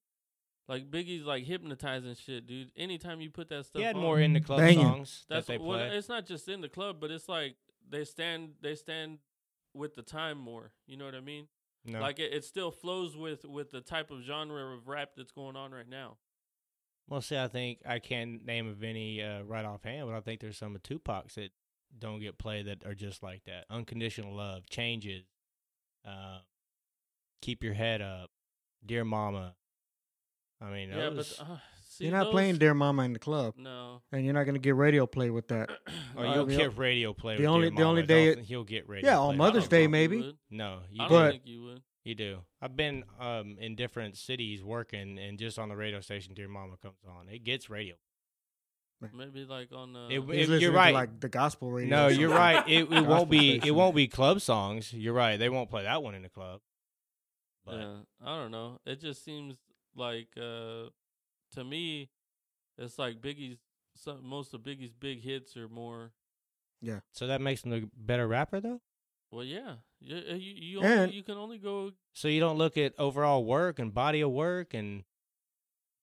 Speaker 1: Like Biggie's like hypnotizing shit, dude. Anytime you put that stuff
Speaker 2: He had
Speaker 1: on,
Speaker 2: more in the club
Speaker 3: Banging.
Speaker 2: songs
Speaker 1: That's
Speaker 2: that they
Speaker 1: well,
Speaker 2: play.
Speaker 1: it's not just in the club, but it's like they stand they stand with the time more. You know what I mean?
Speaker 2: no,
Speaker 1: Like it, it still flows with with the type of genre of rap that's going on right now.
Speaker 2: Well, see, I think I can't name of any uh, right offhand, but I think there's some of Tupac's that don't get played that are just like that. Unconditional love, changes, uh, keep your head up, dear mama. I mean,
Speaker 1: yeah,
Speaker 2: those-
Speaker 1: but uh, see,
Speaker 3: You're not
Speaker 1: those-
Speaker 3: playing Dear Mama in the club,
Speaker 1: No.
Speaker 3: and you're not gonna get radio play with that.
Speaker 2: oh,
Speaker 3: uh,
Speaker 2: you'll
Speaker 3: the-
Speaker 2: get radio play.
Speaker 3: the
Speaker 2: with
Speaker 3: only-
Speaker 2: dear
Speaker 3: the only
Speaker 2: Mama. Don't
Speaker 3: day-
Speaker 2: think he'll get radio.
Speaker 3: Yeah,
Speaker 2: play
Speaker 3: on
Speaker 2: with
Speaker 3: Mother's
Speaker 2: Dear
Speaker 3: Day,
Speaker 2: Mama.
Speaker 3: maybe.
Speaker 2: No, you
Speaker 1: I don't
Speaker 3: But-
Speaker 2: do.
Speaker 1: think you would.
Speaker 2: You do. I've been um, in different cities working, and just on the radio station, dear mama comes on. It gets radio.
Speaker 1: Maybe like on uh,
Speaker 2: It-
Speaker 3: He's
Speaker 2: If- you're
Speaker 3: listening to,
Speaker 2: right.
Speaker 3: like the gospel radio.
Speaker 2: No,
Speaker 3: or
Speaker 2: you're
Speaker 3: something.
Speaker 2: right. It, it
Speaker 3: Gospel
Speaker 2: won't be. It
Speaker 3: station.
Speaker 2: won't be club songs. You're right. They won't play that one in the club. But
Speaker 1: yeah, I don't know. It just seems like uh to me, it's like Biggie's. Some, most of Biggie's big hits are more.
Speaker 2: so that makes them a better rapper, though.
Speaker 1: Well, yeah, you you, you,
Speaker 3: And-
Speaker 1: only, you can only go
Speaker 2: So you don't look at overall work and body of work and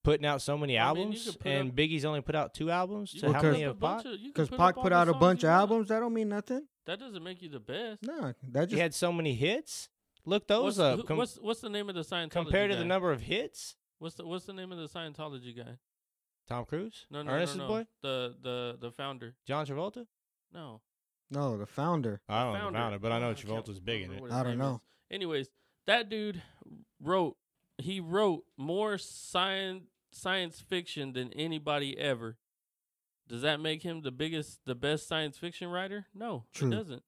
Speaker 2: putting out so many
Speaker 1: I mean, you
Speaker 2: albums.
Speaker 1: could put
Speaker 2: and
Speaker 1: up-
Speaker 2: Biggie's only put out two albums.
Speaker 1: you
Speaker 2: So
Speaker 1: can
Speaker 2: how
Speaker 1: put
Speaker 2: many
Speaker 1: up a
Speaker 2: of
Speaker 1: bunch
Speaker 2: Pac?
Speaker 1: of- you can
Speaker 3: Because
Speaker 1: put
Speaker 3: Pac
Speaker 1: up all
Speaker 3: put
Speaker 1: the
Speaker 3: out a
Speaker 1: songs
Speaker 3: bunch
Speaker 1: you
Speaker 3: of
Speaker 1: want.
Speaker 3: albums. That don't mean nothing.
Speaker 1: That doesn't make you the best.
Speaker 3: No, that
Speaker 2: He
Speaker 3: just
Speaker 2: had so many hits. Look
Speaker 1: what's,
Speaker 2: those up.
Speaker 1: who-
Speaker 2: Com-
Speaker 1: what's what's the name of the Scientology
Speaker 2: compared to
Speaker 1: guy?
Speaker 2: the number of hits,
Speaker 1: What's the what's the name of the Scientology guy?
Speaker 2: Tom Cruise,
Speaker 1: No, no,
Speaker 2: Ernest's
Speaker 1: no, no.
Speaker 2: boy,
Speaker 1: The the the founder.
Speaker 2: John Travolta.
Speaker 1: No,
Speaker 3: no. The founder.
Speaker 2: I don't know
Speaker 1: founder.
Speaker 2: the founder, Oh, but I know
Speaker 1: can't
Speaker 2: Travolta's big in
Speaker 1: remember
Speaker 2: it.
Speaker 1: what his
Speaker 3: I don't
Speaker 1: name is.
Speaker 3: know.
Speaker 1: Anyways, that dude wrote he wrote more science science fiction than anybody ever. Does that make him the biggest the best science fiction writer? No,
Speaker 3: True.
Speaker 1: it doesn't.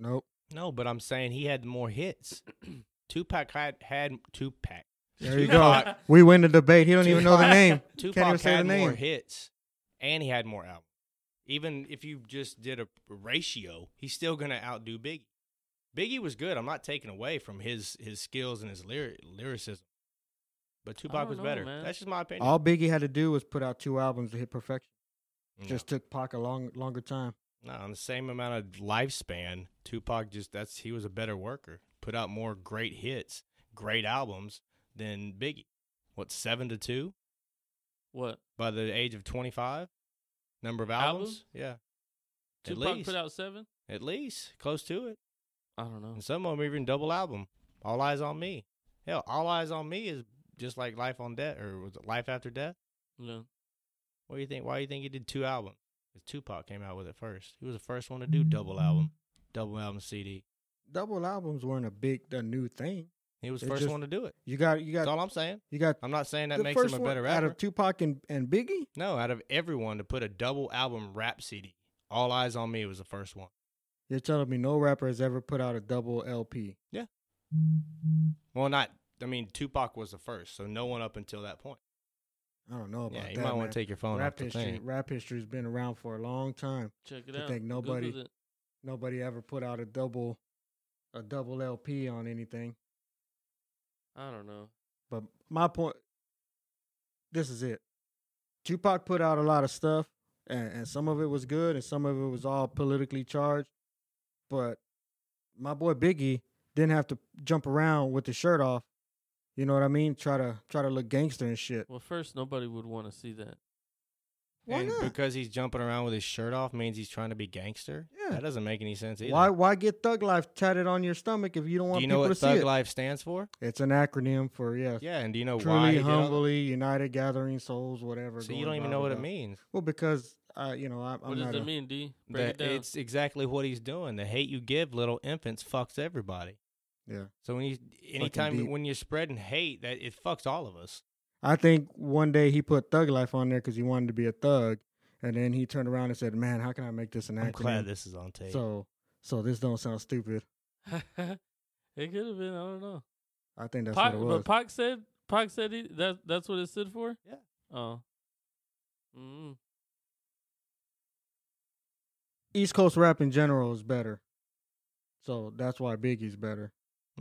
Speaker 3: Nope.
Speaker 2: No, but I'm saying he had more hits. Tupac had had Tupac.
Speaker 3: There you go.
Speaker 2: Tupac-
Speaker 3: We win the debate. He don't even know the
Speaker 2: Tupac-
Speaker 3: name.
Speaker 2: Tupac
Speaker 3: even say the
Speaker 2: had more
Speaker 3: name.
Speaker 2: hits, and he had more albums. Even if you just did a ratio, he's still gonna outdo Biggie. Biggie was good. I'm not taking away from his his skills and his lyri- lyricism, but Tupac
Speaker 1: don't
Speaker 2: was
Speaker 1: know,
Speaker 2: better.
Speaker 1: man.
Speaker 2: That's just my opinion.
Speaker 3: All Biggie had to do was put out two albums to hit perfection.
Speaker 2: No.
Speaker 3: Just took Pac a long, longer time.
Speaker 2: no, uh, on the same amount of lifespan, Tupac just that's he was a better worker. Put out more great hits, great albums than Biggie. What seven to two
Speaker 1: What?
Speaker 2: by the age of 25? Number of
Speaker 1: Albums?
Speaker 2: albums? Yeah, At
Speaker 1: Tupac
Speaker 2: least.
Speaker 1: put out seven?
Speaker 2: at least close to it.
Speaker 1: I don't know.
Speaker 2: And some of them even double album. All Eyes on Me. Hell, All Eyes on Me is just like Life on Death or was it Life After Death?
Speaker 1: No.
Speaker 2: What do you think? Why do you think he did two albums? 'Cause Tupac came out with it first. He was the first one to do double album, double album CD.
Speaker 3: Double albums weren't a big, a new thing.
Speaker 2: He was the
Speaker 3: It
Speaker 2: first
Speaker 3: just-
Speaker 2: one to do it.
Speaker 3: You got, you
Speaker 2: That's
Speaker 3: got,
Speaker 2: all I'm saying.
Speaker 3: you got.
Speaker 2: I'm not saying that
Speaker 3: the
Speaker 2: makes
Speaker 3: first
Speaker 2: him a
Speaker 3: one
Speaker 2: better
Speaker 3: out
Speaker 2: rapper.
Speaker 3: of Tupac and, and Biggie.
Speaker 2: no, out of everyone to put a double album rap CD. All Eyes on Me was the first one.
Speaker 3: You're telling me no rapper has ever put out a double LP.
Speaker 2: Well, not. I mean, Tupac was the first, so no one up until that point.
Speaker 3: I don't know about
Speaker 2: Yeah, you
Speaker 3: that.
Speaker 2: might
Speaker 3: man.
Speaker 2: want to take your phone off
Speaker 3: rap
Speaker 2: the
Speaker 3: history.
Speaker 2: thing.
Speaker 3: Rap history has been around for a long time.
Speaker 1: Check it
Speaker 3: I
Speaker 1: out.
Speaker 3: think nobody-
Speaker 1: Google's it.
Speaker 3: Nobody ever put out a double, a double LP on anything.
Speaker 1: I don't know.
Speaker 3: But my point, this is it. Tupac put out a lot of stuff, and, and some of it was good, and some of it was all politically charged. But my boy Biggie didn't have to jump around with the shirt off. You know what I mean? Try to try to look gangster and shit.
Speaker 1: Well, first nobody would want to see that.
Speaker 3: Why
Speaker 2: and
Speaker 3: not?
Speaker 2: because he's jumping around with his shirt off means he's trying to be gangster.
Speaker 3: Yeah.
Speaker 2: That doesn't make any sense either.
Speaker 3: Why why get Thug Life tatted on your stomach if you don't
Speaker 2: do
Speaker 3: want
Speaker 2: you know
Speaker 3: people
Speaker 2: what
Speaker 3: to see
Speaker 2: Thug
Speaker 3: it?
Speaker 2: Life stands for?
Speaker 3: It's an acronym for yeah,
Speaker 2: Yeah, and do you know why?
Speaker 3: truly,
Speaker 2: he did all-
Speaker 3: humbly, united, gathering souls, whatever.
Speaker 2: so you
Speaker 3: going
Speaker 2: don't even
Speaker 3: blah,
Speaker 2: know
Speaker 3: blah,
Speaker 2: what it
Speaker 3: blah.
Speaker 2: means.
Speaker 3: Well, because I, you know, I, I'm
Speaker 1: What
Speaker 3: not.
Speaker 1: does
Speaker 3: a-
Speaker 1: it mean, D? Break it
Speaker 2: That-
Speaker 1: down.
Speaker 2: it's exactly what he's doing. The hate you give little infants fucks everybody.
Speaker 3: Yeah.
Speaker 2: So when you, anytime you-
Speaker 3: deep.
Speaker 2: when you're spreading hate, that it fucks all of us.
Speaker 3: I think one day he put Thug Life on there because he wanted to be a thug, And then he turned around and said, "Man, how can I make this an
Speaker 2: I'm
Speaker 3: acronym?"
Speaker 2: glad this is on tape.
Speaker 3: so, so this don't sound stupid.
Speaker 1: it could have been. I don't know.
Speaker 3: I think that's
Speaker 1: Pac,
Speaker 3: what it was.
Speaker 1: but Pac said Pac said he, that that's what it stood for.
Speaker 2: Yeah.
Speaker 1: Oh. Mm.
Speaker 3: East Coast rap in general is better, so that's why Biggie's better.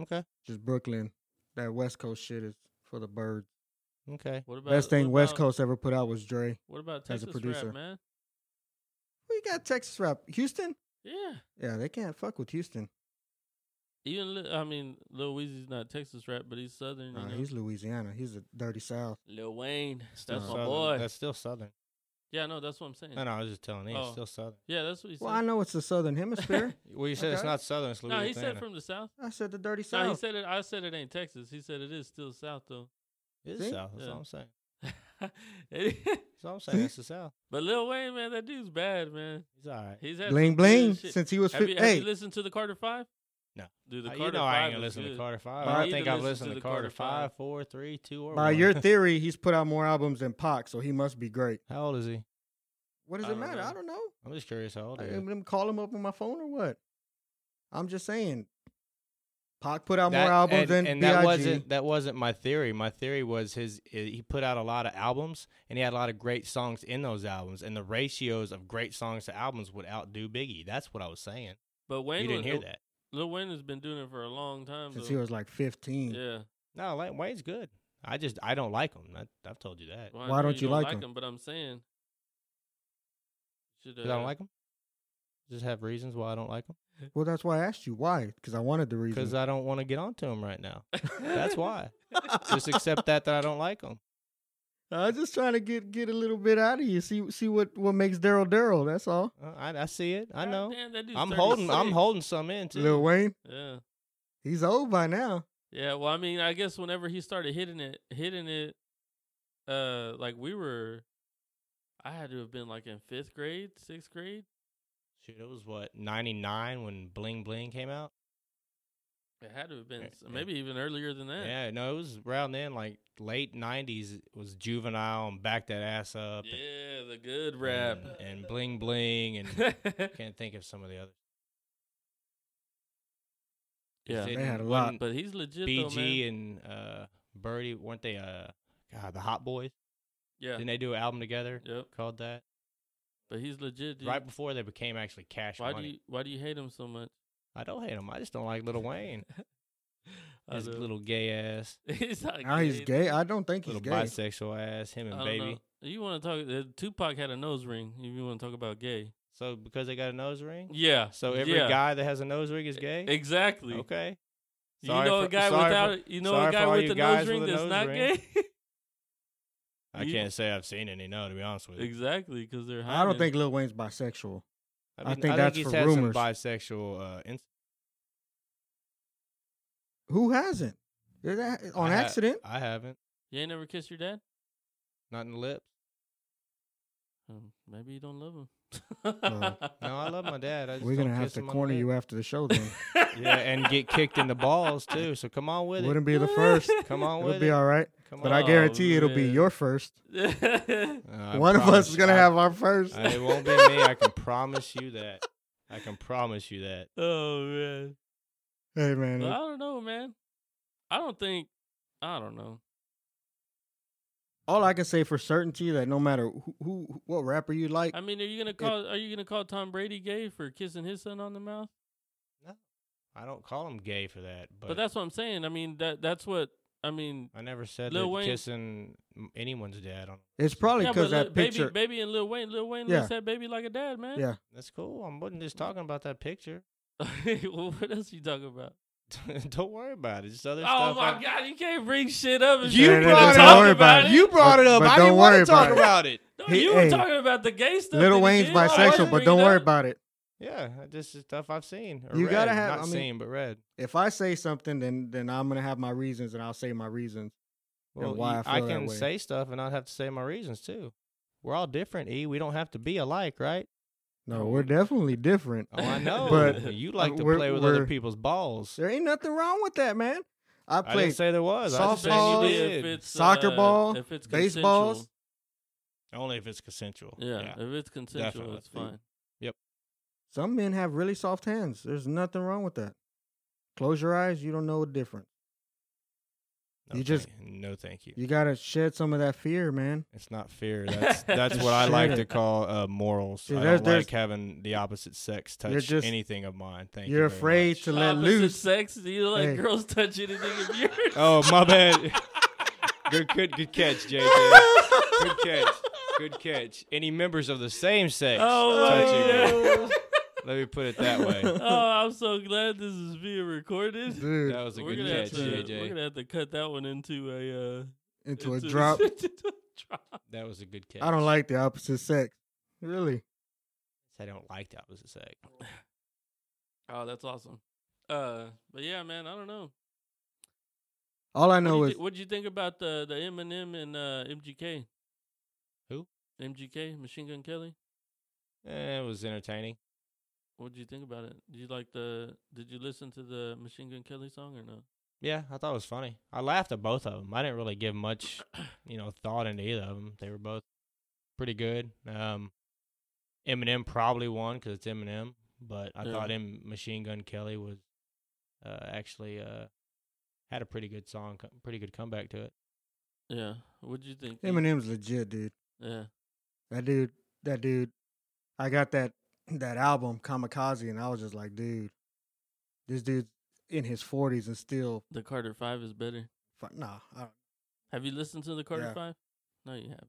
Speaker 2: okay,
Speaker 3: Just Brooklyn, that West Coast shit is for the birds.
Speaker 2: okay.
Speaker 1: What about
Speaker 3: Best thing
Speaker 1: what
Speaker 3: West
Speaker 1: about-
Speaker 3: Coast ever put out was Dre.
Speaker 1: What about
Speaker 3: as a
Speaker 1: Texas
Speaker 3: producer.
Speaker 1: rap, man?
Speaker 3: We got Texas rap, Houston.
Speaker 1: Yeah.
Speaker 3: Yeah, they can't fuck with Houston.
Speaker 1: Even Lil- I mean, Lil Weezy's not Texas rap, but he's Southern. You
Speaker 3: Uh,
Speaker 1: know?
Speaker 3: he's Louisiana. He's the dirty South.
Speaker 1: Lil Wayne.
Speaker 2: Still
Speaker 1: That's my
Speaker 2: southern.
Speaker 1: boy.
Speaker 2: That's still southern.
Speaker 1: yeah, no, that's what I'm saying.
Speaker 2: No, no, I was just telling you, it's
Speaker 1: Oh.
Speaker 2: still southern.
Speaker 1: Yeah, that's what he said.
Speaker 3: Well, I know it's the Southern Hemisphere.
Speaker 2: Well, you said it's
Speaker 3: Okay.
Speaker 2: not southern. It's
Speaker 1: no,
Speaker 2: Louisiana.
Speaker 1: he said from the South.
Speaker 3: I said the dirty
Speaker 1: No,
Speaker 3: South.
Speaker 1: he said it. I said it ain't Texas. He said it is still South though.
Speaker 2: It's
Speaker 3: See?
Speaker 2: south. That's
Speaker 1: Yeah.
Speaker 2: all I'm saying.
Speaker 1: It-
Speaker 2: That's all I'm saying.
Speaker 3: See?
Speaker 2: That's the south.
Speaker 1: but Lil Wayne, man, that dude's bad, man.
Speaker 2: He's all right.
Speaker 1: He's had some
Speaker 3: bling
Speaker 1: weird
Speaker 3: bling
Speaker 1: shit.
Speaker 3: since he was
Speaker 1: Have, you,
Speaker 3: 15.
Speaker 1: have
Speaker 3: Hey,
Speaker 1: you listened to the Carter Five?
Speaker 2: No.
Speaker 1: Dude, the
Speaker 2: Uh,
Speaker 1: Carter
Speaker 2: you know
Speaker 1: Five
Speaker 2: I ain't gonna
Speaker 1: was
Speaker 2: listen
Speaker 1: good.
Speaker 2: to Carter Five.
Speaker 1: But
Speaker 2: I
Speaker 1: I
Speaker 2: don't
Speaker 1: either
Speaker 2: think I've
Speaker 1: listen
Speaker 2: listened to, Carter Five, four, three, two, or
Speaker 3: by
Speaker 2: one.
Speaker 3: your theory, he's put out more albums than Pac, so he must be great.
Speaker 2: How old is he?
Speaker 3: What does
Speaker 1: I
Speaker 3: it
Speaker 1: don't
Speaker 3: matter?
Speaker 1: know.
Speaker 3: I don't know.
Speaker 2: I'm just curious how old
Speaker 3: I
Speaker 2: he
Speaker 3: am
Speaker 2: is.
Speaker 3: gonna call him up on my phone or what? I'm just saying. Pac put out
Speaker 2: That-
Speaker 3: more albums
Speaker 2: and,
Speaker 3: than
Speaker 2: and
Speaker 3: B.I.G.
Speaker 2: that wasn't that wasn't my theory. My theory was his he put out a lot of albums and he had a lot of great songs in those albums and the ratios of great songs to albums would outdo Biggie. That's what I was saying.
Speaker 1: But Wayne
Speaker 2: you didn't
Speaker 1: was-
Speaker 2: hear that.
Speaker 1: Lil Wayne has been doing it for a long time.
Speaker 3: since
Speaker 1: though.
Speaker 3: he was like 15.
Speaker 1: yeah.
Speaker 2: No, like, Wayne's good. I just I don't like him. I, I've told you that.
Speaker 1: Well, I
Speaker 3: Why
Speaker 1: know
Speaker 3: don't you like
Speaker 1: him?
Speaker 3: him?
Speaker 1: But I'm saying, should
Speaker 2: 'Cause I don't like him. Just have reasons why I don't like him.
Speaker 3: Well, that's why I asked you why, because I wanted the
Speaker 2: Because
Speaker 3: reason.
Speaker 2: I don't want to get onto him right now. That's why. Just accept that that I don't like him.
Speaker 3: I was just trying to get get a little bit out of you, see see what what makes Daryl Daryl. That's all.
Speaker 2: Uh, I, I see it. I know.
Speaker 1: Damn, that dude's
Speaker 2: I'm holding. I'm
Speaker 1: 36.
Speaker 2: holding some in too.
Speaker 3: Lil Wayne,
Speaker 1: Yeah.
Speaker 3: he's old by now.
Speaker 1: Yeah, well, I mean, I guess whenever he started hitting it, hitting it, uh, like we were, I had to have been like in fifth grade, sixth grade.
Speaker 2: Shoot, it was what '99 when Bling Bling came out.
Speaker 1: It had to have been
Speaker 2: Yeah,
Speaker 1: s-
Speaker 2: yeah.
Speaker 1: maybe even earlier than that.
Speaker 2: Yeah, no, it was around then, like late '90s. It was Juvenile and Back That Ass Up. and-
Speaker 1: Yeah, the good rap.
Speaker 2: And, and Bling Bling and can't think of some of the other.
Speaker 1: yeah,
Speaker 2: It
Speaker 3: They had a
Speaker 2: wasn't-
Speaker 3: lot.
Speaker 1: but he's legit though, man.
Speaker 2: BG and uh, Birdie weren't they? Uh, God, the Hot Boys.
Speaker 1: Yeah,
Speaker 2: Didn't they do an album together
Speaker 1: yep.
Speaker 2: called that?
Speaker 1: But he's legit, dude.
Speaker 2: Right before they became actually Cash
Speaker 1: why do
Speaker 2: Money.
Speaker 1: you why do you hate him so much?
Speaker 2: I don't hate him. I just don't like Little Wayne.
Speaker 1: I
Speaker 2: His
Speaker 1: know.
Speaker 2: little gay ass,
Speaker 1: he's not
Speaker 3: Now he's gay. I don't think he's
Speaker 2: little
Speaker 3: gay.
Speaker 2: bisexual ass, him
Speaker 1: I
Speaker 2: and
Speaker 1: don't
Speaker 2: baby.
Speaker 1: know. You want to talk? Uh, Tupac had a nose ring. If you want to talk about gay,
Speaker 2: So because they got a nose ring,
Speaker 1: yeah.
Speaker 2: so every
Speaker 1: yeah. E,
Speaker 2: guy that has a nose ring is gay.
Speaker 1: Exactly.
Speaker 2: Okay.
Speaker 1: You
Speaker 2: Sorry
Speaker 1: know
Speaker 2: for-
Speaker 1: a guy
Speaker 2: sorry
Speaker 1: without
Speaker 2: for-
Speaker 1: you know
Speaker 2: sorry
Speaker 1: a
Speaker 2: for
Speaker 1: guy
Speaker 2: all
Speaker 1: with
Speaker 2: you
Speaker 1: a nose
Speaker 2: guys
Speaker 1: ring
Speaker 2: with a
Speaker 1: that's
Speaker 2: nose
Speaker 1: not
Speaker 2: ring.
Speaker 1: gay.
Speaker 2: I
Speaker 1: You-
Speaker 2: can't say I've seen any. No, to be honest with you,
Speaker 1: exactly, because they're.
Speaker 3: I don't
Speaker 1: hiding.
Speaker 3: think Lil Wayne's bisexual. I think that's
Speaker 2: he's
Speaker 3: for
Speaker 2: had
Speaker 3: rumors.
Speaker 2: some bisexual. Uh, ins-
Speaker 3: Who hasn't? Is that- on
Speaker 2: I ha-
Speaker 3: accident?
Speaker 2: I haven't.
Speaker 1: you ain't never kissed your dad.
Speaker 2: Not in the lips.
Speaker 1: Um, maybe you don't love him.
Speaker 2: Uh, No, I love my dad. I just
Speaker 3: We're gonna
Speaker 2: don't
Speaker 3: have
Speaker 2: kiss
Speaker 3: to
Speaker 2: him on the
Speaker 3: corner
Speaker 2: lip.
Speaker 3: you after the show. Then
Speaker 2: yeah, and get kicked in the balls too. So come on with
Speaker 3: wouldn't be the first.
Speaker 2: it. Come on
Speaker 3: It'll
Speaker 2: with
Speaker 3: be
Speaker 2: it.
Speaker 3: all right.
Speaker 2: Come
Speaker 3: But
Speaker 2: on.
Speaker 3: I guarantee it'll be
Speaker 1: man.
Speaker 3: your first.
Speaker 2: Uh, I
Speaker 3: One of us
Speaker 2: promise-
Speaker 3: is gonna
Speaker 2: I-
Speaker 3: have our first.
Speaker 2: I- it won't be me. I can promise you that. I can promise you that.
Speaker 1: oh man,
Speaker 3: hey man,
Speaker 1: Well, I don't know, man. I don't think. I don't know.
Speaker 3: all I can say for certainty that no matter who, who what rapper you like,
Speaker 1: I mean, are you gonna call? Are you gonna call Tom Brady gay for kissing his son on the mouth?
Speaker 2: I don't call him gay for that, but,
Speaker 1: But that's what I'm saying. I mean, that that's what I mean.
Speaker 2: I never said
Speaker 1: Lil
Speaker 2: that
Speaker 1: Wayne-
Speaker 2: kissing anyone's dad. On,
Speaker 3: it's probably
Speaker 1: Yeah, but
Speaker 3: because
Speaker 1: look,
Speaker 3: that picture.
Speaker 1: baby, baby, and Lil Wayne, Lil Wayne
Speaker 3: Yeah.
Speaker 1: looks at baby like a dad, man.
Speaker 3: Yeah,
Speaker 2: that's cool. I wasn't just talking about that picture.
Speaker 1: well, what else you talking about?
Speaker 2: don't worry about it. Just other
Speaker 1: Oh
Speaker 2: stuff.
Speaker 1: my
Speaker 2: I-
Speaker 1: god, you can't bring shit up. and
Speaker 2: You
Speaker 1: shit.
Speaker 2: brought
Speaker 1: Don't talk
Speaker 2: it up.
Speaker 3: Don't worry about it.
Speaker 2: You brought it up.
Speaker 3: But
Speaker 2: I
Speaker 3: don't
Speaker 2: didn't want
Speaker 3: worry
Speaker 2: to talk
Speaker 3: about it.
Speaker 1: No,
Speaker 2: about it.
Speaker 3: Hey,
Speaker 1: you were
Speaker 3: hey.
Speaker 1: talking about the gay stuff. that
Speaker 3: Little
Speaker 1: he
Speaker 3: Wayne's
Speaker 1: did. Why would you
Speaker 3: bisexual, but
Speaker 1: bring
Speaker 3: don't
Speaker 1: it
Speaker 3: worry
Speaker 1: up?
Speaker 3: about it.
Speaker 2: Yeah, just the stuff I've seen. or
Speaker 3: You gotta
Speaker 2: read.
Speaker 3: have-
Speaker 2: not
Speaker 3: I mean-
Speaker 2: seen but read.
Speaker 3: If I say something, then then I'm gonna have my reasons, and I'll say my reasons. and
Speaker 2: Well, you-
Speaker 3: why I
Speaker 2: I
Speaker 3: feel that
Speaker 2: can
Speaker 3: way.
Speaker 2: say stuff and not have to say my reasons too. We're all different, E. We don't have to be alike, right?
Speaker 3: No, we're definitely different.
Speaker 2: Oh, I know.
Speaker 3: But- uh,
Speaker 2: you like to
Speaker 3: we're-
Speaker 2: play with other
Speaker 3: we're-
Speaker 2: people's balls.
Speaker 3: There ain't nothing wrong with that, man. I
Speaker 2: I,
Speaker 3: played
Speaker 2: didn't say there was. I just said
Speaker 1: Especially
Speaker 3: softball,
Speaker 2: you
Speaker 1: if
Speaker 2: did.
Speaker 1: it's,
Speaker 3: soccer
Speaker 1: uh,
Speaker 3: ball,
Speaker 1: if it's
Speaker 3: baseballs.
Speaker 1: consensual.
Speaker 2: Only if it's consensual.
Speaker 1: Yeah, uh, if it's consensual,
Speaker 2: definitely.
Speaker 1: it's fine.
Speaker 3: Some men have really soft hands. There's nothing wrong with that. Close your eyes, you don't know a difference.
Speaker 2: No,
Speaker 3: You just-
Speaker 2: thank- no, thank you.
Speaker 3: You gotta shed some of that fear, man.
Speaker 2: It's not fear. That's that's what I like to
Speaker 3: Shit.
Speaker 2: call uh, morals.
Speaker 3: Dude,
Speaker 2: I
Speaker 3: there's-
Speaker 2: don't
Speaker 3: there's-
Speaker 2: like having the opposite sex touch
Speaker 3: You're just-
Speaker 2: anything of mine. Thank you.
Speaker 3: You're
Speaker 2: very
Speaker 3: afraid
Speaker 2: much.
Speaker 3: to let
Speaker 1: Opposite
Speaker 3: loose.
Speaker 1: sex. You don't like
Speaker 3: Hey.
Speaker 1: girls touch anything of yours.
Speaker 2: Oh my bad. good, good, good catch, JJ. Good catch. Good catch. Any members of the same sex
Speaker 1: Oh,
Speaker 2: touching
Speaker 1: yeah.
Speaker 2: you. Let me put it that way.
Speaker 1: oh, I'm so glad this is being recorded.
Speaker 3: Dude,
Speaker 2: That was a
Speaker 1: we're,
Speaker 2: good
Speaker 1: gonna
Speaker 2: catch,
Speaker 1: have to,
Speaker 2: JJ.
Speaker 1: we're gonna have to cut that one into a uh,
Speaker 3: into a
Speaker 1: into-
Speaker 3: drop.
Speaker 1: into a drop.
Speaker 2: That was a good catch.
Speaker 3: I don't like the opposite sex. Really.
Speaker 2: I don't like the opposite sex.
Speaker 1: Oh, that's awesome. Uh, but yeah, man, I don't know.
Speaker 3: All I
Speaker 1: What do
Speaker 3: know
Speaker 1: you
Speaker 3: is
Speaker 1: thi- what'd you think about the the Eminem and uh, MGK?
Speaker 2: Who?
Speaker 1: MGK, Machine Gun Kelly.
Speaker 2: Eh, it was entertaining.
Speaker 1: What did you think about it? Did you like the? Did you listen to the Machine Gun Kelly song or no?
Speaker 2: Yeah, I thought it was funny. I laughed at both of them. I didn't really give much, you know, thought into either of them. They were both pretty good. Um, Eminem probably won because it's Eminem, but I
Speaker 1: Yeah.
Speaker 2: thought him Machine Gun Kelly was uh, actually uh, had a pretty good song, co- pretty good comeback to it.
Speaker 1: Yeah. What did you think? Keith?
Speaker 3: Eminem's legit, dude.
Speaker 1: Yeah.
Speaker 3: That dude, that dude. I got that that album Kamikaze, and I was just like, dude, this dude's in his forties and still
Speaker 1: The Carter Five is better.
Speaker 3: fu- nah. I,
Speaker 1: Have you listened to the Carter
Speaker 3: Yeah.
Speaker 1: Five? No, you haven't.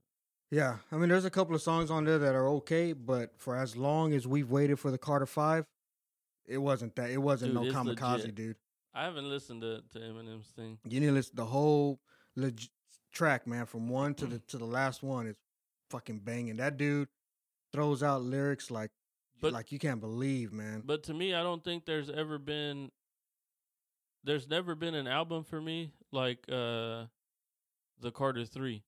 Speaker 3: yeah, I mean, there's a couple of songs on there that are okay, but for as long as we've waited for the Carter Five, it wasn't that. It wasn't
Speaker 1: Dude,
Speaker 3: no
Speaker 1: it's
Speaker 3: Kamikaze,
Speaker 1: legit.
Speaker 3: dude.
Speaker 1: I haven't listened to, to Eminem's thing.
Speaker 3: You need to listen the whole leg- track, man, from one to the
Speaker 1: Mm.
Speaker 3: to the last one. It's fucking banging. That dude throws out lyrics like
Speaker 1: But-
Speaker 3: like you can't believe, man.
Speaker 1: But to me, I don't think there's ever been there's never been an album for me like uh the Carter 3.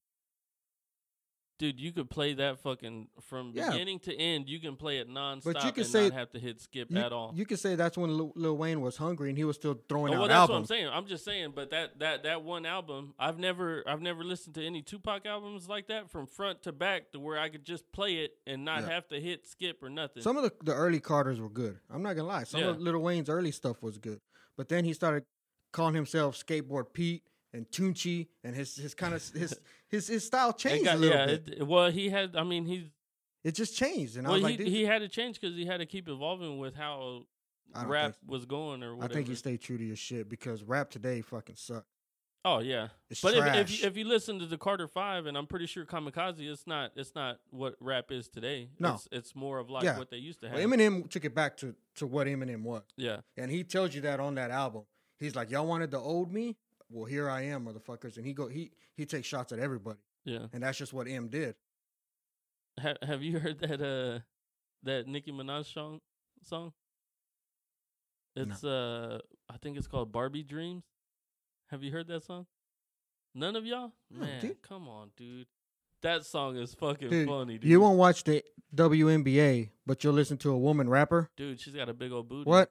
Speaker 1: Dude, you could play that fucking from
Speaker 3: Yeah.
Speaker 1: beginning to end. You can play it nonstop
Speaker 3: you could
Speaker 1: and
Speaker 3: say-
Speaker 1: not have to hit skip
Speaker 3: you,
Speaker 1: at all.
Speaker 3: You could say that's when Lil, Lil Wayne was hungry and he was still throwing
Speaker 1: Oh, well,
Speaker 3: out
Speaker 1: that's what I'm
Speaker 3: albums.
Speaker 1: saying. I'm just saying, but that that that one album, I've never I've never listened to any Tupac albums like that from front to back to where I could just play it and not
Speaker 3: Yeah.
Speaker 1: have to hit skip or nothing.
Speaker 3: Some of the, the early Carters were good. I'm not gonna lie. Some of
Speaker 1: Yeah.
Speaker 3: Lil Wayne's early stuff was good, but then he started calling himself Skateboard Pete and Tunchi, and his his kind of his his his style
Speaker 1: It
Speaker 3: changed
Speaker 1: got-
Speaker 3: a little
Speaker 1: yeah,
Speaker 3: bit. It,
Speaker 1: it- well, he had. I mean, he's
Speaker 3: just changed, and
Speaker 1: well,
Speaker 3: I was like,
Speaker 1: he,
Speaker 3: dude,
Speaker 1: he had to change because he had to keep evolving with how
Speaker 3: I don't
Speaker 1: rap
Speaker 3: think so.
Speaker 1: was going or
Speaker 3: I
Speaker 1: whatever.
Speaker 3: think you stay true to your shit because rap today fucking sucks.
Speaker 1: oh yeah,
Speaker 3: It's
Speaker 1: but if, if
Speaker 3: trash.
Speaker 1: you- if you listen to the Carter Five, and I'm pretty sure Kamikaze, it's not it's not what rap is today.
Speaker 3: No.
Speaker 1: it's, it's more of like
Speaker 3: Yeah.
Speaker 1: what they used to have.
Speaker 3: Well, Eminem took it back to, to what Eminem was,
Speaker 1: yeah,
Speaker 3: and he tells you that on that album. He's like, "Y'all wanted the old me? Well, here I am, motherfuckers." And he go he he takes shots at everybody,
Speaker 1: yeah.
Speaker 3: and that's just what M did.
Speaker 1: Ha- have you heard that uh that Nicki Minaj song song? It's uh I think it's called Barbie Dreams. Have you heard that song? None of y'all?
Speaker 3: No,
Speaker 1: Man,
Speaker 3: dude.
Speaker 1: come on, dude. That song is fucking
Speaker 3: Dude,
Speaker 1: funny, dude.
Speaker 3: You won't watch the WNBA, but you'll listen to a woman rapper.
Speaker 1: Dude, she's got a big old booty.
Speaker 3: What?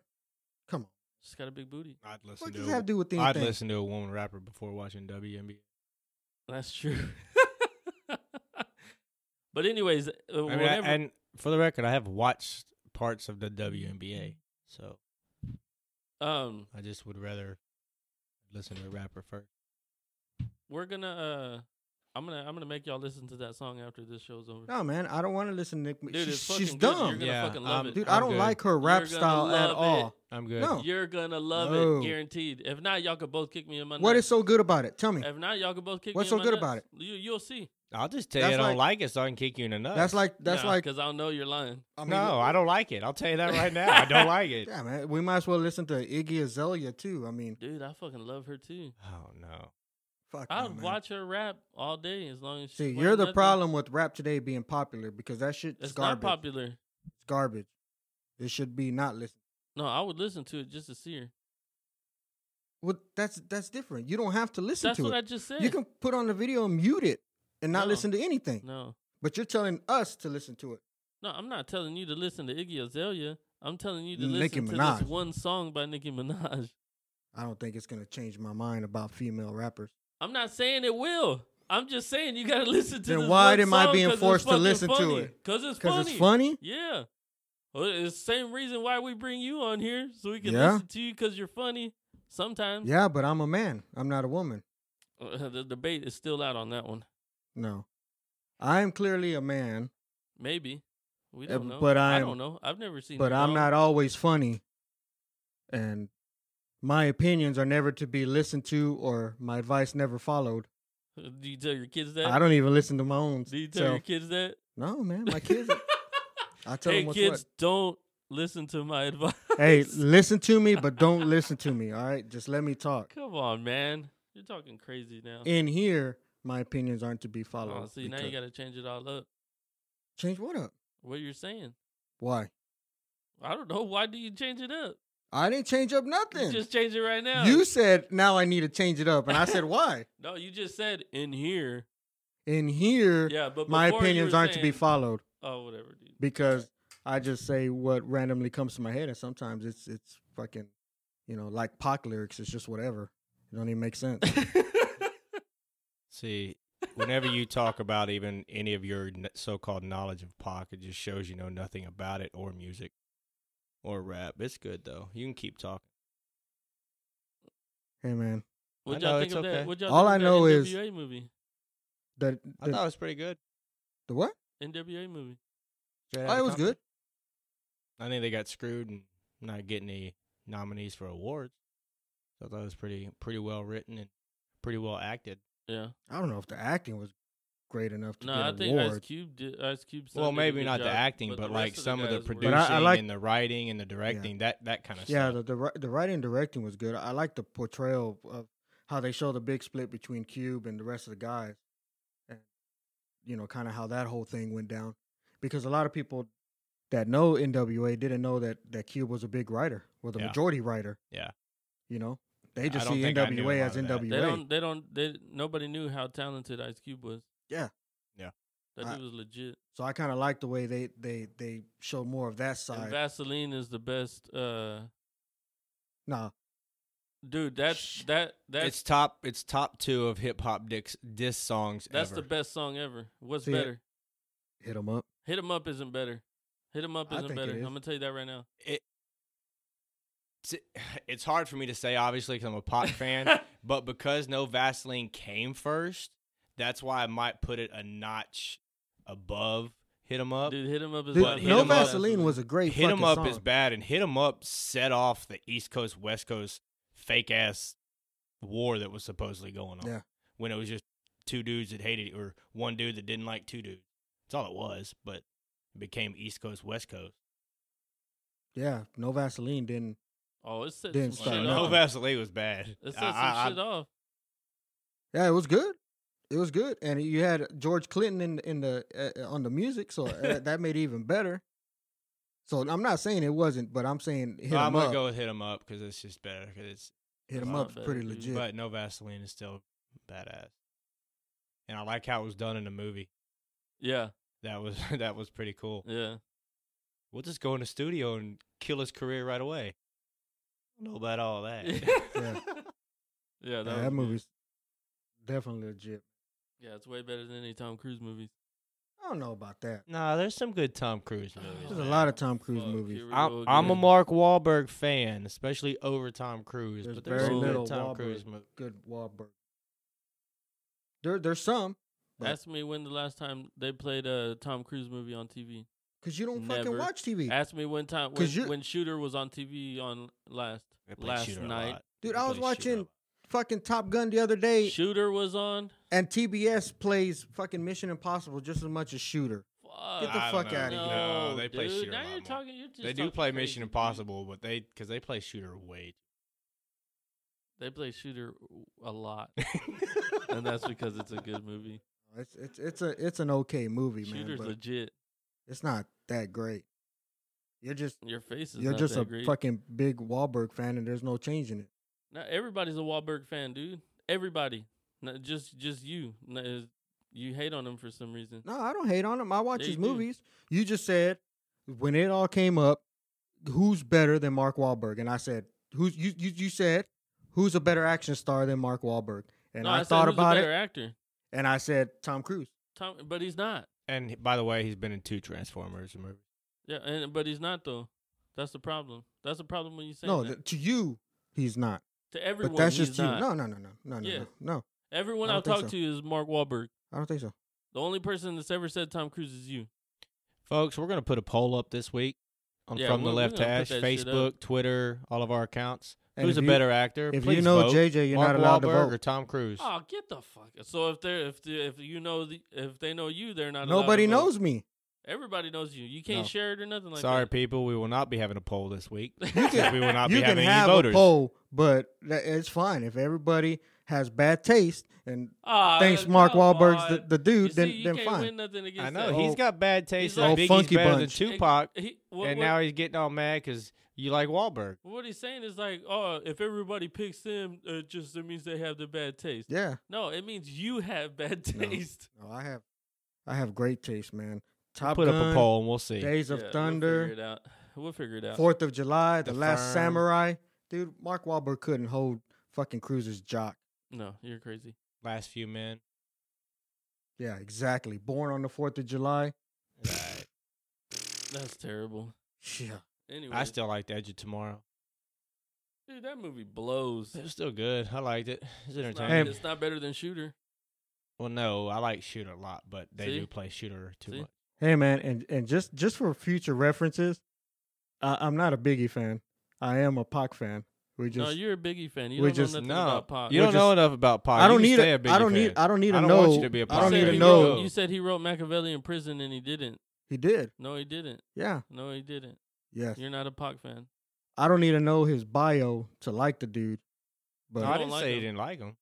Speaker 3: Come on,
Speaker 1: She's got a big booty.
Speaker 2: I'd listen
Speaker 3: what
Speaker 2: to.
Speaker 3: does that have to do with anything?
Speaker 2: I'd listen to a woman rapper before watching WNBA.
Speaker 1: That's true. but anyways, uh,
Speaker 2: I mean, I-
Speaker 1: whenever-
Speaker 2: and for the record, I have watched parts of the WNBA, so
Speaker 1: um
Speaker 2: I just would rather listen to a rapper first.
Speaker 1: we're gonna uh I'm gonna I'm gonna make y'all listen to that song after this show's over.
Speaker 3: No, man, I don't want to listen to Nick.
Speaker 1: Dude,
Speaker 3: she's
Speaker 1: it's fucking
Speaker 3: she's
Speaker 1: good. You're
Speaker 3: dumb,
Speaker 1: gonna
Speaker 2: Yeah, um,
Speaker 1: fucking love
Speaker 2: I'm-
Speaker 1: it.
Speaker 3: dude.
Speaker 2: I'm
Speaker 3: I don't
Speaker 2: good.
Speaker 3: like her
Speaker 1: You're
Speaker 3: rap
Speaker 1: gonna
Speaker 3: style at
Speaker 1: love
Speaker 3: all.
Speaker 1: it.
Speaker 2: I'm good.
Speaker 3: No.
Speaker 1: You're gonna love
Speaker 3: No.
Speaker 1: it, guaranteed. If not, y'all could both kick me in my
Speaker 3: What is
Speaker 1: nuts.
Speaker 3: so good about it? Tell me.
Speaker 1: If not, y'all could both kick
Speaker 3: What's
Speaker 1: me in my
Speaker 3: so
Speaker 1: nuts.
Speaker 3: good about it?
Speaker 1: You you'll see.
Speaker 2: I'll just tell
Speaker 3: That's
Speaker 2: you I don't
Speaker 3: like-
Speaker 2: like it, so I can kick you in the nuts.
Speaker 3: That's like that's like
Speaker 1: because I'll know you're lying.
Speaker 3: I mean,
Speaker 2: no, I don't like it. I'll tell you that right now. I don't like it.
Speaker 3: Yeah, man. We might as well listen to Iggy Azalea too. I mean,
Speaker 1: Dude, I fucking love her too.
Speaker 2: Oh no.
Speaker 3: fuck. no,
Speaker 1: I'd
Speaker 3: Oh, man.
Speaker 1: watch her rap all day as long as she
Speaker 3: See,
Speaker 1: wasn't
Speaker 3: you're the
Speaker 1: nothing.
Speaker 3: problem with rap today being popular because that shit
Speaker 1: It's
Speaker 3: is garbage.
Speaker 1: not popular.
Speaker 3: It's garbage. It should be not listened.
Speaker 1: No, I would listen to it just to see her.
Speaker 3: Well, that's that's different. You don't have to listen
Speaker 1: That's
Speaker 3: to
Speaker 1: what I
Speaker 3: it.
Speaker 1: just said.
Speaker 3: you can put on the video and mute it and not
Speaker 1: No.
Speaker 3: listen to anything.
Speaker 1: No,
Speaker 3: But you're telling us to listen to it.
Speaker 1: no, I'm not telling you to listen to Iggy Azalea. I'm telling you to
Speaker 3: Nicki
Speaker 1: listen to
Speaker 3: Minaj.
Speaker 1: this one song by Nicki Minaj.
Speaker 3: I don't think it's gonna change my mind about female rappers.
Speaker 1: I'm not saying it will. I'm just saying you gotta listen to.
Speaker 3: Then
Speaker 1: this
Speaker 3: why
Speaker 1: one
Speaker 3: am I
Speaker 1: song
Speaker 3: being
Speaker 1: 'cause it's
Speaker 3: forced to
Speaker 1: fucking
Speaker 3: listen to
Speaker 1: funny.
Speaker 3: it?
Speaker 1: Cause it's
Speaker 3: because
Speaker 1: funny.
Speaker 3: it's funny.
Speaker 1: Yeah. Well, it's the same reason why we bring you on here so we can
Speaker 3: Yeah.
Speaker 1: listen to you because you're funny. Sometimes
Speaker 3: Yeah, but I'm a man. I'm not a woman.
Speaker 1: Uh, the debate is still out on that one.
Speaker 3: No, I am clearly a man,
Speaker 1: Maybe we
Speaker 3: Uh,
Speaker 1: don't know.
Speaker 3: but
Speaker 1: I
Speaker 3: I'm-
Speaker 1: don't know. I've never seen.
Speaker 3: but
Speaker 1: a
Speaker 3: I'm
Speaker 1: dog-
Speaker 3: not always funny, and my opinions are never to be listened to, or my advice never followed.
Speaker 1: Uh, Do you tell your kids that?
Speaker 3: I don't even listen to my own.
Speaker 1: Do you tell
Speaker 3: So
Speaker 1: your kids that?
Speaker 3: no, man, my kids. I tell
Speaker 1: hey,
Speaker 3: them what's
Speaker 1: kids, don't listen to my advice.
Speaker 3: what. Hey, listen to me, but don't listen to me. All right, just let me talk.
Speaker 1: come on, man. You're talking crazy now.
Speaker 3: In here, my opinions aren't to be followed.
Speaker 1: Oh, see, now you
Speaker 3: because-
Speaker 1: got to change it all up.
Speaker 3: change what up?
Speaker 1: What you're saying?
Speaker 3: Why?
Speaker 1: I don't know. Why do you change it up?
Speaker 3: I didn't change up
Speaker 1: You
Speaker 3: nothing.
Speaker 1: just change it right now.
Speaker 3: You said now I need to change it up, and I said why?
Speaker 1: no, you just said in here.
Speaker 3: In here,
Speaker 1: Yeah, but
Speaker 3: my
Speaker 1: before you
Speaker 3: opinions
Speaker 1: were
Speaker 3: aren't to be
Speaker 1: saying-
Speaker 3: followed
Speaker 1: Oh, whatever, dude.
Speaker 3: because I just say what randomly comes to my head, and sometimes it's it's fucking, you know, like pop lyrics. It's just whatever. It don't even make sense.
Speaker 2: See, whenever you talk about even any of your n- so-called knowledge of Pac, it just shows you know nothing about it or music or rap. It's good though. You can keep talking.
Speaker 3: hey man,
Speaker 1: What
Speaker 2: I
Speaker 1: y'all
Speaker 2: know,
Speaker 1: think
Speaker 2: it's
Speaker 1: of
Speaker 2: okay.
Speaker 1: that? What y'all
Speaker 3: All
Speaker 1: think
Speaker 3: I
Speaker 1: of that
Speaker 3: know is-
Speaker 1: NWA movie.
Speaker 3: the
Speaker 2: I
Speaker 3: the,
Speaker 2: thought it was pretty good.
Speaker 3: the what?
Speaker 1: NWA movie.
Speaker 2: Straight
Speaker 3: Oh,
Speaker 2: Outta
Speaker 3: it was
Speaker 2: Compton.
Speaker 3: good.
Speaker 2: I think they got screwed and not getting any nominees for awards. So I thought it was pretty pretty well written and pretty well acted.
Speaker 1: Yeah.
Speaker 3: I don't know if the acting was great enough to
Speaker 1: No,
Speaker 3: get
Speaker 1: I
Speaker 3: an
Speaker 1: think Ice
Speaker 3: award.
Speaker 1: Cube did. Ice Cube. still
Speaker 2: well,
Speaker 1: did a
Speaker 2: maybe
Speaker 1: good
Speaker 2: not the
Speaker 1: job,
Speaker 2: acting, but, like
Speaker 1: rest of
Speaker 2: some of the
Speaker 1: guys were-
Speaker 2: producing
Speaker 3: I- I like-
Speaker 2: and the writing and the directing, that that kind of
Speaker 3: yeah,
Speaker 2: stuff.
Speaker 3: the, the ri- the writing and directing was good. I like the portrayal of how they show the big split between Cube and the rest of the guys, and you know, kind of how that whole thing went down. Because a lot of people that know NWA didn't know that that Cube was a big writer, well, the
Speaker 2: Yeah.
Speaker 3: majority writer.
Speaker 2: Yeah.
Speaker 3: you know, they
Speaker 2: I
Speaker 3: just
Speaker 2: don't
Speaker 3: see
Speaker 2: think I knew a
Speaker 3: NWA as
Speaker 2: lot of that.
Speaker 3: NWA.
Speaker 1: They don't. They don't. They nobody knew how talented Ice Cube was.
Speaker 3: Yeah.
Speaker 2: Yeah.
Speaker 1: That
Speaker 3: I-
Speaker 1: dude was legit.
Speaker 3: So I kind of like the way they they they show more of that
Speaker 1: And
Speaker 3: side.
Speaker 1: Vaseline is the best. uh
Speaker 3: nah,
Speaker 1: Dude, that's
Speaker 2: Shh.
Speaker 1: that that's
Speaker 2: it's top it's top two of hip hop dicks diss songs
Speaker 1: that's
Speaker 2: ever.
Speaker 1: the best song ever. What's
Speaker 3: See,
Speaker 1: better?
Speaker 3: hit them up.
Speaker 1: Hit 'em up isn't better. Hit 'em up
Speaker 3: I
Speaker 1: isn't
Speaker 3: think it
Speaker 1: better.
Speaker 3: is.
Speaker 1: I'm gonna tell you that right now.
Speaker 2: It's, it's hard for me to say obviously because I'm a pop fan, but because no Vaseline came first, that's why I might put it a notch above. Hit 'em up.
Speaker 1: Dude, hit 'em up is
Speaker 3: Dude,
Speaker 1: my
Speaker 2: Hit
Speaker 3: no
Speaker 1: favorite
Speaker 2: 'Em Up-
Speaker 3: Vaseline was a great.
Speaker 2: Hit 'em
Speaker 3: fucking
Speaker 2: up
Speaker 3: song.
Speaker 2: is bad, and hit 'em up set off the East Coast West Coast fake ass war that was supposedly going on.
Speaker 3: Yeah.
Speaker 2: when it was just two dudes that hated or one dude that didn't like two dudes. That's all it was, but it became East Coast West Coast.
Speaker 3: Yeah, no Vaseline didn't.
Speaker 1: Oh, it set some
Speaker 3: Didn't
Speaker 1: shit
Speaker 3: start
Speaker 2: no
Speaker 1: off.
Speaker 2: Vaseline was bad.
Speaker 1: It set
Speaker 2: I-
Speaker 1: some
Speaker 2: I- I-
Speaker 1: shit off.
Speaker 3: Yeah, it was good. It was good, and you had George Clinton in in the uh, on the music, so uh, that made it even better. So I'm not saying it wasn't, but I'm saying hit
Speaker 2: No, I'm
Speaker 3: him
Speaker 2: gonna
Speaker 3: up.
Speaker 2: go with hit 'em up because it's just better. 'cause it's
Speaker 3: hit him
Speaker 1: Nah,
Speaker 3: up,
Speaker 1: better,
Speaker 3: pretty
Speaker 1: dude.
Speaker 3: legit.
Speaker 2: but no Vaseline is still badass, and I like how it was done in the movie.
Speaker 1: Yeah,
Speaker 2: That was that was pretty cool.
Speaker 1: yeah.
Speaker 2: We'll just go in the studio and kill his career right away. I don't know about all that.
Speaker 1: yeah, that,
Speaker 3: Yeah,
Speaker 1: was
Speaker 3: that
Speaker 1: good.
Speaker 3: movie's definitely legit.
Speaker 1: Yeah, it's way better than any Tom Cruise movies.
Speaker 3: I don't know about that.
Speaker 2: nah, there's some good Tom Cruise
Speaker 3: There's
Speaker 2: movies.
Speaker 3: a
Speaker 1: man.
Speaker 3: lot of Tom Cruise
Speaker 1: Fuck,
Speaker 3: movies.
Speaker 1: here we
Speaker 2: I'm,
Speaker 1: go
Speaker 2: I'm a
Speaker 1: again.
Speaker 2: Mark Wahlberg fan, especially over Tom Cruise.
Speaker 3: There's
Speaker 2: but there's
Speaker 3: very
Speaker 2: some
Speaker 3: little
Speaker 2: good Tom
Speaker 3: Wahlberg.
Speaker 2: Cruise movies.
Speaker 3: Good Wahlberg. There, there's some but-
Speaker 1: Ask me when the last time they played a Tom Cruise movie on TV.
Speaker 3: because you don't fucking
Speaker 1: Never.
Speaker 3: watch TV,
Speaker 1: Ask me when time when,
Speaker 3: 'Cause you're-
Speaker 1: when Shooter was on TV on last last night.
Speaker 3: dude. I was watching fucking Top Gun the other day,
Speaker 1: Shooter was on.
Speaker 3: and TBS plays fucking Mission Impossible just as much as Shooter.
Speaker 1: Fuck.
Speaker 3: Get the
Speaker 2: I don't
Speaker 3: fuck
Speaker 2: know.
Speaker 3: outta here.
Speaker 1: No,
Speaker 2: No, they play
Speaker 1: dude,
Speaker 2: Shooter a
Speaker 1: Now
Speaker 2: lot
Speaker 1: you're
Speaker 2: more.
Speaker 1: talking. You're just
Speaker 2: They do
Speaker 1: talking
Speaker 2: play
Speaker 1: crazy,
Speaker 2: Mission
Speaker 1: dude.
Speaker 2: Impossible, but they because they play Shooter way.
Speaker 1: They play Shooter a lot, and that's because it's a good movie.
Speaker 3: Oh, It's it's it's a it's an okay movie, man,
Speaker 1: Shooter's
Speaker 3: but
Speaker 1: legit.
Speaker 3: it's not that great. You're just
Speaker 1: Your face is.
Speaker 3: you're
Speaker 1: not
Speaker 3: just
Speaker 1: that
Speaker 3: a
Speaker 1: great.
Speaker 3: fucking big Wahlberg fan, and there's no changing it.
Speaker 1: Now everybody's a Wahlberg fan, dude. Everybody, not just just you. Not- is- you hate on him for some reason.
Speaker 3: No, I don't hate on him. I watch
Speaker 1: Yeah,
Speaker 3: his
Speaker 1: you do.
Speaker 3: movies. You just said when it all came up, who's better than Mark Wahlberg? And I said, who's you? You, you said who's a better action star than Mark Wahlberg? And
Speaker 1: no,
Speaker 3: I,
Speaker 1: said
Speaker 3: thought
Speaker 1: who's a
Speaker 3: about it,
Speaker 1: better Actor.
Speaker 3: and I said Tom Cruise.
Speaker 1: Tom, but he's not.
Speaker 2: And he- by the way, he's been in two Transformers movies.
Speaker 1: Yeah, and but he's not though. That's the problem. That's the problem when you say
Speaker 3: No,
Speaker 1: that.
Speaker 3: th- to you, he's not.
Speaker 1: to everyone.
Speaker 3: but that's
Speaker 1: he's
Speaker 3: just
Speaker 1: not.
Speaker 3: you. No, no, no, no, no, no,
Speaker 1: Yeah.
Speaker 3: no, no.
Speaker 1: Everyone
Speaker 3: I don't
Speaker 1: I've
Speaker 3: think
Speaker 1: talked
Speaker 3: so.
Speaker 1: to is Mark Wahlberg.
Speaker 3: I don't think so.
Speaker 1: The only person that's ever said Tom Cruise is you.
Speaker 2: Folks, we're gonna put a poll up this week on
Speaker 1: Yeah,
Speaker 2: From the
Speaker 1: we're- we're
Speaker 2: Left
Speaker 1: gonna put
Speaker 2: to Ash,
Speaker 1: that shit up.
Speaker 2: Facebook, Twitter, all of our accounts.
Speaker 3: And
Speaker 2: Who's
Speaker 3: if
Speaker 2: a
Speaker 3: you-
Speaker 2: better actor?
Speaker 3: If
Speaker 2: Please
Speaker 3: you know
Speaker 2: vote.
Speaker 3: JJ, you're
Speaker 2: Mark
Speaker 3: not allowed
Speaker 2: Wahlberg
Speaker 3: to
Speaker 2: or
Speaker 3: vote.
Speaker 2: Tom Cruise.
Speaker 1: Oh, get the fuck. So if they're if the, if you know the, if they know you, they're not. allowed to
Speaker 3: Nobody
Speaker 1: vote.
Speaker 3: knows me.
Speaker 1: Everybody knows you. You can't
Speaker 2: No.
Speaker 1: share it or nothing like
Speaker 2: Sorry,
Speaker 1: that.
Speaker 2: people, we will not be having a poll this week.
Speaker 1: You
Speaker 2: we will not
Speaker 3: you
Speaker 2: be
Speaker 3: can
Speaker 2: having
Speaker 3: have
Speaker 2: any voters.
Speaker 3: a poll, but tha- it's fine if everybody has bad taste and
Speaker 1: Ah,
Speaker 3: thinks
Speaker 1: come
Speaker 3: Mark Wahlberg's
Speaker 1: on.
Speaker 3: the, the
Speaker 1: You
Speaker 3: dude.
Speaker 1: see,
Speaker 3: then
Speaker 1: you
Speaker 3: then
Speaker 1: can't
Speaker 3: fine.
Speaker 1: win nothing against
Speaker 2: I know
Speaker 1: that.
Speaker 2: he's got bad taste.
Speaker 1: like-
Speaker 2: and
Speaker 3: Oh,
Speaker 2: Biggie's
Speaker 3: Funky
Speaker 2: better
Speaker 3: Bunch.
Speaker 2: than Tupac,
Speaker 1: He, what,
Speaker 2: and
Speaker 1: what-
Speaker 2: now he's getting all mad because you like Wahlberg.
Speaker 1: What he's saying is like, oh, if everybody picks them, it just it means they have the bad taste.
Speaker 3: Yeah.
Speaker 1: No, it means you have bad
Speaker 3: No.
Speaker 1: taste.
Speaker 3: No, I have, I have great taste, man. Top
Speaker 2: put up
Speaker 3: Gun,
Speaker 2: a poll and we'll see.
Speaker 3: Days of
Speaker 1: Yeah, We'll
Speaker 3: Thunder,
Speaker 1: figure it out. We'll figure it out.
Speaker 3: Fourth of July, The,
Speaker 2: The
Speaker 3: Last
Speaker 2: Firm.
Speaker 3: Samurai. Dude, Mark Wahlberg couldn't hold fucking Cruise's jock.
Speaker 1: no, you're crazy.
Speaker 2: Last few men.
Speaker 3: Yeah, exactly. Born on the Fourth of July.
Speaker 1: That's terrible.
Speaker 3: Yeah.
Speaker 1: Anyway,
Speaker 2: I still liked Edge of Tomorrow.
Speaker 1: dude, that movie blows.
Speaker 2: It was still good. I liked it. It's
Speaker 1: It's not,
Speaker 2: entertaining.
Speaker 1: it's not better than Shooter.
Speaker 2: Well, no, I like Shooter a lot, but they
Speaker 1: See?
Speaker 2: do play Shooter too
Speaker 1: See?
Speaker 2: much.
Speaker 3: Hey man, and and just just for future references, I, I'm not a Biggie fan. I am a Pac fan. We just
Speaker 1: no, you're a Biggie fan. You
Speaker 3: we
Speaker 1: don't
Speaker 3: just-
Speaker 1: know nothing
Speaker 2: No,
Speaker 1: about Pac.
Speaker 2: you
Speaker 3: We're
Speaker 2: don't know
Speaker 3: just-
Speaker 2: enough about Pac.
Speaker 3: I don't
Speaker 2: you
Speaker 3: need
Speaker 2: can stay a
Speaker 3: a, I
Speaker 2: Biggie
Speaker 3: don't need
Speaker 2: fan.
Speaker 3: I don't need
Speaker 2: I don't
Speaker 3: to know.
Speaker 2: want you to be a
Speaker 3: I
Speaker 2: Pac
Speaker 3: don't
Speaker 1: You
Speaker 3: need
Speaker 1: said
Speaker 3: to
Speaker 1: he
Speaker 3: know.
Speaker 1: wrote- you said he wrote Machiavelli in prison and he didn't.
Speaker 3: He did.
Speaker 1: No, he didn't.
Speaker 3: Yeah.
Speaker 1: No, he didn't.
Speaker 3: Yes.
Speaker 1: You're not a Pac fan.
Speaker 3: I don't need to know his bio to like the dude. But
Speaker 2: No,
Speaker 1: You
Speaker 2: I
Speaker 1: don't
Speaker 2: didn't
Speaker 1: like
Speaker 2: say you
Speaker 1: him.
Speaker 2: didn't like him.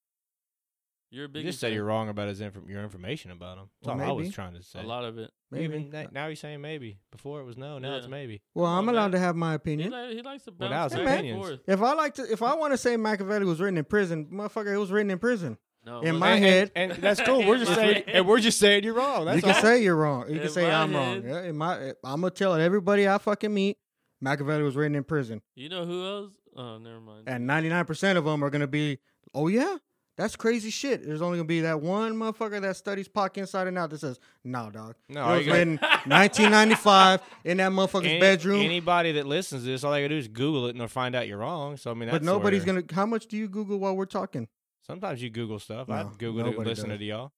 Speaker 1: You're a Biggie.
Speaker 2: You just said
Speaker 1: fan.
Speaker 2: you're wrong about his inf- your information about him. That's
Speaker 3: Well,
Speaker 2: all I was
Speaker 3: maybe.
Speaker 2: trying to say.
Speaker 1: A lot of it.
Speaker 3: maybe-
Speaker 2: Even that, now he's saying maybe. Before it was no. Now it's
Speaker 1: Yeah.
Speaker 2: maybe.
Speaker 3: well, I'm
Speaker 1: Well,
Speaker 3: allowed
Speaker 1: that-
Speaker 3: to have my
Speaker 1: He,
Speaker 3: opinion.
Speaker 1: li- he likes to
Speaker 2: Well,
Speaker 1: bounce
Speaker 2: now it's
Speaker 1: back and
Speaker 2: opinions.
Speaker 1: forth.
Speaker 3: If I like to, if I want to say Machiavelli was written in prison, motherfucker, it was written in prison.
Speaker 1: No,
Speaker 3: In
Speaker 1: but-
Speaker 3: my
Speaker 2: and,
Speaker 3: head-
Speaker 2: and, and that's cool. We're just
Speaker 1: In my
Speaker 2: saying,
Speaker 1: head.
Speaker 2: and we're just saying you're wrong. That's
Speaker 3: you can
Speaker 2: all.
Speaker 3: say you're wrong. You
Speaker 1: In
Speaker 3: can say
Speaker 1: my
Speaker 3: I'm
Speaker 1: head-
Speaker 3: wrong. Yeah, in my, I'm gonna tell everybody I fucking meet Machiavelli was written in prison,
Speaker 1: you know who else? Oh, never mind.
Speaker 3: and 99 percent of them are gonna be, oh yeah, that's crazy shit. There's only gonna be that one motherfucker that studies Pac inside and out that says, nah, dog.
Speaker 2: no,
Speaker 3: it
Speaker 2: all
Speaker 3: was
Speaker 2: you gotta-
Speaker 3: written 1995 in that motherfucker's
Speaker 2: any-
Speaker 3: bedroom.
Speaker 2: Anybody that listens to this, all they gotta do is Google it and they'll find out you're wrong. So I mean, that's
Speaker 3: but nobody's
Speaker 2: where-
Speaker 3: gonna. How much do you Google while we're talking?
Speaker 2: Sometimes you Google stuff. I
Speaker 3: No,
Speaker 2: Google it, and
Speaker 3: nobody
Speaker 2: listen
Speaker 3: does.
Speaker 2: to y'all.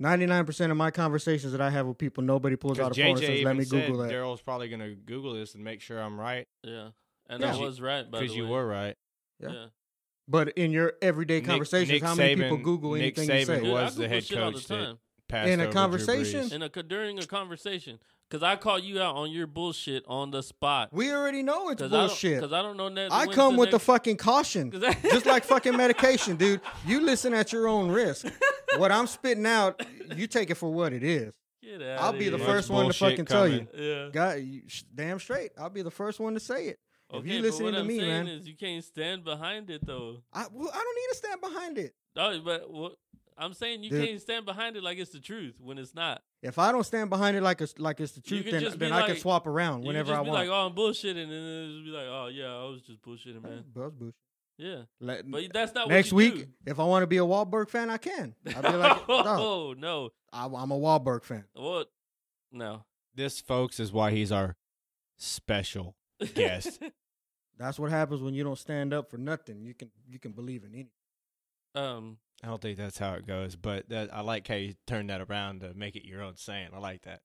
Speaker 3: 99% of my conversations that I have with people, nobody pulls out a
Speaker 2: Because
Speaker 3: phone and
Speaker 2: JJ
Speaker 3: says,
Speaker 2: even
Speaker 3: let me
Speaker 2: said
Speaker 3: Google that.
Speaker 2: Daryl's probably gonna Google this and make sure I'm right
Speaker 1: yeah, and I
Speaker 3: Yeah.
Speaker 1: was right by the
Speaker 2: because you
Speaker 1: way.
Speaker 2: were right.
Speaker 3: Yeah.
Speaker 1: yeah.
Speaker 3: But in your everyday
Speaker 2: Nick-
Speaker 3: conversations,
Speaker 2: Nick
Speaker 3: how many people
Speaker 2: Saban-
Speaker 3: Google
Speaker 2: Nick
Speaker 3: anything
Speaker 2: Saban
Speaker 3: you
Speaker 2: was-
Speaker 3: say?
Speaker 1: I
Speaker 2: the
Speaker 1: Google
Speaker 2: head
Speaker 1: shit all the
Speaker 2: coach that-
Speaker 1: time.
Speaker 2: Passed
Speaker 3: In a
Speaker 2: over Drew
Speaker 3: conversation?
Speaker 2: Brees.
Speaker 1: in a co- during a conversation because I call you out on your bullshit on the spot.
Speaker 3: We already know it's
Speaker 1: Because
Speaker 3: bullshit.
Speaker 1: Because I, don't know that.
Speaker 3: I, come with the fucking caution,
Speaker 1: 'Cause I-
Speaker 3: just like fucking medication, dude. You listen at your own risk. What I'm spitting out, you take it for what it is.
Speaker 1: Get out
Speaker 3: I'll be the
Speaker 2: Much
Speaker 3: first one to
Speaker 2: bullshit
Speaker 3: fucking tell you.
Speaker 2: coming.
Speaker 1: Yeah.
Speaker 3: God, you, sh- damn straight. I'll be the first one to say it. If
Speaker 1: Okay,
Speaker 3: you
Speaker 1: but
Speaker 3: listening
Speaker 1: what
Speaker 3: to
Speaker 1: I'm
Speaker 3: me,
Speaker 1: saying
Speaker 3: man,
Speaker 1: is you can't stand behind it though.
Speaker 3: I, well, I don't need to stand behind it.
Speaker 1: No, but what, I'm saying you
Speaker 3: Dude.
Speaker 1: can't stand behind it like it's the truth when it's not.
Speaker 3: If I don't stand behind it like it's like it's the
Speaker 1: You
Speaker 3: truth,
Speaker 1: could
Speaker 3: then
Speaker 1: just be
Speaker 3: then I can
Speaker 1: like-
Speaker 3: swap around
Speaker 1: You
Speaker 3: whenever
Speaker 1: can just
Speaker 3: I
Speaker 1: be
Speaker 3: want.
Speaker 1: like, oh, I'm bullshitting, and then just be like, oh yeah, I was just bullshitting, man.
Speaker 3: Buzz boost.
Speaker 1: Yeah,
Speaker 3: Let-
Speaker 1: but that's not
Speaker 3: next
Speaker 1: what you
Speaker 3: week,
Speaker 1: do.
Speaker 3: if I want to be a Wahlberg fan, I can. I'll be like, no,
Speaker 1: oh no,
Speaker 3: I, I'm a Wahlberg fan.
Speaker 1: what? No.
Speaker 2: This, folks, is why he's our special guest.
Speaker 3: That's what happens when you don't stand up for nothing. You can you can believe in anything.
Speaker 1: um.
Speaker 2: I don't think that's how it goes, but that, I like how you turned that around to make it your own saying. I like that.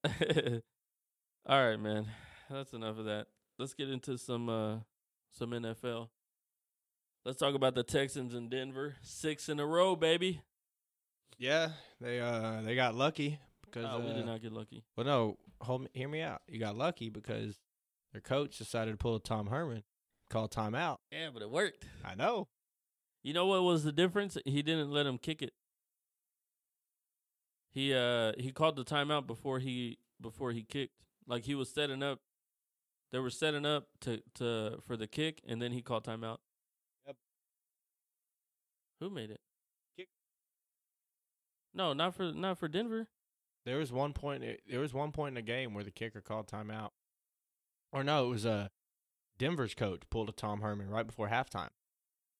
Speaker 1: All right, man. That's enough of that. Let's get into some uh some NFL. Let's talk about the Texans in Denver. Six in a row, baby.
Speaker 2: Yeah, they uh they got lucky because
Speaker 1: Oh, we
Speaker 2: uh,
Speaker 1: did not get lucky.
Speaker 2: well no hold me, hear me out. You got lucky because their coach decided to pull a Tom Herman, call time out.
Speaker 1: Yeah, but it worked.
Speaker 2: I know.
Speaker 1: You know what was the difference? He didn't let him kick it. He uh he called the timeout before he before he kicked. Like he was setting up they were setting up to to for the kick and then he called timeout.
Speaker 2: Yep.
Speaker 1: Who made it?
Speaker 2: Kick.
Speaker 1: No, not for not for Denver.
Speaker 2: There was one point. eh, There was one point in the game where the kicker called timeout, or no, it was uh, Denver's coach pulled a Tom Herman right before halftime,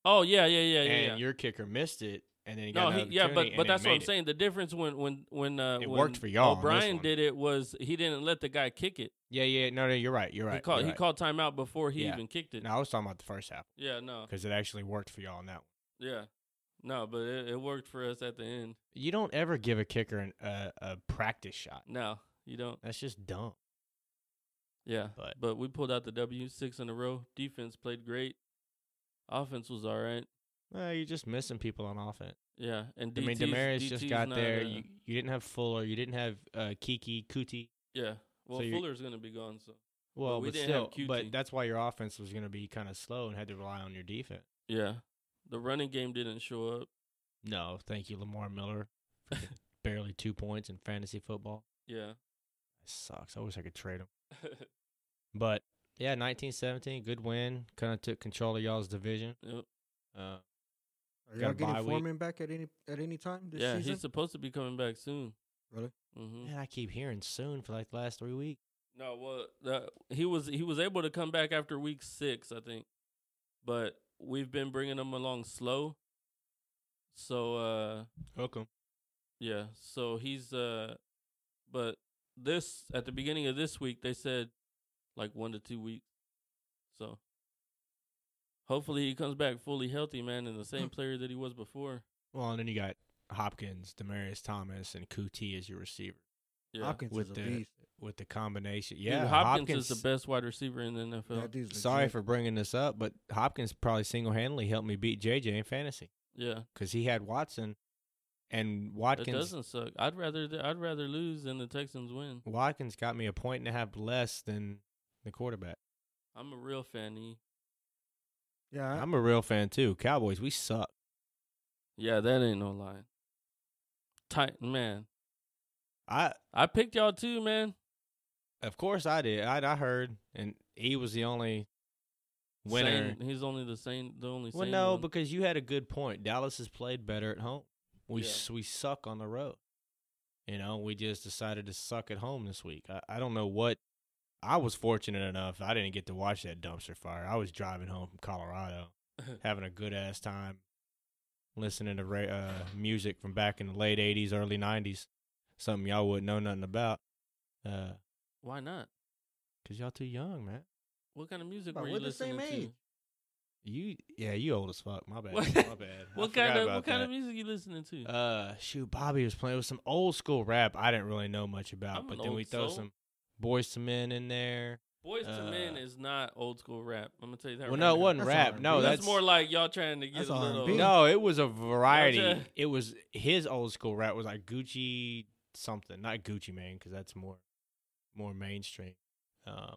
Speaker 1: Oh yeah, yeah, yeah, yeah.
Speaker 2: and
Speaker 1: yeah.
Speaker 2: your kicker missed it, and then he
Speaker 1: no,
Speaker 2: got
Speaker 1: he,
Speaker 2: another
Speaker 1: yeah, but
Speaker 2: opportunity,
Speaker 1: but
Speaker 2: and they
Speaker 1: that's what I'm
Speaker 2: made it.
Speaker 1: saying. The difference when when when uh,
Speaker 2: It
Speaker 1: when
Speaker 2: worked for y'all on this
Speaker 1: O'Brien
Speaker 2: one.
Speaker 1: did it was he didn't let the guy kick it.
Speaker 2: Yeah, yeah, no, no, you're right, you're right.
Speaker 1: he called
Speaker 2: you're
Speaker 1: he
Speaker 2: right.
Speaker 1: called timeout before he
Speaker 2: Yeah.
Speaker 1: even kicked it.
Speaker 2: No, I was talking about the first half
Speaker 1: Yeah, no,
Speaker 2: because it actually worked for y'all on that one.
Speaker 1: yeah, no, but it, it worked for us at the end.
Speaker 2: You don't ever give a kicker an, a a practice shot.
Speaker 1: No, you don't.
Speaker 2: That's just dumb.
Speaker 1: Yeah, but,
Speaker 2: But-
Speaker 1: we pulled out the W six in a row. Defense played great. Offense was all right.
Speaker 2: Well, you're just missing people on offense.
Speaker 1: Yeah, and
Speaker 2: I mean,
Speaker 1: DT's
Speaker 2: Damaris
Speaker 1: DT's
Speaker 2: just got
Speaker 1: not,
Speaker 2: there.
Speaker 1: uh,
Speaker 2: You, you didn't have Fuller. You didn't have uh, Kiki Kuti.
Speaker 1: yeah, well
Speaker 2: so you-
Speaker 1: Fuller's gonna be gone. So
Speaker 2: Well,
Speaker 1: we
Speaker 2: but
Speaker 1: didn't have
Speaker 2: still, but
Speaker 1: QT.
Speaker 2: that's why your offense was going to be kind of slow and had to rely on your defense.
Speaker 1: yeah, the running game didn't show up.
Speaker 2: No, thank you, Lamar Miller. for the barely two points in fantasy football.
Speaker 1: Yeah,
Speaker 2: That sucks. I wish I could trade him. But yeah, 1917, good win. Kind of took control of y'all's division.
Speaker 1: Yep.
Speaker 2: Uh,
Speaker 3: Are
Speaker 2: Got
Speaker 3: y'all
Speaker 2: a bye
Speaker 3: getting
Speaker 2: week.
Speaker 3: Foreman back at any at any time this
Speaker 1: yeah,
Speaker 3: season?
Speaker 1: he's supposed to be coming back soon.
Speaker 3: Really?
Speaker 1: Mm-hmm.
Speaker 2: man, I keep hearing soon for like the last three weeks.
Speaker 1: No, well, the, he was he was able to come back after week six, I think, but we've been bringing him along slow. So uh,
Speaker 2: Welcome.
Speaker 1: yeah, so he's uh, but this at the beginning of this week they said like one to two weeks, so hopefully he comes back fully healthy, man, and the
Speaker 3: Hmm.
Speaker 1: same player that he was before.
Speaker 2: Well, and then you got Hopkins, Demarius Thomas, and Kuti as your receiver
Speaker 1: Yeah,
Speaker 3: Hopkins
Speaker 2: with
Speaker 3: is a
Speaker 2: the
Speaker 3: beast.
Speaker 2: with the combination.
Speaker 1: Dude,
Speaker 2: Yeah,
Speaker 1: Hopkins, is the best wide receiver in the
Speaker 3: That
Speaker 1: NFL.
Speaker 3: dude's
Speaker 2: Sorry
Speaker 3: legit.
Speaker 2: for bringing this up, but Hopkins probably single handedly helped me beat JJ in fantasy
Speaker 1: Yeah,
Speaker 2: because he had Watson, and
Speaker 1: it
Speaker 2: Watkins
Speaker 1: doesn't suck. I'd rather th- I'd rather lose than the Texans win.
Speaker 2: Watkins got me a point and a half less than the quarterback.
Speaker 1: I'm a real fan. E.
Speaker 3: yeah. I-
Speaker 2: I'm a real fan too. Cowboys, we suck.
Speaker 1: Yeah, that ain't no lie. Tight man.
Speaker 2: I
Speaker 1: I picked y'all too, man.
Speaker 2: of course I did. I I heard, and he was the only winner.
Speaker 1: Sane- he's only the same. The only.
Speaker 2: Well,
Speaker 1: sane
Speaker 2: no,
Speaker 1: one.
Speaker 2: because you had a good point. Dallas has played better at home. We
Speaker 1: Yeah.
Speaker 2: s we suck on the road. You know, we just decided to suck at home this week. I, I don't know what. I was fortunate enough. I didn't get to watch that dumpster fire. I was driving home from Colorado, having a good ass time, listening to ra- uh, music from back in the late '80s, early '90s. Something y'all wouldn't know nothing about, uhbecause
Speaker 1: why not?
Speaker 2: y'all too young, man.
Speaker 1: What kind of music
Speaker 3: But
Speaker 1: were you
Speaker 3: we're the
Speaker 1: listening
Speaker 3: same
Speaker 1: to?
Speaker 3: age.
Speaker 2: You, yeah, you old as fuck. My bad.
Speaker 1: What-
Speaker 2: My bad. I
Speaker 1: What
Speaker 2: forgot
Speaker 1: kind of
Speaker 2: about
Speaker 1: what kind
Speaker 2: that.
Speaker 1: of music you listening to?
Speaker 2: Uh, shoot, Bobby was playing with some old school rap. I didn't really know much about,
Speaker 1: I'm an
Speaker 2: but then
Speaker 1: old
Speaker 2: we throw
Speaker 1: soul.
Speaker 2: some boys to men in there.
Speaker 1: Boys to Men
Speaker 2: uh,
Speaker 1: is not old school rap. I'm gonna tell you that.
Speaker 2: Well,
Speaker 1: right
Speaker 2: no, it
Speaker 1: now.
Speaker 2: wasn't
Speaker 3: That's
Speaker 2: rap.
Speaker 3: R&B.
Speaker 2: No,
Speaker 1: that's,
Speaker 2: that's,
Speaker 1: more like y'all trying to get
Speaker 3: that's
Speaker 1: a little.
Speaker 3: R&B.
Speaker 2: No, it was a variety.
Speaker 1: Gotcha.
Speaker 2: It was his old school rap was like Gucci something, not Gucci Mane, because that's more more mainstream. Um,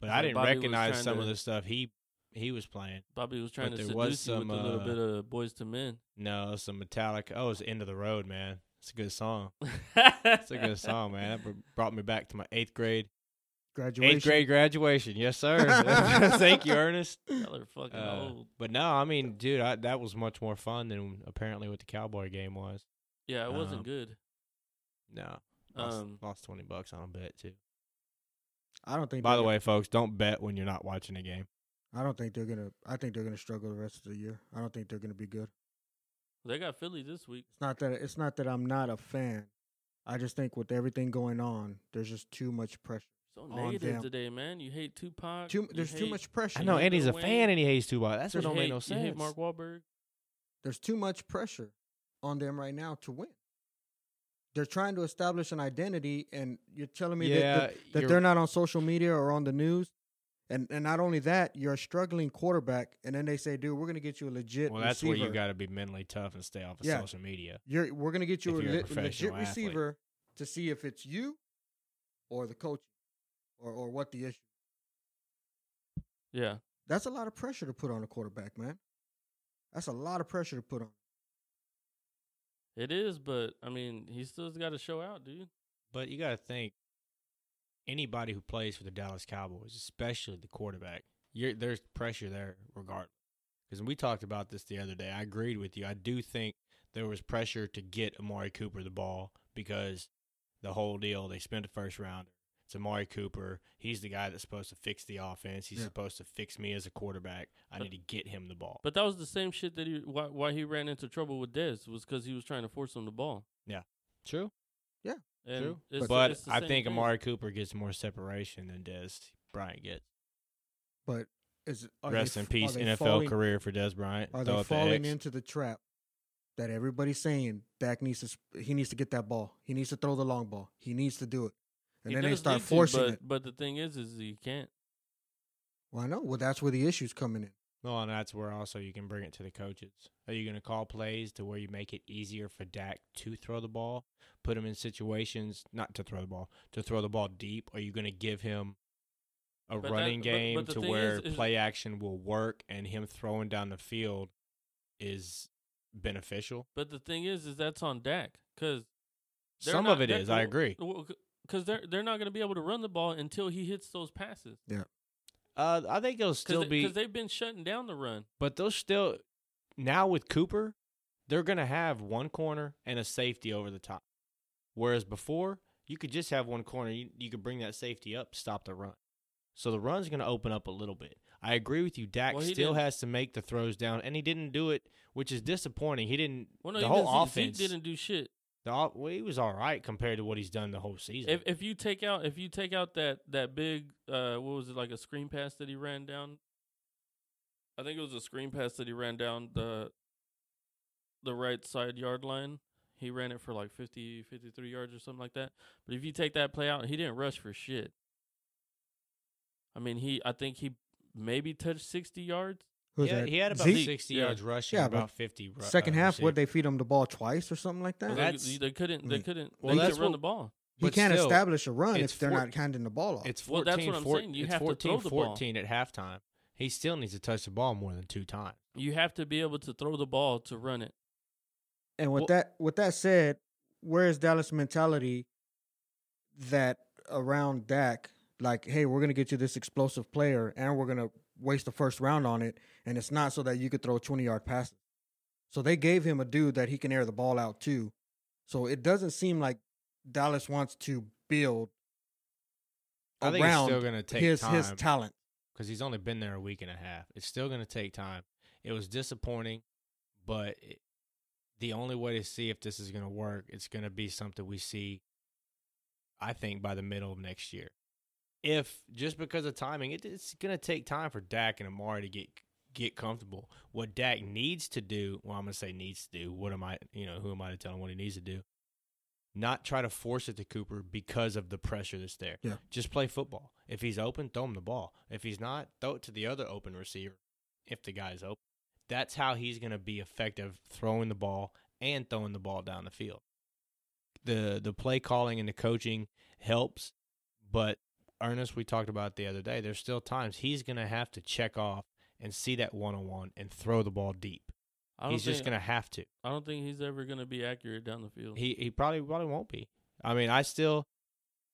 Speaker 2: but I
Speaker 1: Yeah,
Speaker 2: didn't
Speaker 1: Bobby was
Speaker 2: recognize
Speaker 1: trying
Speaker 2: some of
Speaker 1: to-
Speaker 2: the stuff he he was playing.
Speaker 1: Bobby was trying to
Speaker 2: But
Speaker 1: seduce
Speaker 2: there was
Speaker 1: you
Speaker 2: some,
Speaker 1: with a little
Speaker 2: uh,
Speaker 1: bit of Boys to Men.
Speaker 2: No, some Metallica. Oh, it's End of the Road, man. It's a good song.
Speaker 1: That's
Speaker 2: It's a good song, man. That br- brought me back to my eighth grade
Speaker 3: graduation.
Speaker 2: Eighth grade graduation, yes sir. Thank you, Ernest.
Speaker 1: Y'all are fucking
Speaker 2: Uh,
Speaker 1: old.
Speaker 2: but no, I mean, dude, I, that was much more fun than apparently what the cowboy game was.
Speaker 1: Yeah, it wasn't
Speaker 2: um,
Speaker 1: good.
Speaker 2: No, lost,
Speaker 1: Um,
Speaker 2: lost twenty bucks on a bet too.
Speaker 3: I don't think.
Speaker 2: By
Speaker 3: they're
Speaker 2: the
Speaker 3: gonna-
Speaker 2: way, folks, don't bet when you're not watching a game.
Speaker 3: I don't think they're gonna. I think they're gonna struggle the rest of the year. I don't think they're gonna be good.
Speaker 1: they got Philly this week.
Speaker 3: It's not that. It's not that I'm not a fan. I just think with everything going on, there's just too much pressure.
Speaker 1: So
Speaker 3: on
Speaker 1: negative
Speaker 3: them.
Speaker 1: today, man. You hate Tupac.
Speaker 3: Oh, Too.
Speaker 1: Uh, you
Speaker 3: There's too
Speaker 1: hate-
Speaker 3: much pressure.
Speaker 2: I know
Speaker 1: hate
Speaker 2: Andy's a
Speaker 1: Lil
Speaker 2: fan
Speaker 1: Wayne.
Speaker 2: and he hates Tupac. That's
Speaker 1: you
Speaker 2: what don't
Speaker 1: hate,
Speaker 2: make no
Speaker 1: You hate
Speaker 2: sense.
Speaker 1: Mark Wahlberg.
Speaker 3: There's too much pressure on them right now to win. They're trying to establish an identity, and you're telling me that,
Speaker 2: yeah,
Speaker 3: that, that they're not on social media or on the news. And and not only that, you're a struggling quarterback, and then they say, "Dude, we're gonna get you a legit."
Speaker 2: Well, that's where
Speaker 3: receiver.
Speaker 2: you got to be mentally tough and stay off of
Speaker 3: Yeah.
Speaker 2: social media.
Speaker 3: You're, we're gonna get you a,
Speaker 2: If you're a
Speaker 3: le- legit
Speaker 2: professional athlete.
Speaker 3: receiver to see if it's you or the coach or or what the issue.
Speaker 1: Yeah.
Speaker 3: That's a lot of pressure to put on a quarterback, man. That's a lot of pressure to put on.
Speaker 1: It is, but I mean, he still's got to show out, dude.
Speaker 2: But you got to think anybody who plays for the Dallas Cowboys, especially the quarterback, you're, there's pressure there regardless. Because we talked about this the other day. I agreed with you. I do think there was pressure to get Amari Cooper the ball because the whole deal, they spent a first rounder. It's Amari Cooper. He's the guy that's supposed to fix the offense. He's
Speaker 3: Yeah.
Speaker 2: supposed to fix me as a quarterback. I
Speaker 1: But-
Speaker 2: need to get him the ball.
Speaker 1: But that was the same shit that he why, why he ran into trouble with Dez was because he was trying to force him the ball.
Speaker 2: True.
Speaker 1: And
Speaker 2: True.
Speaker 1: it's the-
Speaker 2: but
Speaker 1: it's the
Speaker 2: I
Speaker 1: same
Speaker 2: think
Speaker 1: thing.
Speaker 2: Amari Cooper gets more separation than Des Bryant gets.
Speaker 3: But is are they
Speaker 2: Rest in
Speaker 3: f- are
Speaker 2: peace,
Speaker 3: they
Speaker 2: NFL
Speaker 3: falling-
Speaker 2: career for Des Bryant.
Speaker 3: Are
Speaker 2: Throw
Speaker 3: they
Speaker 2: up the
Speaker 3: falling
Speaker 2: X.
Speaker 3: into the trap that everybody's saying Dak needs to? sp- He needs to get that ball. He needs to throw the long ball. He needs to do it, and
Speaker 1: He
Speaker 3: then they
Speaker 1: does
Speaker 3: start
Speaker 1: need to,
Speaker 3: forcing
Speaker 1: but,
Speaker 3: it.
Speaker 1: But the thing is, is he can't.
Speaker 3: Well, I know. Well, that's where the issues coming in.
Speaker 2: Well, and that's where also you can bring it to the coaches. Are you going to call plays to where you make it easier for Dak to throw the ball, put him in situations not to throw the ball, to throw the ball deep? Are you going to give him a
Speaker 1: But that-
Speaker 2: running
Speaker 1: but- but
Speaker 2: game
Speaker 1: the
Speaker 2: to
Speaker 1: thing
Speaker 2: where
Speaker 1: is- is-
Speaker 2: play action will work and him throwing down the field is beneficial?
Speaker 1: But the thing is, is that's on Dak because
Speaker 2: Some of it is. I agree.
Speaker 1: Because they're they're not going to be able to run the ball until he hits those passes.
Speaker 2: Uh, I think it'll
Speaker 1: Because
Speaker 2: still
Speaker 1: they,
Speaker 2: be,
Speaker 1: because they've been shutting down the run.
Speaker 2: but those still now with Cooper, they're going to have one corner and a safety over the top. Whereas before, you could just have one corner. You, you could bring that safety up, stop the run. So the run's going to open up a little bit. I agree with you. Dak
Speaker 1: Well, he
Speaker 2: still
Speaker 1: didn't-
Speaker 2: has to make the throws down, and he didn't do it, which is disappointing. He didn't.
Speaker 1: Well, no,
Speaker 2: the
Speaker 1: even
Speaker 2: whole
Speaker 1: Zeke-
Speaker 2: offense.
Speaker 1: Zeke didn't do shit.
Speaker 2: The, o- well, he was all right compared to what he's done the whole season.
Speaker 1: If if you take out if you take out that that big uh what was it like a screen pass that he ran down? I think it was a screen pass that he ran down the the right side yard line. He ran it for like 50 53 yards or something like that. But if you take that play out, he didn't rush for shit. I mean, he I think he maybe touched 60 yards.
Speaker 3: Who's
Speaker 2: yeah,
Speaker 3: that?
Speaker 2: he had about
Speaker 3: Zeke?
Speaker 2: sixty
Speaker 1: Yeah.
Speaker 2: yards rushing,
Speaker 3: Yeah, but
Speaker 2: about fifty. ru-
Speaker 3: Second
Speaker 2: uh,
Speaker 3: half, would
Speaker 2: receiving.
Speaker 3: they feed him the ball twice or something like
Speaker 1: Well,
Speaker 3: that?
Speaker 1: they-
Speaker 2: that's- Mm.
Speaker 1: they couldn't
Speaker 3: I
Speaker 1: they
Speaker 3: mean,
Speaker 1: couldn't
Speaker 2: well,
Speaker 1: they
Speaker 2: that's
Speaker 1: could run
Speaker 2: what-
Speaker 1: the ball.
Speaker 3: he
Speaker 2: but
Speaker 3: can't
Speaker 2: still,
Speaker 3: establish a run
Speaker 2: it's
Speaker 3: if they're
Speaker 2: four-
Speaker 3: not handing the ball off.
Speaker 2: It's 14
Speaker 1: Well, that's what I'm
Speaker 2: four-
Speaker 1: saying. You
Speaker 2: it's
Speaker 1: have to
Speaker 2: 14,
Speaker 1: throw the ball.
Speaker 2: 14 at halftime. He still needs to touch the ball more than two times.
Speaker 1: You have to be able to throw the ball to run it.
Speaker 3: And with
Speaker 2: Well-
Speaker 3: that, with that said, where is Dallas mentality that around Dak, like, hey, we're gonna get you this explosive player, and we're gonna waste the first round on it, and it's not so that you could throw twenty yard passes. So they gave him a dude that he can air the ball out to. So it doesn't seem like Dallas wants to build
Speaker 2: I think it's
Speaker 3: around
Speaker 2: still going to take
Speaker 3: his
Speaker 2: time
Speaker 3: his talent.
Speaker 2: because he's only been there a week and a half. It's still going to take time. It was disappointing, but it, the only way to see if this is going to work, it's going to be something we see. I think by the middle of next year, if just because of timing, it, it's going to take time for Dak and Amari to get get comfortable. What Dak needs to do, well, I'm going to say needs to do. What am I? You know, who am I to tell him what he needs to do? Not try to force it to Cooper because of the pressure that's there just play football. If he's open, throw him the ball. If he's not, throw it to the other open receiver if the guy's open. That's how he's going to be effective throwing the ball and throwing the ball down the field. The the play calling and the coaching helps, but Ernest we talked about it the other day, there's still times he's going to have to check off and see that one-on-one and throw the ball deep.
Speaker 1: I don't
Speaker 2: He's just
Speaker 1: think-
Speaker 2: going to have to.
Speaker 1: I don't think he's ever going to be accurate down the field.
Speaker 2: He he probably probably won't be. I mean, I still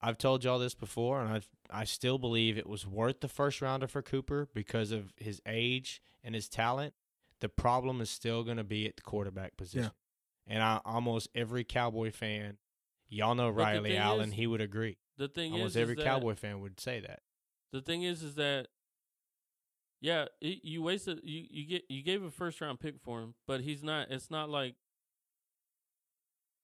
Speaker 2: I've told y'all this before and I I still believe it was worth the first rounder for Cooper because of his age and his talent. The problem is still going to be at the quarterback position. And I almost every Cowboy fan, y'all know
Speaker 1: But the
Speaker 2: Riley
Speaker 1: thing
Speaker 2: Allen,
Speaker 1: is-
Speaker 2: he would agree.
Speaker 1: the thing
Speaker 2: Almost
Speaker 1: is,
Speaker 2: every
Speaker 1: is that-
Speaker 2: Cowboy fan would say that.
Speaker 1: The thing is, is that yeah, it, you wasted you you get you gave a first round pick for him, but he's not. It's not like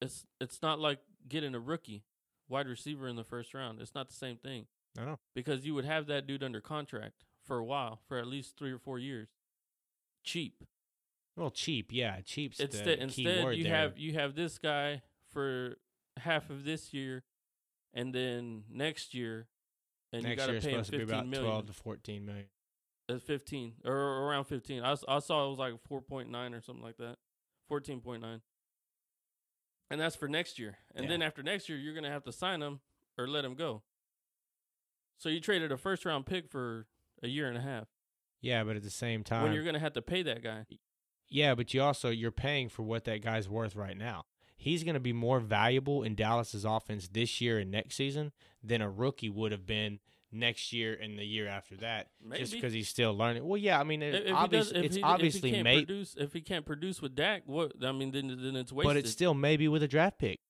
Speaker 1: it's it's not like getting a rookie wide receiver in the first round. It's not the same thing
Speaker 2: I know.
Speaker 1: because you would have that dude under contract for a while, for at least three or four years, cheap.
Speaker 2: Well, cheap, yeah, cheap's
Speaker 1: It's
Speaker 2: the
Speaker 1: the-
Speaker 2: key
Speaker 1: instead
Speaker 2: word
Speaker 1: you
Speaker 2: there.
Speaker 1: have you have this guy for half of this year, and then next year, and you
Speaker 2: Next
Speaker 1: got
Speaker 2: year
Speaker 1: to
Speaker 2: it's
Speaker 1: pay him
Speaker 2: supposed to be
Speaker 1: fifteen
Speaker 2: about
Speaker 1: million.
Speaker 2: 12 to 14 million.
Speaker 1: It's fifteen or around fifteen. I, s- I saw it was like four point nine or something like that, fourteen point nine. And that's for next year. And
Speaker 2: Yeah.
Speaker 1: then after next year, you're gonna have to sign him or let him go. So you traded a first round pick for a year and a half
Speaker 2: Yeah, but at the same time
Speaker 1: when you're gonna have to pay that guy.
Speaker 2: Yeah, but you also you're paying for what that guy's worth right now. He's going to be more valuable in Dallas's offense this year and next season than a rookie would have been next year and the year after that,
Speaker 1: Maybe.
Speaker 2: just because he's still learning. Well, yeah, I mean,
Speaker 1: If- if
Speaker 2: it,
Speaker 1: he
Speaker 2: obvious,
Speaker 1: does- if
Speaker 2: it's
Speaker 1: he- if he
Speaker 2: obviously
Speaker 1: can't
Speaker 2: made,
Speaker 1: produce if he can't produce with Dak, what I mean, then then it's wasted.
Speaker 2: but it's still maybe with a draft pick.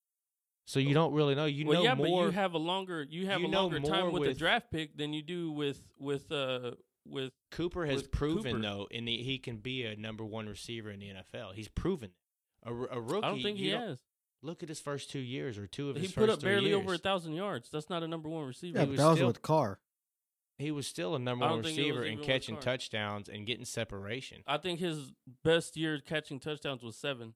Speaker 2: So you don't really know. You
Speaker 1: well,
Speaker 2: know
Speaker 1: yeah,
Speaker 2: more.
Speaker 1: but you have a longer you have
Speaker 2: you
Speaker 1: a
Speaker 2: know
Speaker 1: longer time
Speaker 2: more
Speaker 1: with, a
Speaker 2: with-
Speaker 1: draft pick than you do with with uh with
Speaker 2: Cooper has
Speaker 1: with
Speaker 2: proven
Speaker 1: Cooper.
Speaker 2: though, and he, he can be a number one receiver in the NFL. He's proven. A, r- a rookie.
Speaker 1: I don't think
Speaker 2: you
Speaker 1: he has.
Speaker 2: Look at his first two years or two of
Speaker 1: He
Speaker 2: his
Speaker 1: put
Speaker 2: first
Speaker 1: up
Speaker 2: three
Speaker 1: barely
Speaker 2: years.
Speaker 1: over a thousand yards. That's not a number one receiver.
Speaker 3: Yeah,
Speaker 2: was
Speaker 3: but that was
Speaker 2: still-
Speaker 3: with Carr.
Speaker 2: He was still a number
Speaker 1: I
Speaker 2: one
Speaker 1: don't think it was
Speaker 2: receiver
Speaker 1: even
Speaker 2: and
Speaker 1: with
Speaker 2: catching
Speaker 1: Carr. Uh,
Speaker 2: touchdowns and getting separation.
Speaker 1: I think his best year catching touchdowns was seven.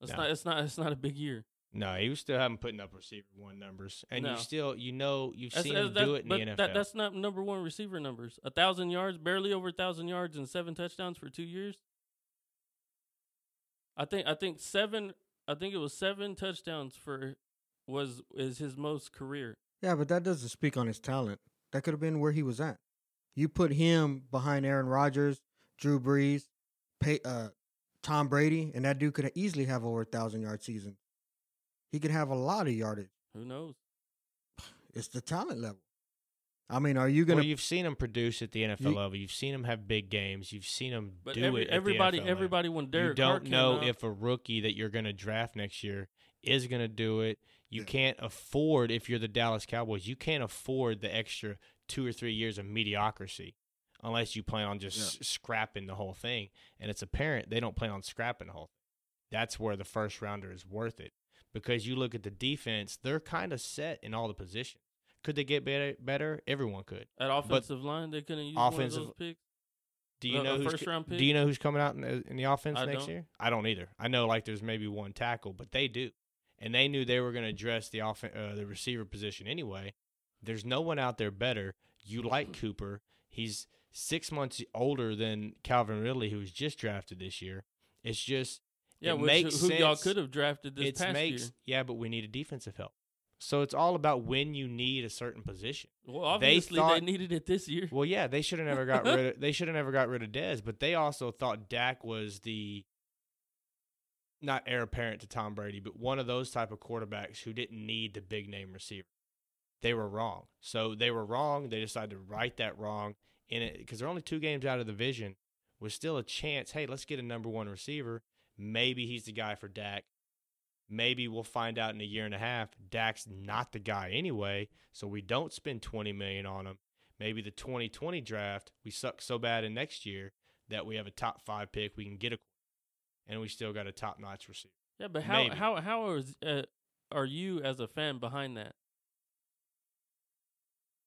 Speaker 1: That's
Speaker 2: No.
Speaker 1: not. It's not. It's not a big year.
Speaker 2: No, he was still haven't putting up receiver one numbers, and
Speaker 1: No.
Speaker 2: you still you know you've
Speaker 1: That's,
Speaker 2: seen
Speaker 1: that's-
Speaker 2: him
Speaker 1: that's-
Speaker 2: do it in
Speaker 1: but
Speaker 2: the NFL.
Speaker 1: That, that's not number one receiver numbers. A thousand yards, barely over a thousand yards, and seven touchdowns for two years. I think. I think seven. I think it was seven touchdowns for was is his most career.
Speaker 3: Yeah, but that doesn't speak on his talent. That could have been where he was at. You put him behind Aaron Rodgers, Drew Brees, Pay, uh, Tom Brady, and that dude could easily have over a thousand yard season. He could have a lot of yardage.
Speaker 1: Who knows?
Speaker 3: It's the talent level. I mean, are you
Speaker 2: well,
Speaker 3: gonna?
Speaker 2: you've seen him produce at the NFL
Speaker 3: You-
Speaker 2: level. You've seen him have big games. You've seen him
Speaker 1: But
Speaker 2: do
Speaker 1: every,
Speaker 2: it. at the
Speaker 1: everybody,
Speaker 2: NFL level.
Speaker 1: everybody, when
Speaker 2: you
Speaker 1: Derek Carr
Speaker 2: don't
Speaker 1: came
Speaker 2: know
Speaker 1: out-
Speaker 2: if a rookie that you're going to draft next year is going to do it. You
Speaker 3: Yeah.
Speaker 2: can't afford if you're the Dallas Cowboys. You can't afford the extra two or three years of mediocrity unless you plan on just
Speaker 3: Yeah.
Speaker 2: s- scrapping the whole thing. And it's apparent they don't plan on scrapping the whole. Thing. That's where the first rounder is worth it because you look at the defense; they're kind of set in all the positions. Could they get better? Better, everyone could.
Speaker 1: at offensive line they couldn't use
Speaker 2: offensive-
Speaker 1: one of those picks.
Speaker 2: Do you
Speaker 1: A-
Speaker 2: know
Speaker 1: a
Speaker 2: who's
Speaker 1: first
Speaker 2: co-
Speaker 1: round pick?
Speaker 2: Do you know who's coming out in the, in the offense
Speaker 1: I
Speaker 2: next
Speaker 1: don't.
Speaker 2: year? I don't either. I know like there's maybe one tackle, but they do, and they knew they were going to address the offen- uh, the receiver position anyway. There's no one out there better. You like Cooper? He's six months older than Calvin Ridley, who was just drafted this year. It's just
Speaker 1: Yeah,
Speaker 2: it
Speaker 1: which
Speaker 2: makes
Speaker 1: who y'all
Speaker 2: sense.
Speaker 1: could have drafted this
Speaker 2: it's
Speaker 1: past
Speaker 2: makes
Speaker 1: year.
Speaker 2: yeah, but we need a defensive help. So it's all about when you need a certain position.
Speaker 1: Well,
Speaker 2: They
Speaker 1: obviously they,
Speaker 2: thought-
Speaker 1: needed it this year.
Speaker 2: Well, yeah, they should have never got rid of they should have never got rid of Dez, but they also thought Dak was the not heir apparent to Tom Brady, but one of those type of quarterbacks who didn't need the big name receiver. They were wrong. So they were wrong. They decided to right that wrong in it because they're only two games out of the division was still a chance. Hey, let's get a number one receiver. Maybe he's the guy for Dak. Maybe we'll find out in a year and a half. Dak's not the guy anyway, so we don't spend twenty million on him. Maybe the twenty twenty draft we suck so bad in next year that we have a top five pick. We can get a, and we still got a top notch receiver.
Speaker 1: Yeah, but how
Speaker 2: Maybe.
Speaker 1: how how is uh, are you as a fan behind that?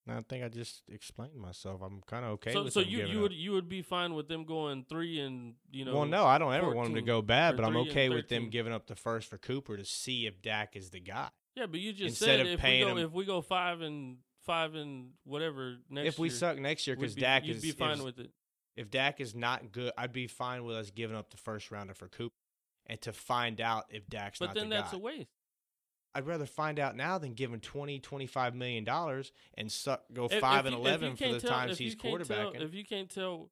Speaker 2: I think I just explained myself. I'm kind of okay
Speaker 1: so
Speaker 2: with
Speaker 1: so
Speaker 2: them
Speaker 1: you
Speaker 2: giving
Speaker 1: you
Speaker 2: up.
Speaker 1: would you would be fine with them going three and you know?
Speaker 2: well, no, I don't ever want them to
Speaker 1: 14
Speaker 2: go bad,
Speaker 1: or
Speaker 2: but I'm
Speaker 1: three and
Speaker 2: okay with them
Speaker 1: 13.
Speaker 2: giving up the first for Cooper to see if Dak is the guy.
Speaker 1: Yeah, but you just
Speaker 2: Instead
Speaker 1: said
Speaker 2: of
Speaker 1: if we
Speaker 2: paying
Speaker 1: go
Speaker 2: them-
Speaker 1: if we go five and five and whatever next
Speaker 2: if we
Speaker 1: year,
Speaker 2: suck next year,
Speaker 1: we'd
Speaker 2: because
Speaker 1: be-
Speaker 2: Dak
Speaker 1: you'd
Speaker 2: is
Speaker 1: be fine
Speaker 2: is-
Speaker 1: with it.
Speaker 2: if Dak is not good, I'd be fine with us giving up the first rounder for Cooper and to find out if Dak's
Speaker 1: But
Speaker 2: not
Speaker 1: then
Speaker 2: the
Speaker 1: that's
Speaker 2: guy.
Speaker 1: a waste.
Speaker 2: I'd rather find out now than give him 20, 25 million dollars and suck go
Speaker 1: If- if
Speaker 2: 5 and
Speaker 1: you- if
Speaker 2: 11
Speaker 1: you
Speaker 2: for
Speaker 1: can't
Speaker 2: the
Speaker 1: tell-
Speaker 2: times
Speaker 1: if you
Speaker 2: he's
Speaker 1: can't tell-
Speaker 2: quarterbacking.
Speaker 1: If you can't tell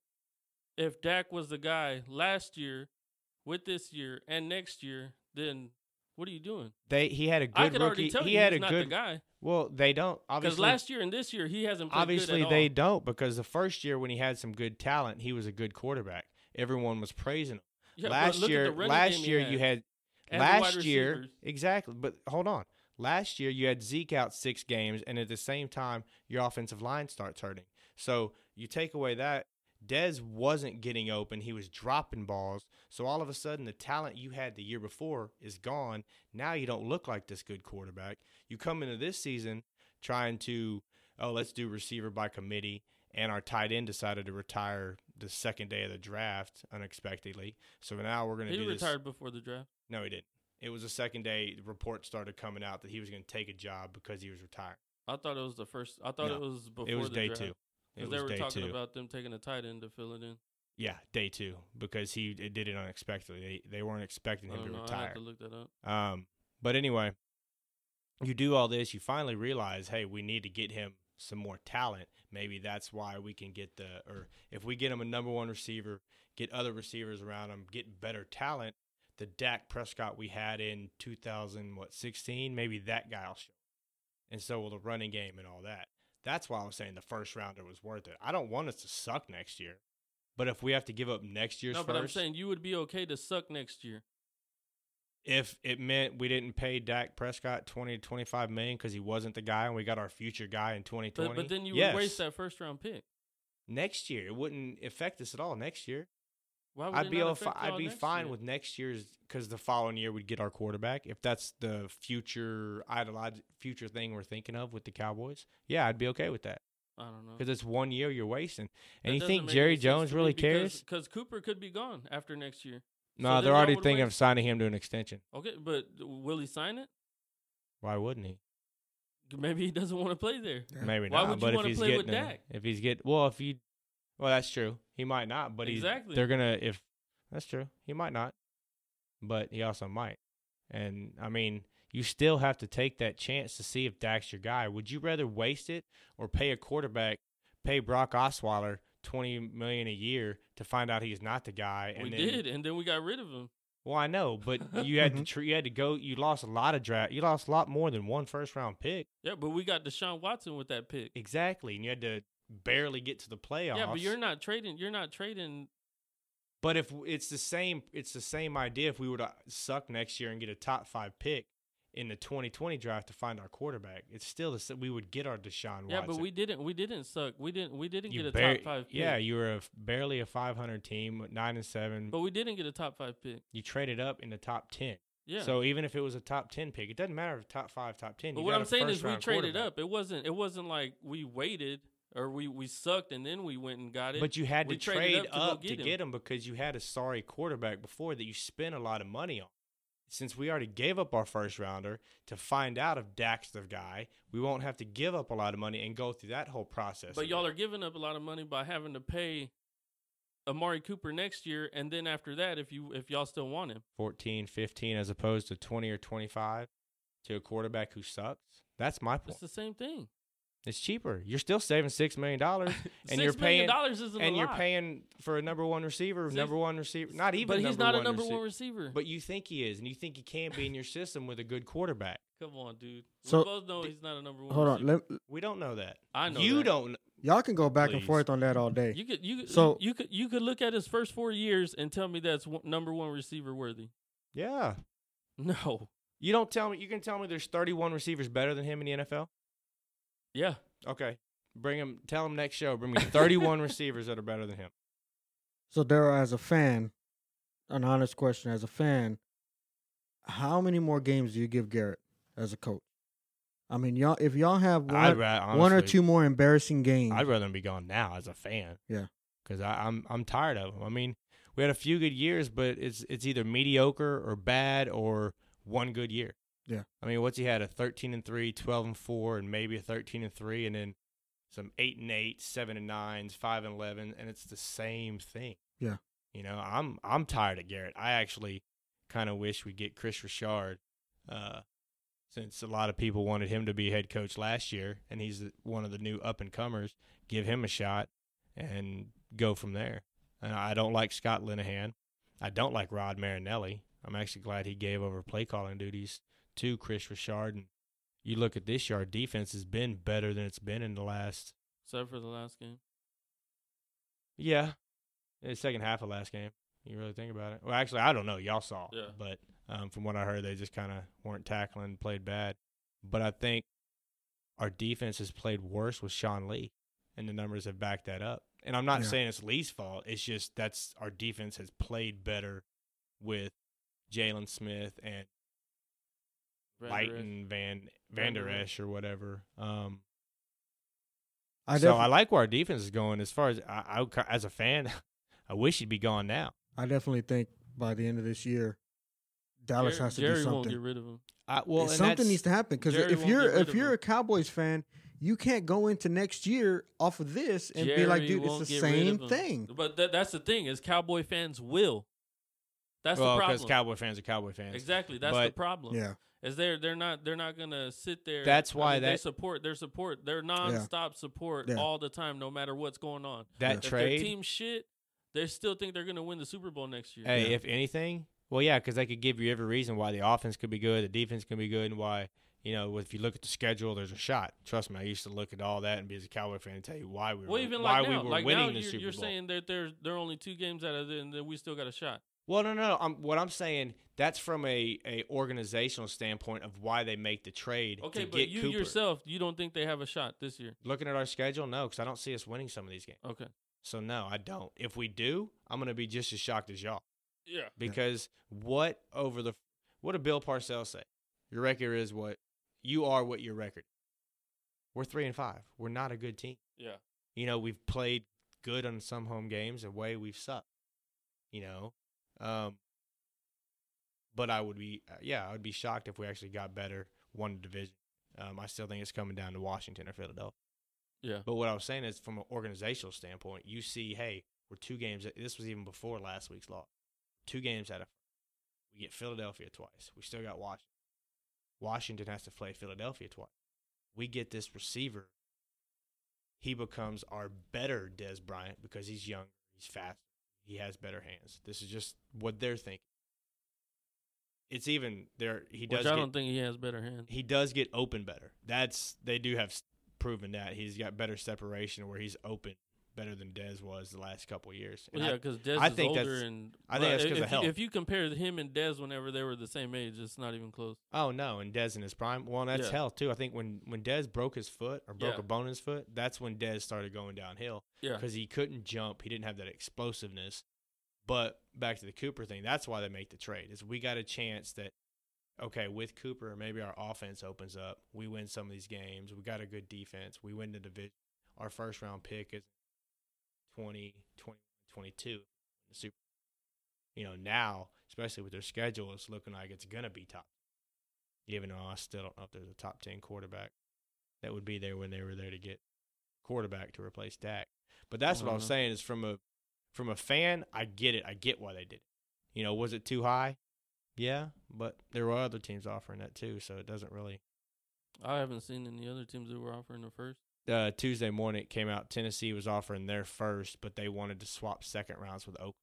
Speaker 1: if Dak was the guy last year with this year and next year, then what are you doing?
Speaker 2: they he had a
Speaker 1: I
Speaker 2: good
Speaker 1: could
Speaker 2: rookie.
Speaker 1: already tell
Speaker 2: he
Speaker 1: you
Speaker 2: had
Speaker 1: he's
Speaker 2: a
Speaker 1: not the
Speaker 2: good
Speaker 1: guy
Speaker 2: Well, they don't
Speaker 1: because
Speaker 2: obviously
Speaker 1: last year and this year he hasn't. Played
Speaker 2: obviously
Speaker 1: good at
Speaker 2: they
Speaker 1: all.
Speaker 2: don't because the first year when he had some good talent, he was a good quarterback. Everyone was praising him.
Speaker 1: Yeah, but
Speaker 2: last
Speaker 1: look at
Speaker 2: year,
Speaker 1: the running
Speaker 2: last
Speaker 1: game he
Speaker 2: year you had
Speaker 1: and the wide
Speaker 2: last year
Speaker 1: receivers.
Speaker 2: exactly. But hold on, last year you had Zeke out six games, and at the same time your offensive line starts hurting. So you take away that Dez wasn't getting open; he was dropping balls. So all of a sudden, the talent you had the year before is gone. Now you don't look like this good quarterback. You come into this season trying to oh let's do receiver by committee. And our tight end decided to retire the second day of the draft unexpectedly. So now we're going to
Speaker 1: He
Speaker 2: do this.
Speaker 1: retired before the draft.
Speaker 2: No, he didn't. It was the second day the report started coming out that he was going to take a job because he was retired.
Speaker 1: I thought it was the first. I thought
Speaker 2: No,
Speaker 1: it was before
Speaker 2: it was
Speaker 1: the
Speaker 2: day
Speaker 1: draft.
Speaker 2: two. It
Speaker 1: Because
Speaker 2: was
Speaker 1: they were
Speaker 2: day
Speaker 1: talking
Speaker 2: two.
Speaker 1: about them taking a tight end to fill it in.
Speaker 2: yeah, day two because he it did it unexpectedly. They, they weren't expecting
Speaker 1: I
Speaker 2: him
Speaker 1: don't
Speaker 2: to
Speaker 1: know. Oh, I
Speaker 2: retire.
Speaker 1: have to look that up.
Speaker 2: Um, but anyway, you do all this, you finally realize, hey, we need to get him some more talent. Maybe that's why we can get the, or if we get him a number one receiver, get other receivers around him, get better talent. The Dak Prescott we had in 2000, what 16, maybe that guy will show. And so will the running game and all that. That's why I was saying the first rounder was worth it. I don't want us to suck next year, but if we have to give up next year's
Speaker 1: No,
Speaker 2: first,
Speaker 1: but i I'm saying you would be okay to suck next year.
Speaker 2: if it meant we didn't pay Dak Prescott 20 to 25 million because he wasn't the guy and we got our future guy in 2020.
Speaker 1: But, but then you
Speaker 2: yes.
Speaker 1: would waste that first round pick.
Speaker 2: next year. It wouldn't affect us at all next year.
Speaker 1: Why would
Speaker 2: I'd
Speaker 1: it
Speaker 2: be
Speaker 1: not
Speaker 2: all
Speaker 1: affect
Speaker 2: fi- I'd
Speaker 1: y'all
Speaker 2: be
Speaker 1: next
Speaker 2: fine
Speaker 1: year?
Speaker 2: with next year's because the following year we'd get our quarterback if that's the future idolized future thing we're thinking of with the Cowboys. Yeah, I'd be okay with that
Speaker 1: I don't know.
Speaker 2: because it's one year you're wasting.
Speaker 1: That
Speaker 2: And you
Speaker 1: doesn't
Speaker 2: think
Speaker 1: make any
Speaker 2: Jerry
Speaker 1: sense
Speaker 2: Jones
Speaker 1: to me
Speaker 2: really
Speaker 1: because-
Speaker 2: cares?
Speaker 1: Because Cooper could be gone after next year.
Speaker 2: No,
Speaker 1: then
Speaker 2: they're
Speaker 1: y'all
Speaker 2: already
Speaker 1: would
Speaker 2: thinking of
Speaker 1: waste-
Speaker 2: signing him to an extension.
Speaker 1: Okay, but will he sign it?
Speaker 2: Why wouldn't he?
Speaker 1: Maybe he doesn't want to play there.
Speaker 3: Yeah.
Speaker 2: Maybe
Speaker 1: Why
Speaker 2: not.
Speaker 1: would you
Speaker 2: but if
Speaker 1: wanna
Speaker 2: he's
Speaker 1: play
Speaker 2: getting
Speaker 1: with
Speaker 2: a-
Speaker 1: Dak?
Speaker 2: if he's get well, if he well, that's true. He might not, but he's
Speaker 1: Exactly.
Speaker 2: they're gonna if that's true. He might not, but he also might. And I mean, you still have to take that chance to see if Dak's your guy. Would you rather waste it or pay a quarterback, pay Brock Osweiler twenty million a year to find out he's not the guy? And
Speaker 1: we
Speaker 2: then,
Speaker 1: did, and then we got rid of him.
Speaker 2: Well, I know, but you had to tr- you had to go. You lost a lot of draft. You lost a lot more than one first round pick.
Speaker 1: Yeah, but we got Deshaun Watson with that pick.
Speaker 2: Exactly, and you had to barely get to the playoffs.
Speaker 1: Yeah, but you're not trading. You're not trading.
Speaker 2: But if w- it's the same, it's the same idea. If we were to suck next year and get a top five pick in the 2020 draft to find our quarterback, it's still the same. We would get our Deshaun Watson.
Speaker 1: Yeah, but we didn't. We didn't suck. We didn't. We didn't
Speaker 2: You
Speaker 1: get a
Speaker 2: bar-
Speaker 1: top five. Pick,
Speaker 2: Yeah, you were a f barely a 500 team, nine and seven.
Speaker 1: but we didn't get a top five pick.
Speaker 2: you traded up in the top 10.
Speaker 1: Yeah.
Speaker 2: So even if it was a top 10 pick, it doesn't matter if top five, top 10.
Speaker 1: but
Speaker 2: you
Speaker 1: what
Speaker 2: got
Speaker 1: I'm
Speaker 2: a
Speaker 1: saying is we
Speaker 2: first-round
Speaker 1: traded
Speaker 2: quarterback.
Speaker 1: up. It wasn't. It wasn't like we waited or we we sucked and then we went and got it.
Speaker 2: But you had to
Speaker 1: We
Speaker 2: trade
Speaker 1: traded
Speaker 2: up,
Speaker 1: up to go
Speaker 2: to,
Speaker 1: get
Speaker 2: get,
Speaker 1: him.
Speaker 2: him because you had a sorry quarterback before that you spent a lot of money on. Since we already gave up our first rounder to find out if Dak's the guy, we won't have to give up a lot of money and go through that whole process.
Speaker 1: But y'all
Speaker 2: again.
Speaker 1: are giving up a lot of money by having to pay Amari Cooper next year, and then after that, if you if y'all still want him,
Speaker 2: 14, 15 as opposed to 20 or 25 to a quarterback who sucks. That's my point.
Speaker 1: it's the same thing.
Speaker 2: It's cheaper. You're still saving $6 million and you're
Speaker 1: Six million
Speaker 2: paying
Speaker 1: dollars isn't
Speaker 2: and
Speaker 1: a
Speaker 2: you're
Speaker 1: lot,
Speaker 2: paying for a number one receiver,
Speaker 1: Six-
Speaker 2: number one receiver, not even
Speaker 1: but he's not a
Speaker 2: one
Speaker 1: number
Speaker 2: receiver.
Speaker 1: one receiver.
Speaker 2: But you think he is, and you think he can be in your system with a good quarterback.
Speaker 1: Come on, dude.
Speaker 3: So-
Speaker 1: we both know he's not a number one.
Speaker 3: Hold on,
Speaker 1: receiver.
Speaker 3: let,
Speaker 2: We don't know that.
Speaker 1: I know
Speaker 2: you
Speaker 1: that.
Speaker 2: don't. kn-
Speaker 3: y'all can go back and
Speaker 2: Please.
Speaker 3: forth on that all day.
Speaker 1: You could you could-
Speaker 3: So-
Speaker 1: you could you could look at his first four years and tell me that's one, number one receiver worthy.
Speaker 2: Yeah,
Speaker 1: No,
Speaker 2: you don't tell me. You can tell me there's 31 receivers better than him in the NFL.
Speaker 1: yeah,
Speaker 2: Okay, bring him. Tell him next show. Bring me 31 receivers that are better than him.
Speaker 3: So Daryl, as a fan, an honest question: as a fan, how many more games do you give Garrett as a coach? I mean, y'all, if y'all have one,
Speaker 2: rather,
Speaker 3: one or two more embarrassing games,
Speaker 2: I'd rather him be gone now as a fan.
Speaker 3: Yeah.
Speaker 2: because I'm I'm tired of him. I mean, we had a few good years, but it's it's either mediocre or bad or one good year.
Speaker 3: Yeah.
Speaker 2: I mean, what's he had a 13 and 3, 12 and 4 and maybe a 13 and 3 and then some 8 and 8, 7 and 9s, 5 and 11 and it's the same thing.
Speaker 3: Yeah.
Speaker 2: You know, I'm I'm tired of Garrett. I actually kind of wish we'd get Chris Richard uh since a lot of people wanted him to be head coach last year and he's one of the new up and comers, give him a shot and go from there. And I don't like Scott Linehan. I don't like Rod Marinelli. I'm actually glad he gave over play calling duties to Chris Richard. And you look at this year, our defense has been better than it's been in the last,
Speaker 1: except for the last game.
Speaker 2: yeah, the second half of last game. You really think about it. Well, actually, I don't know. Y'all saw,
Speaker 1: Yeah.
Speaker 2: but um, from what I heard, they just kind of weren't tackling, played bad. But I think our defense has played worse with Sean Lee, and the numbers have backed that up. And I'm not
Speaker 3: Yeah.
Speaker 2: saying it's Lee's fault. It's just that's our defense has played better with Jalen Smith and
Speaker 1: Van der Esch.
Speaker 2: Leighton Van Van Der
Speaker 1: Vander
Speaker 2: Esch or whatever. Um,
Speaker 3: I,
Speaker 2: so
Speaker 3: def-
Speaker 2: I like where our defense is going. As far as I, I as a fan, I wish he'd be gone now.
Speaker 3: I definitely think by the end of this year, Dallas
Speaker 1: Jerry,
Speaker 3: has to
Speaker 1: Jerry
Speaker 3: do
Speaker 1: won't get
Speaker 3: something.
Speaker 1: rid of him.
Speaker 2: I, well, and
Speaker 3: something
Speaker 2: that's-
Speaker 3: needs to happen because
Speaker 1: Jerry
Speaker 3: if
Speaker 1: won't
Speaker 3: you're
Speaker 1: get rid
Speaker 3: if
Speaker 1: of
Speaker 3: you're
Speaker 1: him.
Speaker 3: a Cowboys fan, you can't go into next year off of this and be like,
Speaker 1: Jerry
Speaker 3: dude,
Speaker 1: won't
Speaker 3: it's the
Speaker 1: get rid of
Speaker 3: same
Speaker 1: him.
Speaker 3: thing.
Speaker 1: But tha- that's the thing is Cowboy fans will. That's
Speaker 2: well,
Speaker 1: the
Speaker 2: because
Speaker 1: problem.
Speaker 2: Cowboy fans are Cowboy fans.
Speaker 1: exactly, that's the
Speaker 2: But-
Speaker 1: problem.
Speaker 3: Yeah,
Speaker 1: Is they're they're not they're not gonna sit there.
Speaker 2: That's
Speaker 1: I
Speaker 2: why
Speaker 1: mean, they
Speaker 2: that-
Speaker 1: support their support their nonstop support
Speaker 3: Yeah.
Speaker 1: all the time, no matter what's going on.
Speaker 2: That
Speaker 3: Yeah.
Speaker 1: If
Speaker 2: trade,
Speaker 1: their team shit, they still think they're gonna win the Super Bowl next year.
Speaker 2: hey,
Speaker 3: Yeah.
Speaker 2: if anything, well, yeah, because they could give you every reason why the offense could be good, the defense could be good, and why you know if you look at the schedule, there's a shot. Trust me, I used to look at all that and be as a Cowboy fan and tell you why we were
Speaker 1: Well, even
Speaker 2: why
Speaker 1: like
Speaker 2: we
Speaker 1: now,
Speaker 2: were
Speaker 1: like
Speaker 2: winning
Speaker 1: now
Speaker 2: the
Speaker 1: you're,
Speaker 2: Super
Speaker 1: you're
Speaker 2: Bowl.
Speaker 1: saying that they're they're only two games out of it, and then we still got a shot.
Speaker 2: Well, no, no. no. I'm, what I'm saying that's from a, a organizational standpoint of why they make the trade.
Speaker 1: Okay,
Speaker 2: to
Speaker 1: but
Speaker 2: get
Speaker 1: you
Speaker 2: Cooper.
Speaker 1: yourself, you don't think they have a shot this year?
Speaker 2: looking at our schedule, no, because I don't see us winning some of these games.
Speaker 1: Okay.
Speaker 2: So no, I don't. If we do, I'm gonna be just as shocked as y'all
Speaker 1: Yeah.
Speaker 2: because what over the what did Bill Parcells say? Your record is what you are. What your record? We're three and five. We're not a good team.
Speaker 1: Yeah.
Speaker 2: You know, we've played good on some home games. Away, we've sucked. You know, um, but I would be, uh, yeah, I would be shocked if we actually got better, won the division. Um, I still think it's coming down to Washington or Philadelphia.
Speaker 1: Yeah.
Speaker 2: But what I was saying is, from an organizational standpoint, you see, hey, we're two games. This was even before last week's loss. Two games out of we get Philadelphia twice. We still got Washington. Washington has to play Philadelphia twice. We get this receiver he becomes our better Des Bryant because he's young, he's fast, he has better hands. This is just what they're thinking. It's even there. He
Speaker 1: Which
Speaker 2: does.
Speaker 1: I
Speaker 2: get,
Speaker 1: don't think he has better hands.
Speaker 2: he does get open better. That's they do have s- proven that he's got better separation where he's open better than Des was the last couple years. And
Speaker 1: Well, yeah,
Speaker 2: I-
Speaker 1: because Dez
Speaker 2: I
Speaker 1: is
Speaker 2: think
Speaker 1: older
Speaker 2: that's-
Speaker 1: and
Speaker 2: I think
Speaker 1: well,
Speaker 2: that's
Speaker 1: if,
Speaker 2: 'cause of
Speaker 1: you-
Speaker 2: health.
Speaker 1: If you compare him and Dez whenever they were the same age, it's not even close.
Speaker 2: Oh no, and Dez in his prime. Well, and that's
Speaker 1: Yeah.
Speaker 2: hell too. I think when when Dez broke his foot or broke
Speaker 1: Yeah.
Speaker 2: a bone in his foot, that's when Dez started going downhill
Speaker 1: Yeah.
Speaker 2: because he couldn't jump. He didn't have that explosiveness. But back to the Cooper thing, that's why they make the trade. Is we got a chance that okay with Cooper, maybe our offense opens up. We win some of these games. We got a good defense. We win the division. Our first round pick is 20, 20 22. The Super, you know, now especially with their schedule, it's looking like it's gonna be top. Even though I still don't know if there's a top ten quarterback that would be there when they were there to get quarterback to replace Dak. But that's what I
Speaker 1: don't
Speaker 2: was
Speaker 1: know.
Speaker 2: saying is from a from a fan, I get it. I get why they did it. You know, was it too high? Yeah, but there were other teams offering that too, so it doesn't really.
Speaker 1: I haven't seen any other teams that were offering the first.
Speaker 2: Uh, Tuesday morning it came out. Tennessee was offering their first, but they wanted to swap second rounds with Oakland.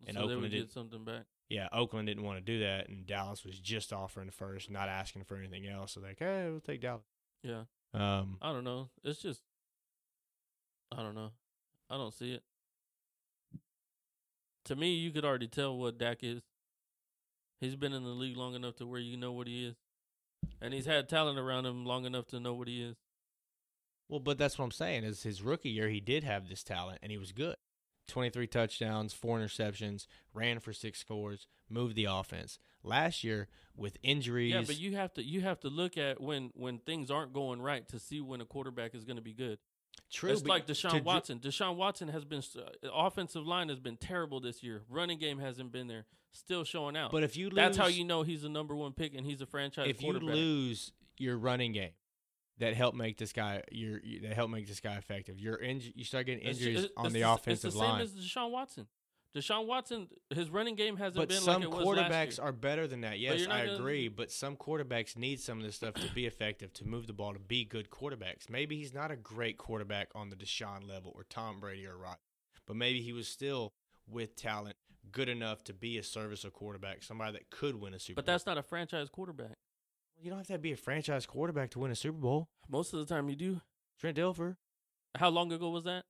Speaker 2: And
Speaker 1: so they
Speaker 2: Oakland
Speaker 1: would
Speaker 2: did-
Speaker 1: get something back.
Speaker 2: Yeah, Oakland didn't want to do that, and Dallas was just offering first, not asking for anything else. So they're like, hey, we'll take Dallas.
Speaker 1: Yeah.
Speaker 2: Um,
Speaker 1: I don't know. It's just I don't know. I don't see it. To me, you could already tell what Dak is. He's been in the league long enough to where you know what he is. And he's had talent around him long enough to know what he is.
Speaker 2: Well, but that's what I'm saying is his rookie year he did have this talent and he was good. 23 touchdowns, four interceptions, ran for six scores, moved the offense. Last year with injuries,
Speaker 1: Yeah, but you have to you have to look at when when things aren't going right to see when a quarterback is going to be good.
Speaker 2: true,
Speaker 1: it's
Speaker 2: but
Speaker 1: like
Speaker 2: to
Speaker 1: Deshaun
Speaker 2: Drew-
Speaker 1: Watson. Deshaun Watson has been s- uh, offensive line has been terrible this year. Running game hasn't been there. Still showing out.
Speaker 2: But if you lose,
Speaker 1: That's how you know he's the number one pick and he's a franchise
Speaker 2: if you
Speaker 1: quarterback.
Speaker 2: lose your running game that helped make this guy your that helped make this guy effective. Your inj- you start getting
Speaker 1: It's-
Speaker 2: injuries
Speaker 1: it's-
Speaker 2: on
Speaker 1: it's
Speaker 2: the,
Speaker 1: s-
Speaker 2: offensive
Speaker 1: it's the
Speaker 2: line.
Speaker 1: Same as Deshaun Watson. Deshaun Watson, his running game hasn't
Speaker 2: But
Speaker 1: been
Speaker 2: some
Speaker 1: like it was last
Speaker 2: quarterbacks
Speaker 1: year.
Speaker 2: are better than that. Yes,
Speaker 1: you're not
Speaker 2: I
Speaker 1: gonna-
Speaker 2: agree. But some quarterbacks need some of this stuff to be effective, to move the ball, to be good quarterbacks. Maybe he's not a great quarterback on the Deshaun level or Tom Brady or Rod, but maybe he was still with talent good enough to be a serviceable quarterback, somebody that could win a Super.
Speaker 1: but
Speaker 2: Bowl.
Speaker 1: that's not a franchise quarterback.
Speaker 2: you don't have to be a franchise quarterback to win a Super Bowl.
Speaker 1: Most of the time, you do.
Speaker 2: Trent Dilfer,
Speaker 1: How long ago was that?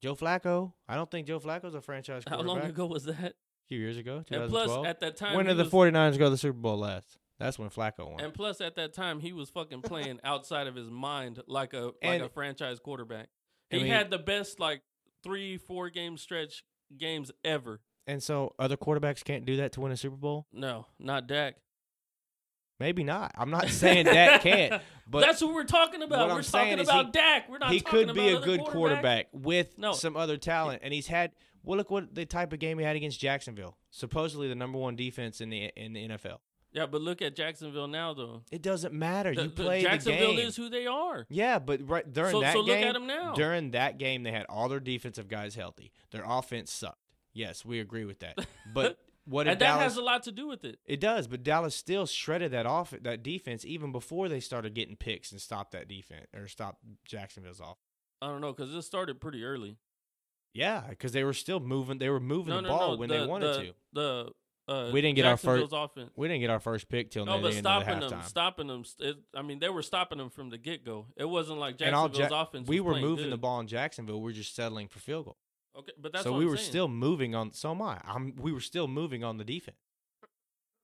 Speaker 2: Joe Flacco. I don't think Joe Flacco's a franchise
Speaker 1: How
Speaker 2: quarterback.
Speaker 1: long ago was that?
Speaker 2: A few years ago,
Speaker 1: And plus,
Speaker 2: 2012.
Speaker 1: at that time,
Speaker 2: when
Speaker 1: he
Speaker 2: did the
Speaker 1: was-
Speaker 2: 49ers go to the Super Bowl last? That's when Flacco won.
Speaker 1: And plus, at that time, he was fucking playing outside of his mind, like a like
Speaker 2: And-
Speaker 1: a franchise quarterback.
Speaker 2: I
Speaker 1: He
Speaker 2: mean-
Speaker 1: had the best like three, four game stretch games ever.
Speaker 2: And so other quarterbacks can't do that to win a Super Bowl?
Speaker 1: No, not Dak.
Speaker 2: Maybe not. I'm not saying Dak can't, but
Speaker 1: that's what we're talking about.
Speaker 2: what
Speaker 1: We're
Speaker 2: I'm saying
Speaker 1: talking
Speaker 2: is
Speaker 1: about
Speaker 2: he-
Speaker 1: Dak. We're not.
Speaker 2: he
Speaker 1: talking
Speaker 2: could be a
Speaker 1: about other
Speaker 2: good quarterback with
Speaker 1: No.
Speaker 2: some other talent. And he's had well look what the type of game he had against Jacksonville. Supposedly the number one defense in the in the NFL.
Speaker 1: Yeah, but look at Jacksonville now, though.
Speaker 2: It doesn't matter.
Speaker 1: The-
Speaker 2: you
Speaker 1: the
Speaker 2: play the
Speaker 1: Jacksonville
Speaker 2: game.
Speaker 1: is who they are.
Speaker 2: yeah, but right during
Speaker 1: So-
Speaker 2: that
Speaker 1: so look
Speaker 2: game,
Speaker 1: at him now.
Speaker 2: during that game, they had all their defensive guys healthy. Their offense sucked. Yes, we agree with that. But what did
Speaker 1: and that
Speaker 2: Dallas
Speaker 1: has a lot to do with it.
Speaker 2: It does, but Dallas still shredded that off that defense even before they started getting picks and stopped that defense or stopped Jacksonville's off.
Speaker 1: I don't know because this started pretty early.
Speaker 2: Yeah, because they were still moving. They were moving
Speaker 1: No,
Speaker 2: the
Speaker 1: no,
Speaker 2: ball
Speaker 1: no,
Speaker 2: when
Speaker 1: the,
Speaker 2: they wanted
Speaker 1: the,
Speaker 2: to.
Speaker 1: The uh,
Speaker 2: We didn't get our first-
Speaker 1: Jacksonville's offense.
Speaker 2: We didn't get our first pick till
Speaker 1: No,
Speaker 2: near
Speaker 1: but
Speaker 2: the end of the
Speaker 1: stopping them,
Speaker 2: halftime.
Speaker 1: stopping them. st- It, I mean, they were stopping them from the get go. It wasn't like
Speaker 2: and all
Speaker 1: Jacksonville's
Speaker 2: Ja-
Speaker 1: offense.
Speaker 2: we
Speaker 1: was
Speaker 2: were
Speaker 1: playing
Speaker 2: moving
Speaker 1: good.
Speaker 2: the ball in Jacksonville. We are just settling for field goal.
Speaker 1: Okay, but that's
Speaker 2: so
Speaker 1: what
Speaker 2: we
Speaker 1: I'm
Speaker 2: were
Speaker 1: saying.
Speaker 2: still moving on. So am I. I'm. We were still moving on the defense.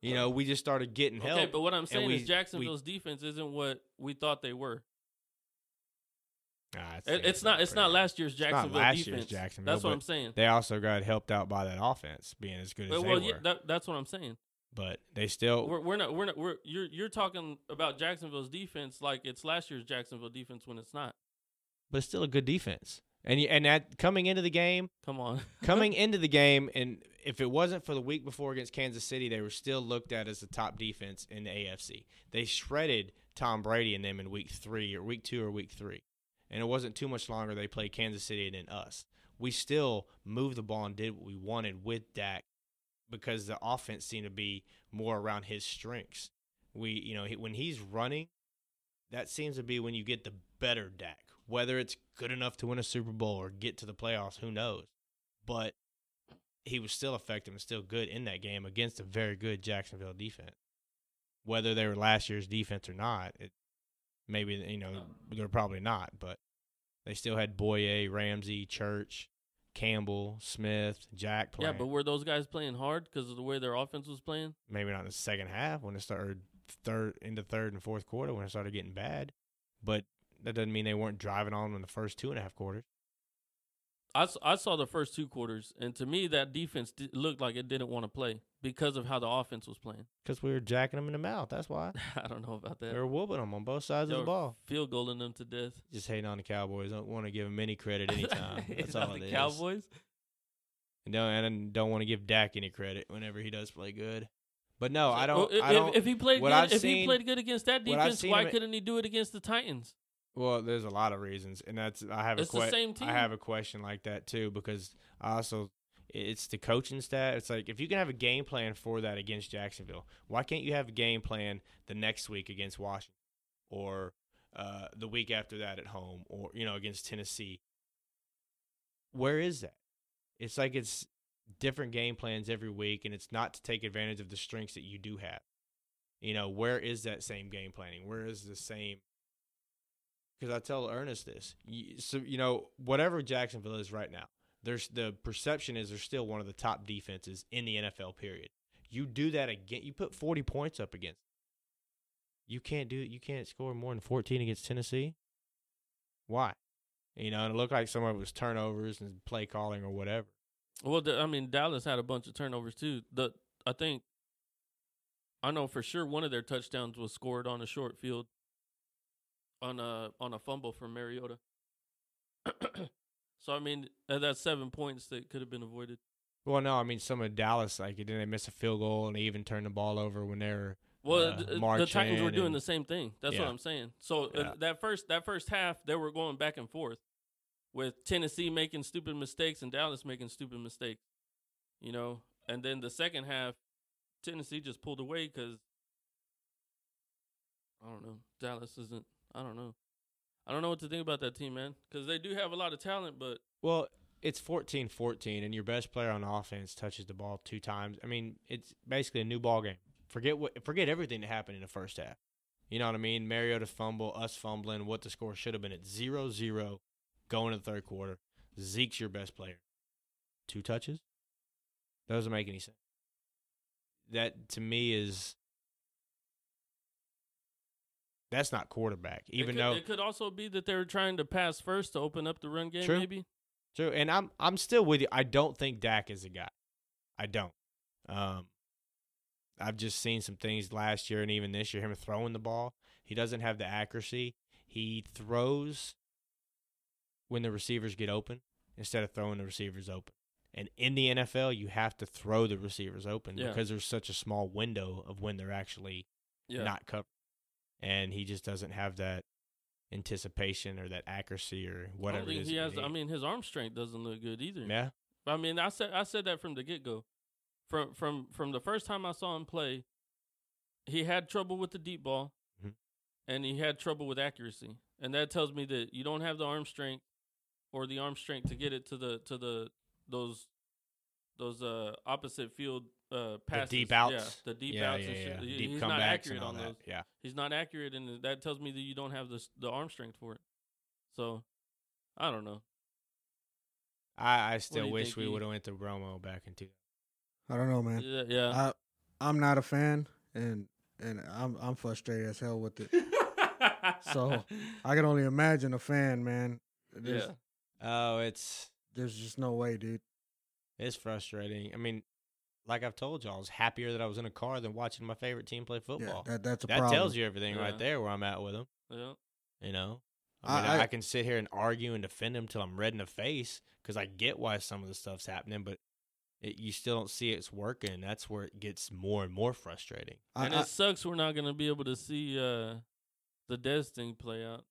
Speaker 2: You know, we just started getting help.
Speaker 1: okay. But what I'm saying
Speaker 2: we-
Speaker 1: is
Speaker 2: we-
Speaker 1: Jacksonville's defense isn't what we thought they were.
Speaker 2: Nah, I'd say
Speaker 1: It, it's not. It's not
Speaker 2: pretty-
Speaker 1: last year's
Speaker 2: not
Speaker 1: Jacksonville
Speaker 2: last year's
Speaker 1: defense.
Speaker 2: Jacksonville,
Speaker 1: that's what
Speaker 2: but
Speaker 1: I'm saying.
Speaker 2: They also got helped out by that offense being as good as
Speaker 1: But,
Speaker 2: they
Speaker 1: well,
Speaker 2: were.
Speaker 1: yeah, that, that's what I'm saying.
Speaker 2: but they still.
Speaker 1: We're, we're not. We're not. We're you're you're talking about Jacksonville's defense like it's last year's Jacksonville defense when it's not.
Speaker 2: but it's still a good defense. And you, and at, coming into the game,
Speaker 1: Come on.
Speaker 2: coming into the game, and if it wasn't for the week before against Kansas City, they were still looked at as the top defense in the AFC. They shredded Tom Brady and them in week three or week two or week three. And it wasn't too much longer they played Kansas City and then us. We still moved the ball and did what we wanted with Dak because the offense seemed to be more around his strengths. We, you know, he, when he's running, that seems to be when you get the better Dak. Whether it's good enough to win a Super Bowl or get to the playoffs, who knows? But he was still effective and still good in that game against a very good Jacksonville defense. Whether they were last year's defense or not, it, maybe you know they're probably not, but they still had Boye, Ramsey, Church, Campbell, Smith, Jack
Speaker 1: Yeah,
Speaker 2: playing.
Speaker 1: but were those guys playing hard because of the way their offense was playing?
Speaker 2: maybe not in the second half when it started third into third and fourth quarter when it started getting bad, but that doesn't mean they weren't driving on in the first two and a half quarters.
Speaker 1: I, s- I saw the first two quarters, and to me, that defense di- looked like it didn't want to play because of how the offense was playing.
Speaker 2: Because we were jacking them in the mouth. That's why.
Speaker 1: I don't know about
Speaker 2: They
Speaker 1: that.
Speaker 2: were whooping them on both sides
Speaker 1: They
Speaker 2: of the
Speaker 1: were
Speaker 2: ball.
Speaker 1: Field goaling them to death.
Speaker 2: Just hating on the Cowboys. Don't want to give them any credit anytime.
Speaker 1: Is
Speaker 2: That's
Speaker 1: that
Speaker 2: all it
Speaker 1: the
Speaker 2: is.
Speaker 1: Cowboys?
Speaker 2: And don't, and then don't want to give Dak any credit whenever he does play good. But no, Oh, I don't.
Speaker 1: Well, If,
Speaker 2: I don't.
Speaker 1: if- if he played
Speaker 2: what
Speaker 1: good,
Speaker 2: I've
Speaker 1: if he
Speaker 2: seen-
Speaker 1: played good against that
Speaker 2: what I've
Speaker 1: defense,
Speaker 2: seen
Speaker 1: why
Speaker 2: him at-
Speaker 1: couldn't he do it against the Titans?
Speaker 2: Well, there's a lot of reasons, and that's I have
Speaker 1: It's
Speaker 2: a
Speaker 1: the
Speaker 2: question.
Speaker 1: same team.
Speaker 2: I have a question like that too because I also it's the coaching staff. It's like if you can have a game plan for that against Jacksonville, why can't you have a game plan the next week against Washington or uh, the week after that at home or you know against Tennessee? Where is that? It's like it's different game plans every week, and it's not to take advantage of the strengths that you do have. You know, where is that same game planning? Where is the same because I tell Ernest this. You, so you know, whatever Jacksonville is right now, there's the perception is they're still one of the top defenses in the NFL. Period. You do that again. You put 40 points up against. You can't do. You can't score more than 14 against Tennessee. Why? You know, and it looked like some of it was turnovers and play calling or whatever.
Speaker 1: Well, the, I mean, Dallas had a bunch of turnovers too. The I think I know for sure one of their touchdowns was scored on a short field on a on a fumble from Mariota. so I mean, uh, that's seven points that could have been avoided.
Speaker 2: Well, no, I mean some of Dallas, like didn't they miss a field goal and they even turn the ball over when they're
Speaker 1: Well,
Speaker 2: Uh,
Speaker 1: th- th- the
Speaker 2: march
Speaker 1: Titans were
Speaker 2: in
Speaker 1: doing
Speaker 2: and-
Speaker 1: the same thing. That's what
Speaker 2: Yeah.
Speaker 1: I'm saying. So uh,
Speaker 2: Yeah.
Speaker 1: that first that first half, they were going back and forth with Tennessee making stupid mistakes and Dallas making stupid mistakes. You know, and then the second half, Tennessee just pulled away because I don't know. Dallas isn't. I don't know. I don't know what to think about that team, man. Because they do have a lot of talent, but
Speaker 2: Well, it's 14-14 and your best player on offense touches the ball two times. I mean, it's basically a new ball game. Forget what forget everything that happened in the first half. You know what I mean? Mariota fumble, us fumbling, what the score should have been at 0-0 going to the third quarter. Zeke's your best player. Two touches? That doesn't make any sense. That to me is that's not quarterback.
Speaker 1: it
Speaker 2: Even
Speaker 1: could-
Speaker 2: though
Speaker 1: it could also be that they were trying to pass first to open up the run game.
Speaker 2: True.
Speaker 1: Maybe
Speaker 2: True, and I'm I'm still with you. I don't think Dak is a guy. I don't. Um, I've just seen some things last year and even this year. Him throwing the ball, he doesn't have the accuracy. He throws when the receivers get open instead of throwing the receivers open. And in the NFL, you have to throw the receivers open
Speaker 1: Yeah.
Speaker 2: because there's such a small window of when they're actually
Speaker 1: yeah.
Speaker 2: not covered. And he just doesn't have that anticipation or that accuracy or
Speaker 1: I
Speaker 2: whatever
Speaker 1: don't
Speaker 2: it
Speaker 1: think
Speaker 2: is.
Speaker 1: he
Speaker 2: that
Speaker 1: has.
Speaker 2: you
Speaker 1: I
Speaker 2: need.
Speaker 1: mean, his arm strength doesn't look good either.
Speaker 2: yeah.
Speaker 1: I mean, I said I said that from the get go. From from from the first time I saw him play, he had trouble with the deep ball,
Speaker 2: Mhm.
Speaker 1: and he had trouble with accuracy, and that tells me that you don't have the arm strength or the arm strength to get it to the to the those those uh opposite field uh passes.
Speaker 2: deep
Speaker 1: yeah,
Speaker 2: outs.
Speaker 1: the deep
Speaker 2: yeah,
Speaker 1: outs.
Speaker 2: yeah,
Speaker 1: and shit.
Speaker 2: yeah.
Speaker 1: He-
Speaker 2: Deep
Speaker 1: He's
Speaker 2: comebacks
Speaker 1: not accurate
Speaker 2: and all
Speaker 1: on
Speaker 2: that.
Speaker 1: those.
Speaker 2: Yeah,
Speaker 1: He's not accurate, and that tells me that you don't have the s- the arm strength for it. So, I don't know.
Speaker 2: I, I
Speaker 1: do
Speaker 2: still
Speaker 1: you
Speaker 2: wish
Speaker 1: think,
Speaker 2: we
Speaker 1: E?
Speaker 2: would have went to Romo back in two.
Speaker 3: I don't know, man.
Speaker 1: Yeah, yeah.
Speaker 3: I I'm not a fan, and and I'm I'm frustrated as hell with it. So, I can only imagine a fan, man. There's,
Speaker 1: yeah,
Speaker 2: Oh, it's
Speaker 3: there's just no way, dude.
Speaker 2: it's frustrating. I mean, like I've told y'all, I was happier that I was in a car than watching my favorite team play football.
Speaker 3: Yeah, that that's a
Speaker 2: that
Speaker 3: problem.
Speaker 2: tells you everything
Speaker 1: Yeah.
Speaker 2: right there where I'm at with them.
Speaker 1: yeah.
Speaker 2: You know, I, mean,
Speaker 3: I-
Speaker 2: I,
Speaker 3: I-
Speaker 2: I can sit here and argue and defend him till I'm red in the face because I get why some of the stuff's happening, but it, you still don't see it's working. That's where it gets more and more frustrating.
Speaker 3: I,
Speaker 1: and
Speaker 3: I-
Speaker 1: it sucks we're not gonna be able to see uh, the Dez thing play out.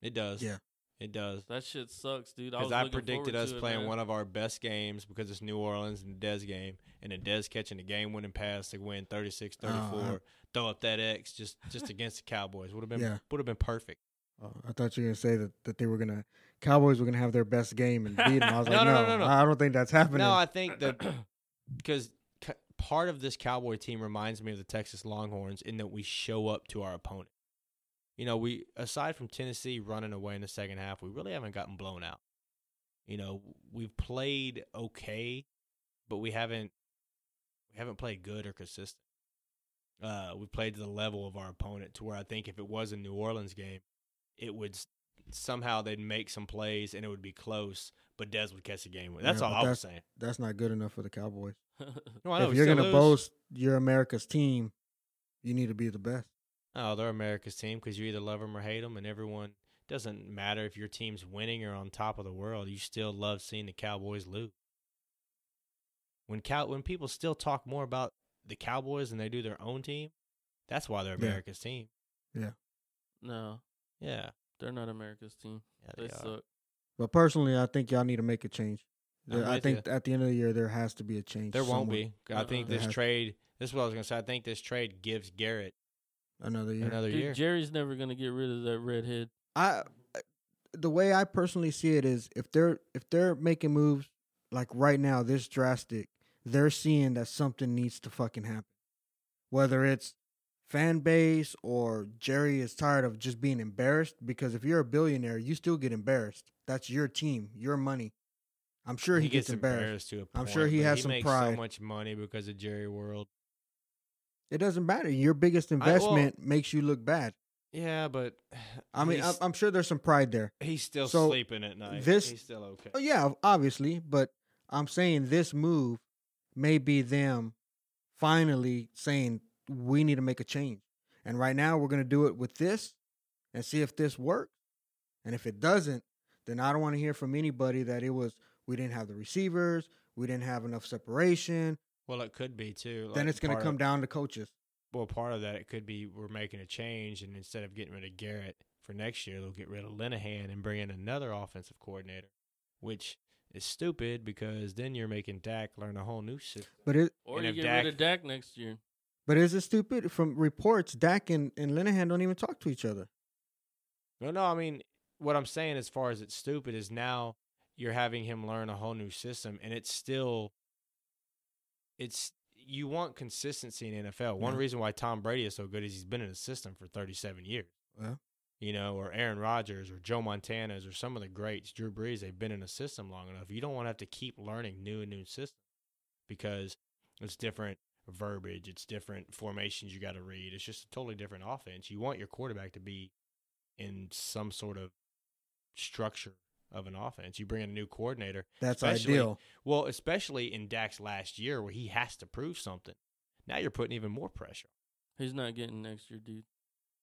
Speaker 2: It does.
Speaker 3: Yeah.
Speaker 2: it does.
Speaker 1: That shit sucks, dude. I was
Speaker 2: Because I,
Speaker 1: looking
Speaker 2: predicted
Speaker 1: forward
Speaker 2: us
Speaker 1: to it,
Speaker 2: playing
Speaker 1: man.
Speaker 2: one of our best games because it's New Orleans and the Dez game, and the Dez catching the game winning pass to win 36
Speaker 3: Oh, I-
Speaker 2: 34, throw up that X just just against the Cowboys. Would have been
Speaker 3: Yeah.
Speaker 2: would have been perfect.
Speaker 3: oh, I thought you were gonna say that, that they were gonna Cowboys were gonna have their best game and beat them. I was
Speaker 2: No,
Speaker 3: like,
Speaker 2: no,
Speaker 3: no,
Speaker 2: no, no, no.
Speaker 3: I don't think that's happening.
Speaker 2: No, I think that because c- part of this Cowboy team reminds me of the Texas Longhorns in that we show up to our opponent. You know, we aside from Tennessee running away in the second half, we really haven't gotten blown out. You know, we've played okay, but we haven't we haven't played good or consistent. Uh, we played to the level of our opponent to where I think if it was a New Orleans game, it would s- somehow they'd make some plays and it would be close, but Des would catch the game. winner. That's
Speaker 3: Yeah,
Speaker 2: all
Speaker 3: but
Speaker 2: I was saying.
Speaker 3: that's not good enough for the Cowboys.
Speaker 2: No, I know,
Speaker 3: if
Speaker 2: we
Speaker 3: you're
Speaker 2: still
Speaker 3: gonna
Speaker 2: lose.
Speaker 3: boast you're America's team, you need to be the best.
Speaker 2: Oh, they're America's team because you either love them or hate them, and everyone doesn't matter if your team's winning or on top of the world. You still love seeing the Cowboys lose. When cow when people still talk more about the Cowboys than they do their own team, that's why they're
Speaker 3: Yeah.
Speaker 2: America's team.
Speaker 1: no,
Speaker 2: Yeah,
Speaker 1: they're not America's team.
Speaker 2: yeah,
Speaker 1: They
Speaker 2: they are.
Speaker 1: suck.
Speaker 3: But personally, I think y'all need to make a change.
Speaker 2: I'm
Speaker 3: I
Speaker 2: with
Speaker 3: think at the end of the year there has to be a change.
Speaker 2: There won't
Speaker 3: somewhere.
Speaker 2: be. I think
Speaker 1: Uh-uh.
Speaker 2: this
Speaker 3: Yeah.
Speaker 2: trade. This is what I was gonna say. I think this trade gives Garrett
Speaker 3: another year.
Speaker 2: another
Speaker 1: Dude,
Speaker 2: year.
Speaker 1: Jerry's never gonna get rid of that redhead.
Speaker 3: I the way I personally see it is if they're if they're making moves like right now this drastic, they're seeing that something needs to fucking happen. Whether it's fan base or Jerry is tired of just being embarrassed because if you're a billionaire, you still get embarrassed. That's your team, your money. I'm sure he, gets, embarrassed.
Speaker 2: to a
Speaker 3: I'm
Speaker 2: point,
Speaker 3: sure he
Speaker 2: but
Speaker 3: has
Speaker 2: he
Speaker 3: some
Speaker 2: makes
Speaker 3: pride.
Speaker 2: so much money because of Jerry World.
Speaker 3: It doesn't matter. Your biggest
Speaker 2: well-
Speaker 3: investment makes you look bad.
Speaker 2: Yeah, but
Speaker 3: I mean, I'm,
Speaker 2: he's-
Speaker 3: I'm sure there's some pride there.
Speaker 2: He's still
Speaker 3: So,
Speaker 2: sleeping at night.
Speaker 3: this-
Speaker 2: he's still okay.
Speaker 3: Oh yeah, obviously, but I'm saying this move may be them finally saying we need to make a change. And right now we're going to do it with this and see if this works. And if it doesn't, then I don't want to hear from anybody that it was we didn't have the receivers, we didn't have enough separation.
Speaker 2: Well, it could be too.
Speaker 3: then
Speaker 2: like,
Speaker 3: it's going to
Speaker 2: part
Speaker 3: come
Speaker 2: of-
Speaker 3: down to coaches.
Speaker 2: Well, part of that it could be we're making a change, and instead of getting rid of Garrett for next year, they'll get rid of Linehan and bring in another offensive coordinator, which is stupid because then you're making Dak learn a whole new system.
Speaker 3: But it
Speaker 1: Or
Speaker 2: And
Speaker 1: you
Speaker 2: if
Speaker 1: get
Speaker 2: Dak-
Speaker 1: rid of Dak next year.
Speaker 3: but is it stupid from reports Dak and and Linehan don't even talk to each other.
Speaker 2: No, no, I mean what I'm saying as far as it's stupid is now you're having him learn a whole new system, and it's still, it's you want consistency in NFL. One
Speaker 3: Yeah.
Speaker 2: reason why Tom Brady is so good is he's been in the system for 37 years.
Speaker 3: Yeah.
Speaker 2: You know, or Aaron Rodgers or Joe Montana's or some of the greats, Drew Brees, they've been in a system long enough. You don't want to have to keep learning new and new systems because it's different verbiage, it's different formations you got to read. It's just a totally different offense. You want your quarterback to be in some sort of structure of an offense. You bring in a new coordinator.
Speaker 3: That's
Speaker 2: Especially-
Speaker 3: ideal.
Speaker 2: Well, especially in Dak's last year where he has to prove something. Now you're putting even more pressure.
Speaker 1: He's not getting next year, dude.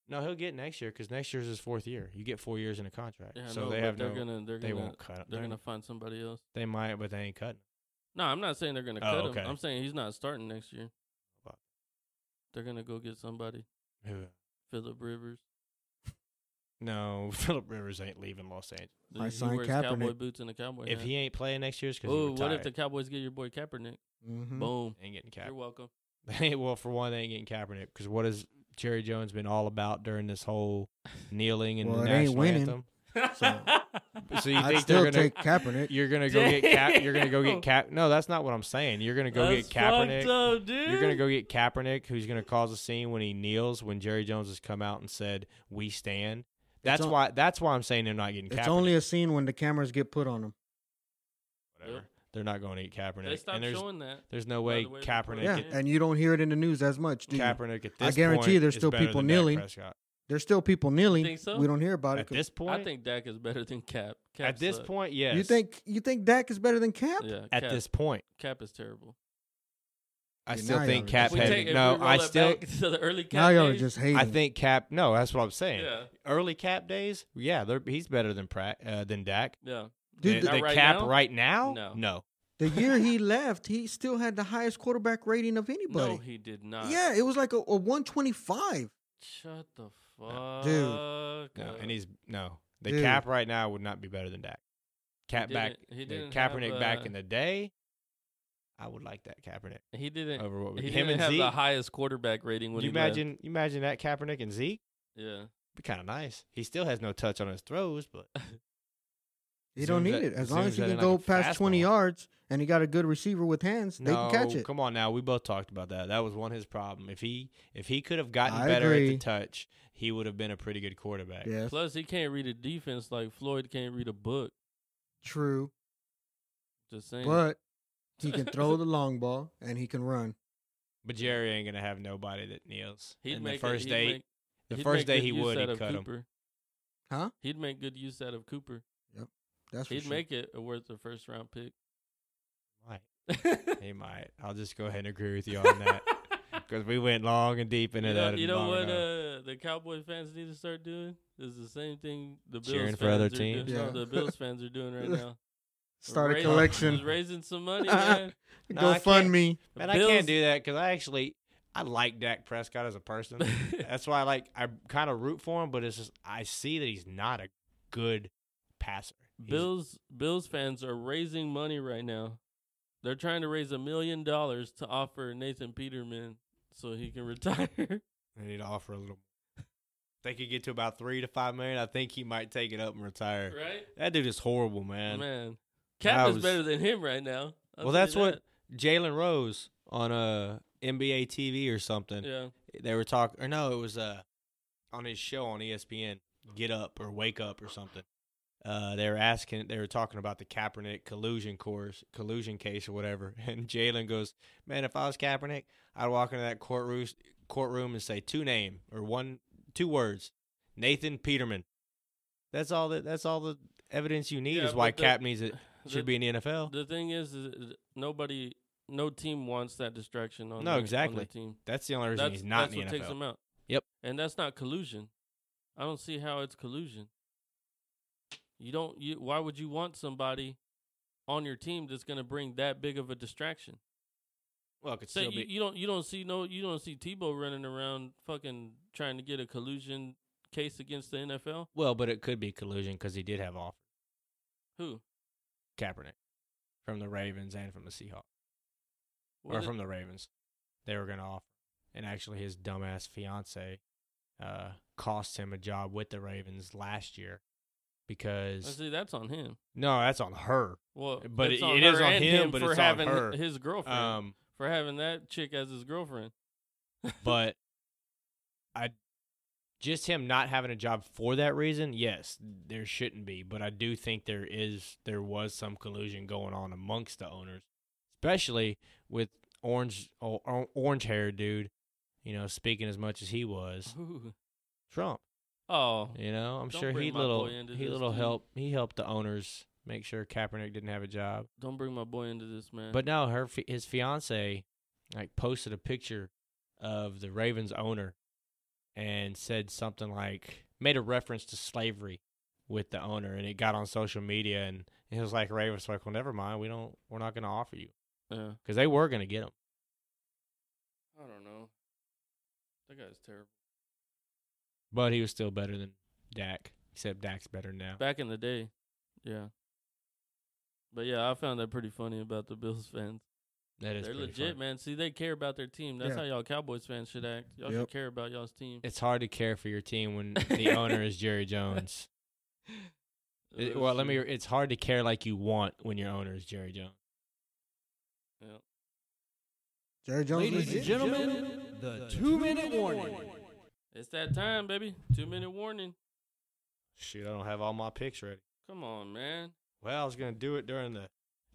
Speaker 2: No, he'll get next year because next year's his fourth year. You get four years in a contract.
Speaker 1: Yeah,
Speaker 2: so
Speaker 1: no,
Speaker 2: they
Speaker 1: but
Speaker 2: have
Speaker 1: they're
Speaker 2: no.
Speaker 1: gonna they're
Speaker 2: they
Speaker 1: gonna
Speaker 2: won't cut him.
Speaker 1: they're gonna find somebody else.
Speaker 2: They might, but they ain't cutting.
Speaker 1: No, I'm not saying they're gonna
Speaker 2: Oh,
Speaker 1: cut
Speaker 2: okay.
Speaker 1: him. I'm saying he's not starting next year.
Speaker 2: Fuck.
Speaker 1: They're gonna go get somebody.
Speaker 2: him.
Speaker 1: Philip Rivers.
Speaker 2: No, Philip Rivers ain't leaving Los Angeles.
Speaker 3: I
Speaker 1: He
Speaker 3: signed
Speaker 1: wears cowboy
Speaker 3: Kaepernick.
Speaker 1: boots and a cowboy
Speaker 2: If
Speaker 1: hat.
Speaker 2: he ain't playing next year's because
Speaker 1: Ooh,
Speaker 2: he's
Speaker 1: what
Speaker 2: retired.
Speaker 1: if the Cowboys get your boy Kaepernick?
Speaker 3: Mhm.
Speaker 1: Boom.
Speaker 2: ain't getting
Speaker 1: You're
Speaker 2: Kaepernick.
Speaker 1: welcome.
Speaker 2: They ain't- well, for one, they ain't getting Kaepernick because what has Jerry Jones been all about during this whole kneeling and
Speaker 3: Well,
Speaker 2: the
Speaker 3: it ain't
Speaker 2: national
Speaker 3: winning.
Speaker 2: anthem?
Speaker 3: So-
Speaker 2: So you
Speaker 3: I'd
Speaker 2: think they're
Speaker 3: still
Speaker 2: gonna
Speaker 3: take Kaepernick.
Speaker 2: you're gonna go get cap you're gonna go get
Speaker 1: Damn.
Speaker 2: cap no that's not what i'm saying you're gonna go
Speaker 1: That's
Speaker 2: get kaepernick
Speaker 1: fucked up, dude.
Speaker 2: you're gonna go get kaepernick who's gonna cause a scene when he kneels when jerry jones has come out and said we stand that's
Speaker 3: on-
Speaker 2: why that's why i'm saying they're not getting kaepernick
Speaker 3: It's only a scene when the cameras get put on him.
Speaker 2: whatever. They're not going to eat Kaepernick.
Speaker 1: They stopped
Speaker 2: and there's
Speaker 1: showing that.
Speaker 2: there's no way,
Speaker 1: the way, before
Speaker 2: Kaepernick.
Speaker 1: the
Speaker 3: Yeah,
Speaker 1: game.
Speaker 2: at,
Speaker 3: and you don't hear it in the news as much. Do you?
Speaker 2: Kaepernick at this
Speaker 3: guarantee
Speaker 2: point
Speaker 3: there's
Speaker 2: is
Speaker 3: still
Speaker 2: better
Speaker 3: people
Speaker 2: than Dak
Speaker 3: kneeling.
Speaker 2: Prescott.
Speaker 3: There's still people kneeling.
Speaker 1: Think so?
Speaker 3: We don't hear about
Speaker 2: At
Speaker 3: it. 'cause-
Speaker 2: this point,
Speaker 1: I think Dak is better than Cap. Cap
Speaker 2: at this
Speaker 1: sucked.
Speaker 2: point, yes.
Speaker 3: You think you think Dak is better than Cap?
Speaker 1: yeah,
Speaker 2: at
Speaker 1: Cap,
Speaker 2: this point,
Speaker 1: Cap is terrible.
Speaker 2: I
Speaker 3: Yeah,
Speaker 2: still
Speaker 3: now y'all
Speaker 2: think
Speaker 3: are
Speaker 2: Cap
Speaker 1: If we
Speaker 2: had
Speaker 1: take- if
Speaker 2: no.
Speaker 1: we roll
Speaker 2: I
Speaker 1: it
Speaker 2: still.
Speaker 1: back to the early Cap.
Speaker 3: Now y'all are
Speaker 1: days,
Speaker 3: just hating.
Speaker 2: I think Cap. No, that's what I'm saying.
Speaker 1: yeah,
Speaker 2: Early Cap days, yeah, they're, he's better than Pratt, uh, than Dak.
Speaker 1: yeah.
Speaker 3: Dude,
Speaker 2: the,
Speaker 1: Not
Speaker 2: the
Speaker 1: right
Speaker 2: Cap
Speaker 1: now?
Speaker 2: right now,
Speaker 1: No.
Speaker 2: no.
Speaker 3: the year he left, he still had the highest quarterback rating of anybody.
Speaker 1: No, he did not.
Speaker 3: yeah, it was like a, a 125.
Speaker 1: Shut the
Speaker 2: No.
Speaker 1: fuck.
Speaker 3: Dude.
Speaker 2: No,
Speaker 1: up.
Speaker 2: and he's no. The
Speaker 3: Dude.
Speaker 2: cap right now would not be better than Dak. Cap back,
Speaker 1: didn't- he
Speaker 2: the
Speaker 1: didn't have,
Speaker 2: Kaepernick back
Speaker 1: uh,
Speaker 2: in the day. I would like that Kaepernick
Speaker 1: he didn't.
Speaker 2: over what we
Speaker 1: he
Speaker 2: him
Speaker 1: didn't
Speaker 2: and
Speaker 1: have
Speaker 2: Zeke.
Speaker 1: the highest quarterback rating when
Speaker 2: you
Speaker 1: he left.
Speaker 2: imagine, you imagine that Kaepernick and Zeke
Speaker 1: Yeah.
Speaker 2: be kind of nice. He still has no touch on his throws, but
Speaker 3: He
Speaker 2: As
Speaker 3: don't
Speaker 2: soon as
Speaker 3: need
Speaker 2: that-
Speaker 3: it.
Speaker 2: as
Speaker 3: As
Speaker 2: soon
Speaker 3: long
Speaker 2: as
Speaker 3: as he
Speaker 2: that
Speaker 3: can
Speaker 2: in,
Speaker 3: go
Speaker 2: like, a
Speaker 3: past 20
Speaker 2: fastball.
Speaker 3: yards and he got a good receiver with hands, they can catch
Speaker 2: No,
Speaker 3: it.
Speaker 2: Come on now, we both talked about that. That was one of his problem. If he if he could have gotten
Speaker 3: I
Speaker 2: better at the
Speaker 3: agree.
Speaker 2: touch, he would have been a pretty good quarterback.
Speaker 3: Yes,
Speaker 1: Plus, he can't read a defense like Floyd can't read a book.
Speaker 3: true.
Speaker 1: Just saying.
Speaker 3: But he can throw the long ball and he can run.
Speaker 2: But Jerry ain't gonna have nobody that kneels.
Speaker 1: he'd
Speaker 2: and
Speaker 1: make
Speaker 2: the first
Speaker 1: a, he'd
Speaker 2: day,
Speaker 1: make-
Speaker 2: the
Speaker 1: he'd
Speaker 2: first
Speaker 1: make
Speaker 2: day
Speaker 1: good
Speaker 2: he
Speaker 1: use
Speaker 2: would, he
Speaker 1: out of
Speaker 2: cut him.
Speaker 1: Cooper.
Speaker 3: Huh?
Speaker 1: He'd make good use out of Cooper.
Speaker 3: That's for
Speaker 1: He'd
Speaker 3: sure.
Speaker 1: make it worth a first round pick.
Speaker 2: Might. He might. I'll just go ahead and agree with you on that because we went long and deep into
Speaker 1: you know,
Speaker 2: that.
Speaker 1: you know
Speaker 2: long
Speaker 1: what
Speaker 2: enough.
Speaker 1: uh, the Cowboy fans need to start doing is the same thing the Bills
Speaker 2: Cheering
Speaker 1: fans
Speaker 2: for other
Speaker 1: are doing-
Speaker 2: teams?
Speaker 1: no,
Speaker 3: Yeah.
Speaker 1: the Bills fans are doing right now.
Speaker 3: Start a
Speaker 1: Raising-
Speaker 3: collection.
Speaker 1: just raising some money, man.
Speaker 2: No,
Speaker 3: go
Speaker 2: I
Speaker 3: fund
Speaker 2: can't.
Speaker 3: me.
Speaker 1: the
Speaker 2: Man, I
Speaker 1: uh, Bills-
Speaker 2: can't do that because I actually I like Dak Prescott as a person. That's why I like I kind of root for him, but it's just I see that he's not a good passer. He's-
Speaker 1: Bills Bills fans are raising money right now. They're trying to raise a million dollars to offer Nathan Peterman so he can retire.
Speaker 2: I need to offer a little. They could get to about three to five million. I think he might take it up and retire.
Speaker 1: right?
Speaker 2: That dude is horrible, man.
Speaker 1: Man.
Speaker 2: I
Speaker 1: Cap is
Speaker 2: was-
Speaker 1: better than him right now. I'll tell
Speaker 2: well,
Speaker 1: you
Speaker 2: that's what Jalen Rose on uh, NBA TV or
Speaker 1: that.
Speaker 2: something.
Speaker 1: Yeah.
Speaker 2: They were talking, or no, it was uh, on his show on E ESPN, Get Up or Wake Up or something. Uh, they were asking, they were talking about the Kaepernick collusion course, collusion case or whatever. And Jalen goes, "Man, if I was Kaepernick, I'd walk into that courtroom, courtroom and say two name or one, two words, Nathan Peterman. That's all that. That's all the evidence you need
Speaker 1: Yeah,
Speaker 2: is why
Speaker 1: but the-
Speaker 2: Cap needs it
Speaker 1: the-
Speaker 2: should be in the NFL.
Speaker 1: The thing is, is nobody no team wants that distraction on
Speaker 2: No,
Speaker 1: their- on
Speaker 2: exactly.
Speaker 1: the team.
Speaker 2: that's the only reason
Speaker 1: That's,
Speaker 2: he's not
Speaker 1: that's
Speaker 2: in
Speaker 1: what
Speaker 2: the
Speaker 1: takes
Speaker 2: NFL.
Speaker 1: him out.
Speaker 2: Yep.
Speaker 1: And that's not collusion. I don't see how it's collusion. You don't you why would you want somebody on your team that's going to bring that big of a distraction?
Speaker 2: Well, it could
Speaker 1: So
Speaker 2: still
Speaker 1: you,
Speaker 2: be.
Speaker 1: you don't you don't see no you don't see Tebow running around fucking trying to get a collusion case against the NFL?
Speaker 2: Well, but it could be collusion because he did have off
Speaker 1: Who?
Speaker 2: Kaepernick from the Ravens and from the Seahawks,
Speaker 1: Was
Speaker 2: or
Speaker 1: it-
Speaker 2: from the Ravens. They were gonna offer, and actually, his dumbass fiance uh, cost him a job with the Ravens last year
Speaker 1: I
Speaker 2: because
Speaker 1: see that's on him.
Speaker 2: no, that's on her.
Speaker 1: Well,
Speaker 2: But
Speaker 1: it's
Speaker 2: it- it is
Speaker 1: her
Speaker 2: on
Speaker 1: and
Speaker 2: him, but
Speaker 1: for
Speaker 2: it's on
Speaker 1: having
Speaker 2: her.
Speaker 1: his girlfriend
Speaker 2: Um,
Speaker 1: for having that chick as his girlfriend.
Speaker 2: but I just him not having a job for that reason, yes, there shouldn't be, but I do think there is there was some collusion going on amongst the owners, especially with orange or, orange haired dude, you know, speaking as much as he was
Speaker 1: Ooh.
Speaker 2: Trump.
Speaker 1: Oh,
Speaker 2: You know, I'm
Speaker 1: Don't
Speaker 2: sure
Speaker 1: bring
Speaker 2: he
Speaker 1: my
Speaker 2: little
Speaker 1: boy into
Speaker 2: he
Speaker 1: this,
Speaker 2: little
Speaker 1: dude.
Speaker 2: help he helped the owners make sure Kaepernick didn't have a job.
Speaker 1: don't bring my boy into this, man.
Speaker 2: But no, her fi- his fiance like posted a picture of the Ravens owner and said something like made a reference to slavery with the owner, and it got on social media, and it was like Ravens like, well, never mind, we don't, we're not going to offer you
Speaker 1: yeah.
Speaker 2: because they were going to get him.
Speaker 1: I don't know. That guy's terrible.
Speaker 2: But he was still better than Dak, except Dak's better now.
Speaker 1: Back in the day, yeah. But yeah, I found that pretty funny about the Bills fans.
Speaker 2: That is
Speaker 1: They're
Speaker 2: pretty
Speaker 1: legit,
Speaker 2: funny.
Speaker 1: man. See, they care about their team. That's
Speaker 3: Yeah.
Speaker 1: how y'all Cowboys fans should act. Y'all should
Speaker 3: Yep.
Speaker 1: care about y'all's team.
Speaker 2: It's hard to care for your team when the owner is Jerry Jones. It-
Speaker 1: Uh,
Speaker 2: well, let me.
Speaker 1: shoot.
Speaker 2: It's hard to care like you want when your owner is Jerry Jones.
Speaker 3: Jerry Jones
Speaker 8: Ladies
Speaker 3: legit.
Speaker 8: and gentlemen, the two minute warning.
Speaker 1: It's that time, baby. Two minute warning.
Speaker 2: Shoot, I don't have all my picks ready.
Speaker 1: Come on, man.
Speaker 2: Well, I was gonna do it during the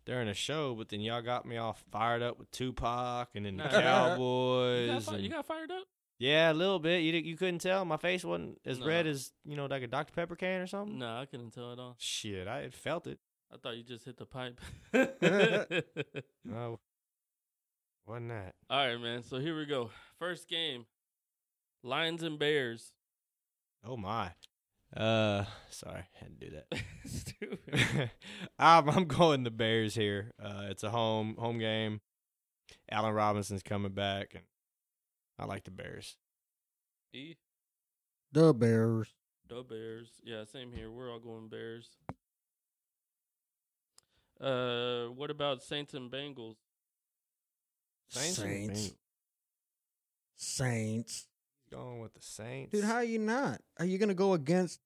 Speaker 2: during a show, but then y'all got me all fired up with Tupac and then
Speaker 1: Nah.
Speaker 2: the
Speaker 1: You got,
Speaker 2: Cowboys.
Speaker 1: fi- you
Speaker 2: and-
Speaker 1: got fired up?
Speaker 2: yeah, a little bit. You di- you couldn't tell. My face wasn't as
Speaker 1: Nah.
Speaker 2: red as you know, like a Dr Pepper can or something.
Speaker 1: No, I couldn't tell at all.
Speaker 2: Shit, I had felt it.
Speaker 1: I thought you just hit the pipe. Mm.
Speaker 2: No, Oh, wasn't that?
Speaker 1: all right, man. So here we go. First game Lions and Bears.
Speaker 2: Oh my. Uh, sorry, had to do that.
Speaker 1: Stupid.
Speaker 2: I'm, I'm going the Bears here. Uh, it's a home home game. Allen Robinson's coming back, and I like the Bears.
Speaker 1: E,
Speaker 3: The Bears.
Speaker 1: the Bears. Yeah, same here. We're all going Bears. Uh, what about Saints and Bengals?
Speaker 2: Saints.
Speaker 3: Saints. Saints.
Speaker 2: Going with the Saints.
Speaker 3: Dude, how are you not? Are you gonna go against?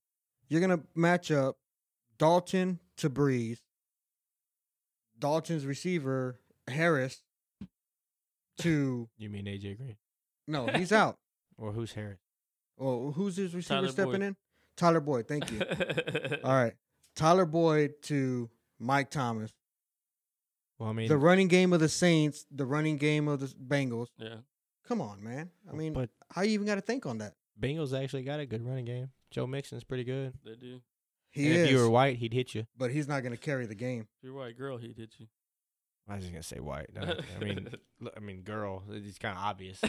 Speaker 3: You're gonna match up Dalton to Breeze. Dalton's receiver Harris to
Speaker 2: you mean AJ Green
Speaker 3: no, he's out.
Speaker 2: or who's Harris?
Speaker 3: Well, who's his receiver
Speaker 1: Tyler
Speaker 3: stepping
Speaker 1: Boyd.
Speaker 3: in? Tyler Boyd. Thank you. All right, Tyler Boyd to Mike Thomas.
Speaker 2: Well, I mean,
Speaker 3: The running game of the Saints. The running game of the Bengals.
Speaker 1: Yeah.
Speaker 3: Come on, man. I mean,
Speaker 2: but
Speaker 3: how you even got to think on that?
Speaker 2: Bengals actually got a good running game. Joe Mixon's pretty good.
Speaker 1: They do. If
Speaker 3: He
Speaker 2: and
Speaker 3: is,
Speaker 2: if you were white, he'd hit you.
Speaker 3: but he's not going to carry the game.
Speaker 1: you're a white girl, he'd hit you.
Speaker 2: I was just gonna say white. No, I mean, l- I mean, girl. It's kind of obvious.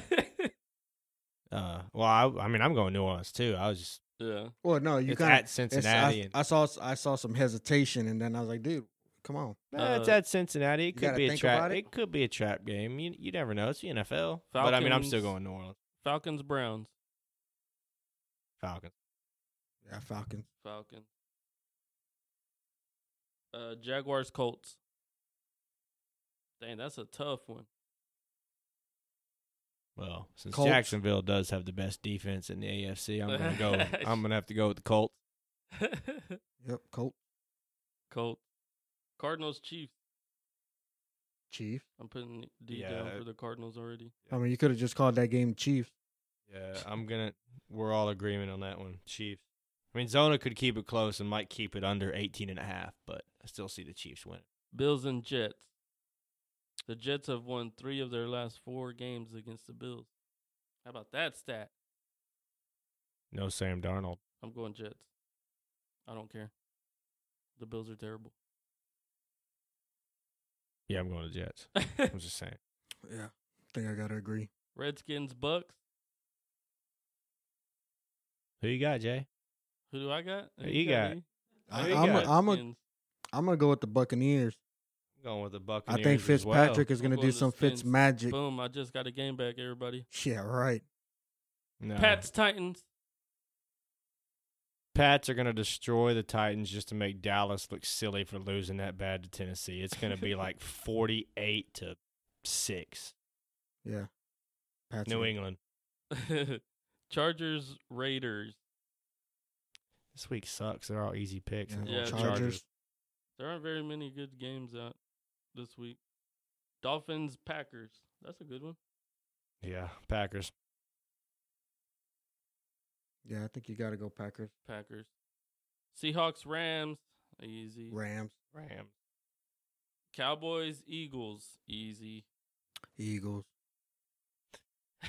Speaker 2: Uh, well, I, I mean, I'm going New Orleans too. I was just
Speaker 1: yeah.
Speaker 3: Well, no, you
Speaker 2: it's
Speaker 3: kind
Speaker 2: at Cincinnati. and,
Speaker 3: I, I saw I saw some hesitation, and then I was like, dude, come on.
Speaker 2: Eh, it's
Speaker 1: Uh,
Speaker 2: at Cincinnati. It
Speaker 3: you
Speaker 2: could
Speaker 3: gotta
Speaker 2: be a
Speaker 3: think
Speaker 2: trap.
Speaker 3: about
Speaker 2: It.
Speaker 3: it.
Speaker 2: could be a trap game. You you never know. It's the NFL. But I mean, I'm still
Speaker 1: Falcons.
Speaker 2: going New Orleans
Speaker 1: Falcons, Browns.
Speaker 2: Falcons.
Speaker 3: Yeah, Falcons.
Speaker 1: Falcons. Uh, Jaguars, Colts. Dang, that's a tough one.
Speaker 2: Well, since
Speaker 3: Colts.
Speaker 2: Jacksonville does have the best defense in the AFC, I'm gonna go. I'm gonna have to go with the Colts.
Speaker 3: Yep, Colt,
Speaker 1: Colts. Cardinals, Chiefs.
Speaker 3: Chiefs.
Speaker 1: I'm putting D
Speaker 2: Yeah.
Speaker 1: down for the Cardinals already.
Speaker 3: I mean, you could have just called that game Chiefs.
Speaker 2: Yeah, I'm gonna. We're all agreement on that one. Chiefs. I mean, Zona could keep it close and might keep it under 18 and a half, but I still see the Chiefs win.
Speaker 1: Bills and Jets. The Jets have won three of their last four games against the Bills. How about that stat?
Speaker 2: No Sam Darnold.
Speaker 1: I'm going Jets. I don't care. The Bills are terrible.
Speaker 2: Yeah, I'm going to Jets. I'm just saying.
Speaker 3: Yeah, I think I gotta agree.
Speaker 1: Redskins, Bucks.
Speaker 2: Who you got, Jay?
Speaker 1: Who do I got? Who
Speaker 2: Who you got?
Speaker 1: E?
Speaker 3: I,
Speaker 2: There you
Speaker 3: I'm
Speaker 2: go.
Speaker 3: a, I'm a,
Speaker 1: Redskins.
Speaker 3: I'm gonna go with the Buccaneers.
Speaker 2: I'm going with the
Speaker 3: I
Speaker 2: Buccaneers.
Speaker 3: think
Speaker 2: as well.
Speaker 3: Fitzpatrick is
Speaker 1: I'm
Speaker 3: gonna
Speaker 1: going
Speaker 3: do
Speaker 1: the
Speaker 3: some Fitz
Speaker 1: Skins.
Speaker 3: magic.
Speaker 1: Boom, I just got a game back, everybody.
Speaker 3: Yeah, right.
Speaker 2: No.
Speaker 1: Pats, Titans.
Speaker 2: Pats are going to destroy the Titans just to make Dallas look silly for losing that bad to Tennessee. It's going to be like 48 to 6.
Speaker 3: Yeah, Pats
Speaker 2: New
Speaker 3: are-
Speaker 2: England.
Speaker 1: Chargers, Raiders.
Speaker 2: This week sucks. They're all easy picks.
Speaker 3: Yeah,
Speaker 2: I'm
Speaker 1: Yeah,
Speaker 2: going
Speaker 3: Chargers.
Speaker 1: There aren't very many good games out this week. Dolphins, Packers. That's a good one.
Speaker 2: Yeah, Packers.
Speaker 3: Yeah, I think you gotta go Packers,
Speaker 1: Packers. Seahawks, Rams. Easy.
Speaker 3: Rams,
Speaker 2: Rams.
Speaker 1: Cowboys, Eagles. Easy.
Speaker 3: Eagles.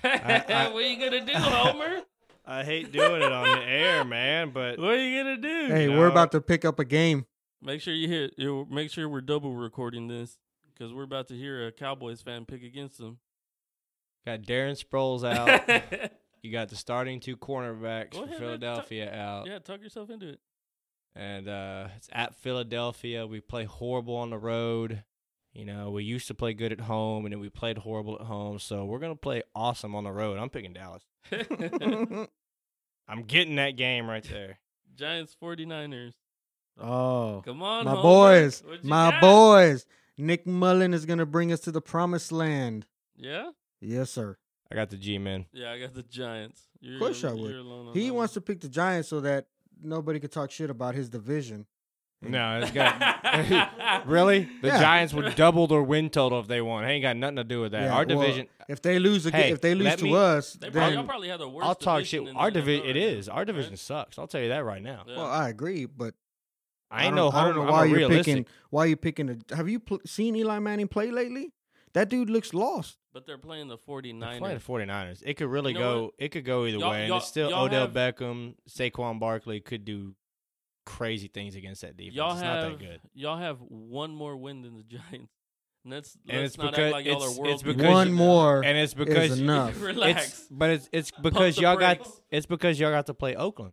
Speaker 2: I-
Speaker 1: what are you gonna do, Homer?
Speaker 2: I hate doing it on the air, man, but
Speaker 1: what are you gonna do?
Speaker 3: Hey,
Speaker 2: No.
Speaker 3: we're about to pick up a game.
Speaker 1: Make sure you hear. You make sure we're double recording this because we're about to hear a Cowboys fan pick against them.
Speaker 2: got Darren Sproles out. you got the starting two cornerbacks
Speaker 1: Go
Speaker 2: for
Speaker 1: ahead, man.
Speaker 2: Philadelphia out.
Speaker 1: yeah, talk yourself into it.
Speaker 2: and uh, it's at Philadelphia. We play horrible on the road. You know, we used to play good at home, and then we played horrible at home. So we're gonna play awesome on the road. I'm picking Dallas. I'm getting that game right there.
Speaker 1: Giants 49ers.
Speaker 3: oh,
Speaker 1: Come on,
Speaker 3: my
Speaker 1: Homer.
Speaker 3: boys,
Speaker 1: What you
Speaker 3: my
Speaker 1: got?
Speaker 3: boys. Nick Mullen is gonna bring us to the promised land.
Speaker 1: Yeah,
Speaker 3: Yes, sir.
Speaker 2: I got the G-man.
Speaker 1: yeah, I got the Giants. You're,
Speaker 3: Of course I would.
Speaker 1: you're alone on
Speaker 3: He
Speaker 1: that
Speaker 3: wants
Speaker 1: one.
Speaker 3: to pick the Giants so that nobody could talk shit about his division.
Speaker 2: No, it's got really. The
Speaker 3: Yeah.
Speaker 2: Giants would double their win total if they won. It ain't got nothing to do with that.
Speaker 3: Yeah,
Speaker 2: Our
Speaker 3: well,
Speaker 2: division. uh,
Speaker 3: If they lose again,
Speaker 2: Hey,
Speaker 3: if they lose
Speaker 2: let
Speaker 3: to
Speaker 2: me-
Speaker 3: us,
Speaker 1: They
Speaker 3: then
Speaker 1: probably, y'all probably have the worst.
Speaker 2: I'll talk shit.
Speaker 1: division in the
Speaker 2: Our
Speaker 1: NFL
Speaker 2: division. It
Speaker 1: right now,
Speaker 2: is. Our
Speaker 1: right?
Speaker 2: division sucks. I'll tell you that right now.
Speaker 1: Yeah.
Speaker 3: well, I agree, but
Speaker 2: I ain't
Speaker 3: don't-
Speaker 2: no
Speaker 3: I
Speaker 2: homer.
Speaker 3: don't know
Speaker 2: I'm a
Speaker 3: why you're
Speaker 2: realistic.
Speaker 3: picking. Why you picking? A, have you pl- seen Eli Manning play lately? That dude looks lost.
Speaker 1: But they're playing the
Speaker 2: They're
Speaker 1: 49ers.
Speaker 2: playing the 49ers. It could really
Speaker 1: You know
Speaker 2: go. It could go either
Speaker 1: Y'all-
Speaker 2: way. And
Speaker 1: y'all-
Speaker 2: it's still
Speaker 1: y'all
Speaker 2: Odell
Speaker 1: have-
Speaker 2: Beckham, Saquon Barkley could do crazy things against that defense.
Speaker 1: y'all
Speaker 2: it's
Speaker 1: have
Speaker 2: not that good.
Speaker 1: y'all have one more win than the Giants. And that's
Speaker 2: And
Speaker 1: let's
Speaker 2: it's
Speaker 1: not
Speaker 2: because-
Speaker 1: act like y'all
Speaker 2: it's-
Speaker 1: are world
Speaker 2: it's because
Speaker 1: beaters.
Speaker 3: One more
Speaker 2: And it's
Speaker 3: is
Speaker 2: because
Speaker 3: enough.
Speaker 1: Relax.
Speaker 2: It's, but it's it's because
Speaker 1: the
Speaker 2: y'all got
Speaker 1: brakes.
Speaker 2: it's because y'all got to play Oakland.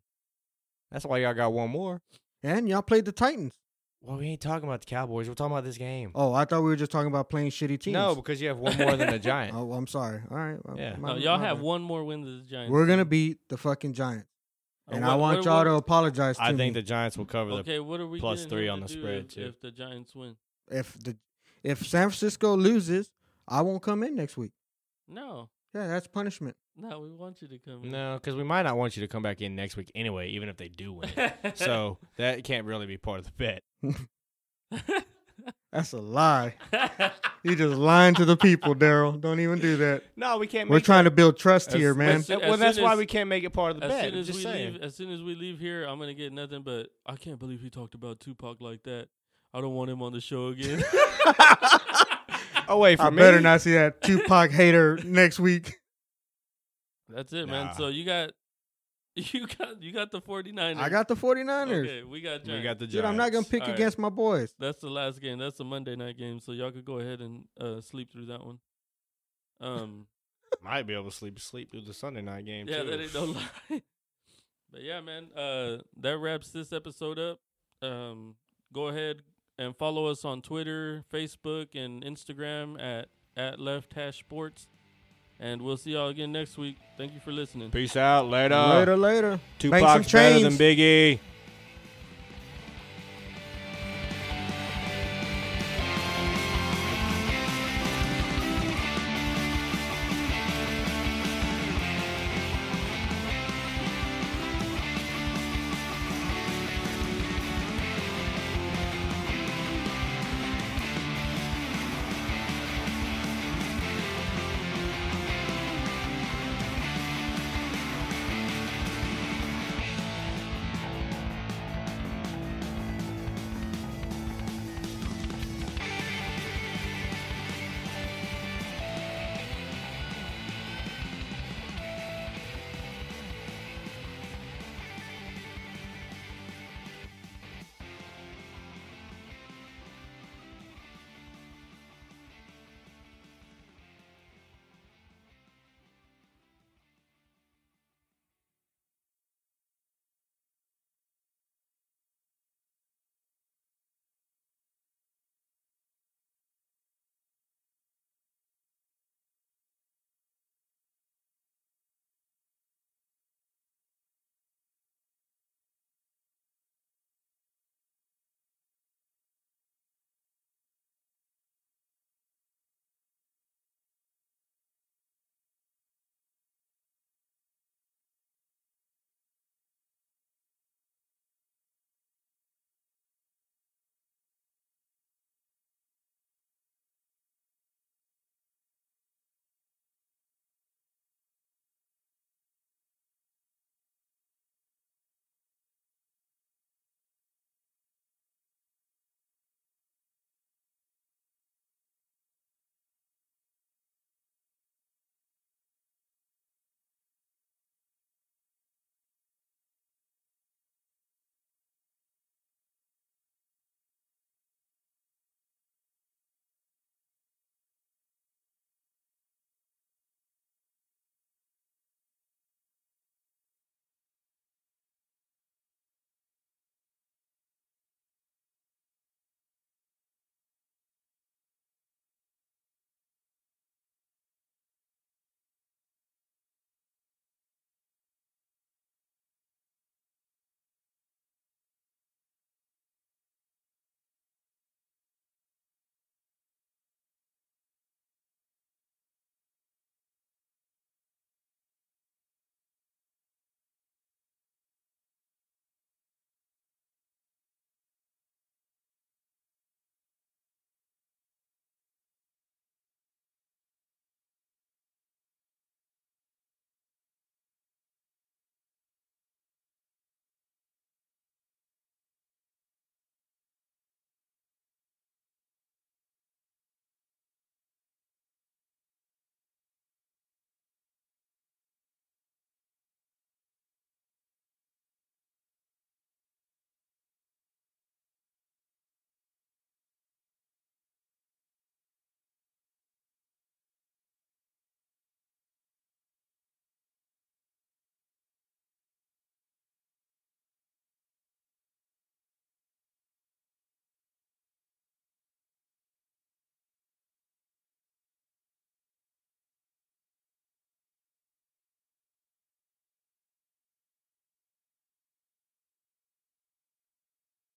Speaker 2: That's why y'all got one more.
Speaker 3: And y'all played the Titans.
Speaker 2: Well, we ain't talking about the Cowboys. We're talking about this game.
Speaker 3: Oh, I thought we were just talking about playing shitty teams.
Speaker 2: no, because you have one more than the Giants.
Speaker 3: Oh, I'm sorry. All right. well,
Speaker 2: Yeah.
Speaker 1: No,
Speaker 3: my-
Speaker 1: y'all
Speaker 3: my
Speaker 1: have
Speaker 3: bad.
Speaker 1: one more win than the Giants.
Speaker 3: We're gonna beat the fucking Giants,
Speaker 1: Uh,
Speaker 3: and
Speaker 1: what-
Speaker 3: I want
Speaker 1: what-
Speaker 3: y'all
Speaker 1: what-
Speaker 3: to apologize to
Speaker 2: I think the
Speaker 3: me
Speaker 2: Giants will cover the.
Speaker 1: Okay, what are we
Speaker 2: plus
Speaker 1: getting
Speaker 2: three
Speaker 1: him
Speaker 2: on
Speaker 1: to
Speaker 2: the
Speaker 1: do
Speaker 2: spread,
Speaker 1: if,
Speaker 2: too.
Speaker 1: if the Giants win?
Speaker 3: if the if San Francisco loses, I won't come in next week.
Speaker 1: No,
Speaker 3: Yeah, that's punishment.
Speaker 1: no, we want you to come. in.
Speaker 2: No, because we might not want you to come back in next week anyway, even if they do win. so that can't really be part of the bet.
Speaker 3: That's a lie. You just lying to the people, Daryl. Don't even do that.
Speaker 2: No, we can't.
Speaker 3: We're
Speaker 2: make
Speaker 3: trying to build trust
Speaker 1: As-
Speaker 3: here, man.
Speaker 1: as soon-
Speaker 2: well,
Speaker 1: as
Speaker 2: that's
Speaker 1: soon
Speaker 2: why
Speaker 1: as-
Speaker 2: we can't make it part of the
Speaker 1: as
Speaker 2: bet.
Speaker 1: soon
Speaker 2: I'm
Speaker 1: as
Speaker 2: just
Speaker 1: we
Speaker 2: saying.
Speaker 1: leave, as soon as we leave here, I'm gonna get nothing but I can't believe he talked about Tupac like that. I don't want him on the show again.
Speaker 2: Oh wait, for
Speaker 3: I
Speaker 2: me,
Speaker 3: better not see that Tupac hater next week.
Speaker 1: That's it, man.
Speaker 2: Nah.
Speaker 1: So you got you got you got the 49ers.
Speaker 3: I got the 49ers.
Speaker 1: Okay, we got
Speaker 2: We
Speaker 1: Giants.
Speaker 2: got the Giants.
Speaker 3: Dude, I'm not going to pick
Speaker 1: All right.
Speaker 3: against my boys.
Speaker 1: That's the last game. That's the Monday night game. So y'all could go ahead and uh, sleep through that one. Um,
Speaker 2: Might be able to sleep sleep through the Sunday night game.
Speaker 1: yeah,
Speaker 2: too.
Speaker 1: that ain't no lie. But yeah, man, uh, that wraps this episode up. Um, go ahead and follow us on Twitter, Facebook, and Instagram at at Left Hash Sports. And we'll see y'all again next week. Thank you for listening.
Speaker 2: Peace out. Later.
Speaker 3: later, later. Bank some
Speaker 2: Tupac's better than
Speaker 3: chains.
Speaker 2: Biggie.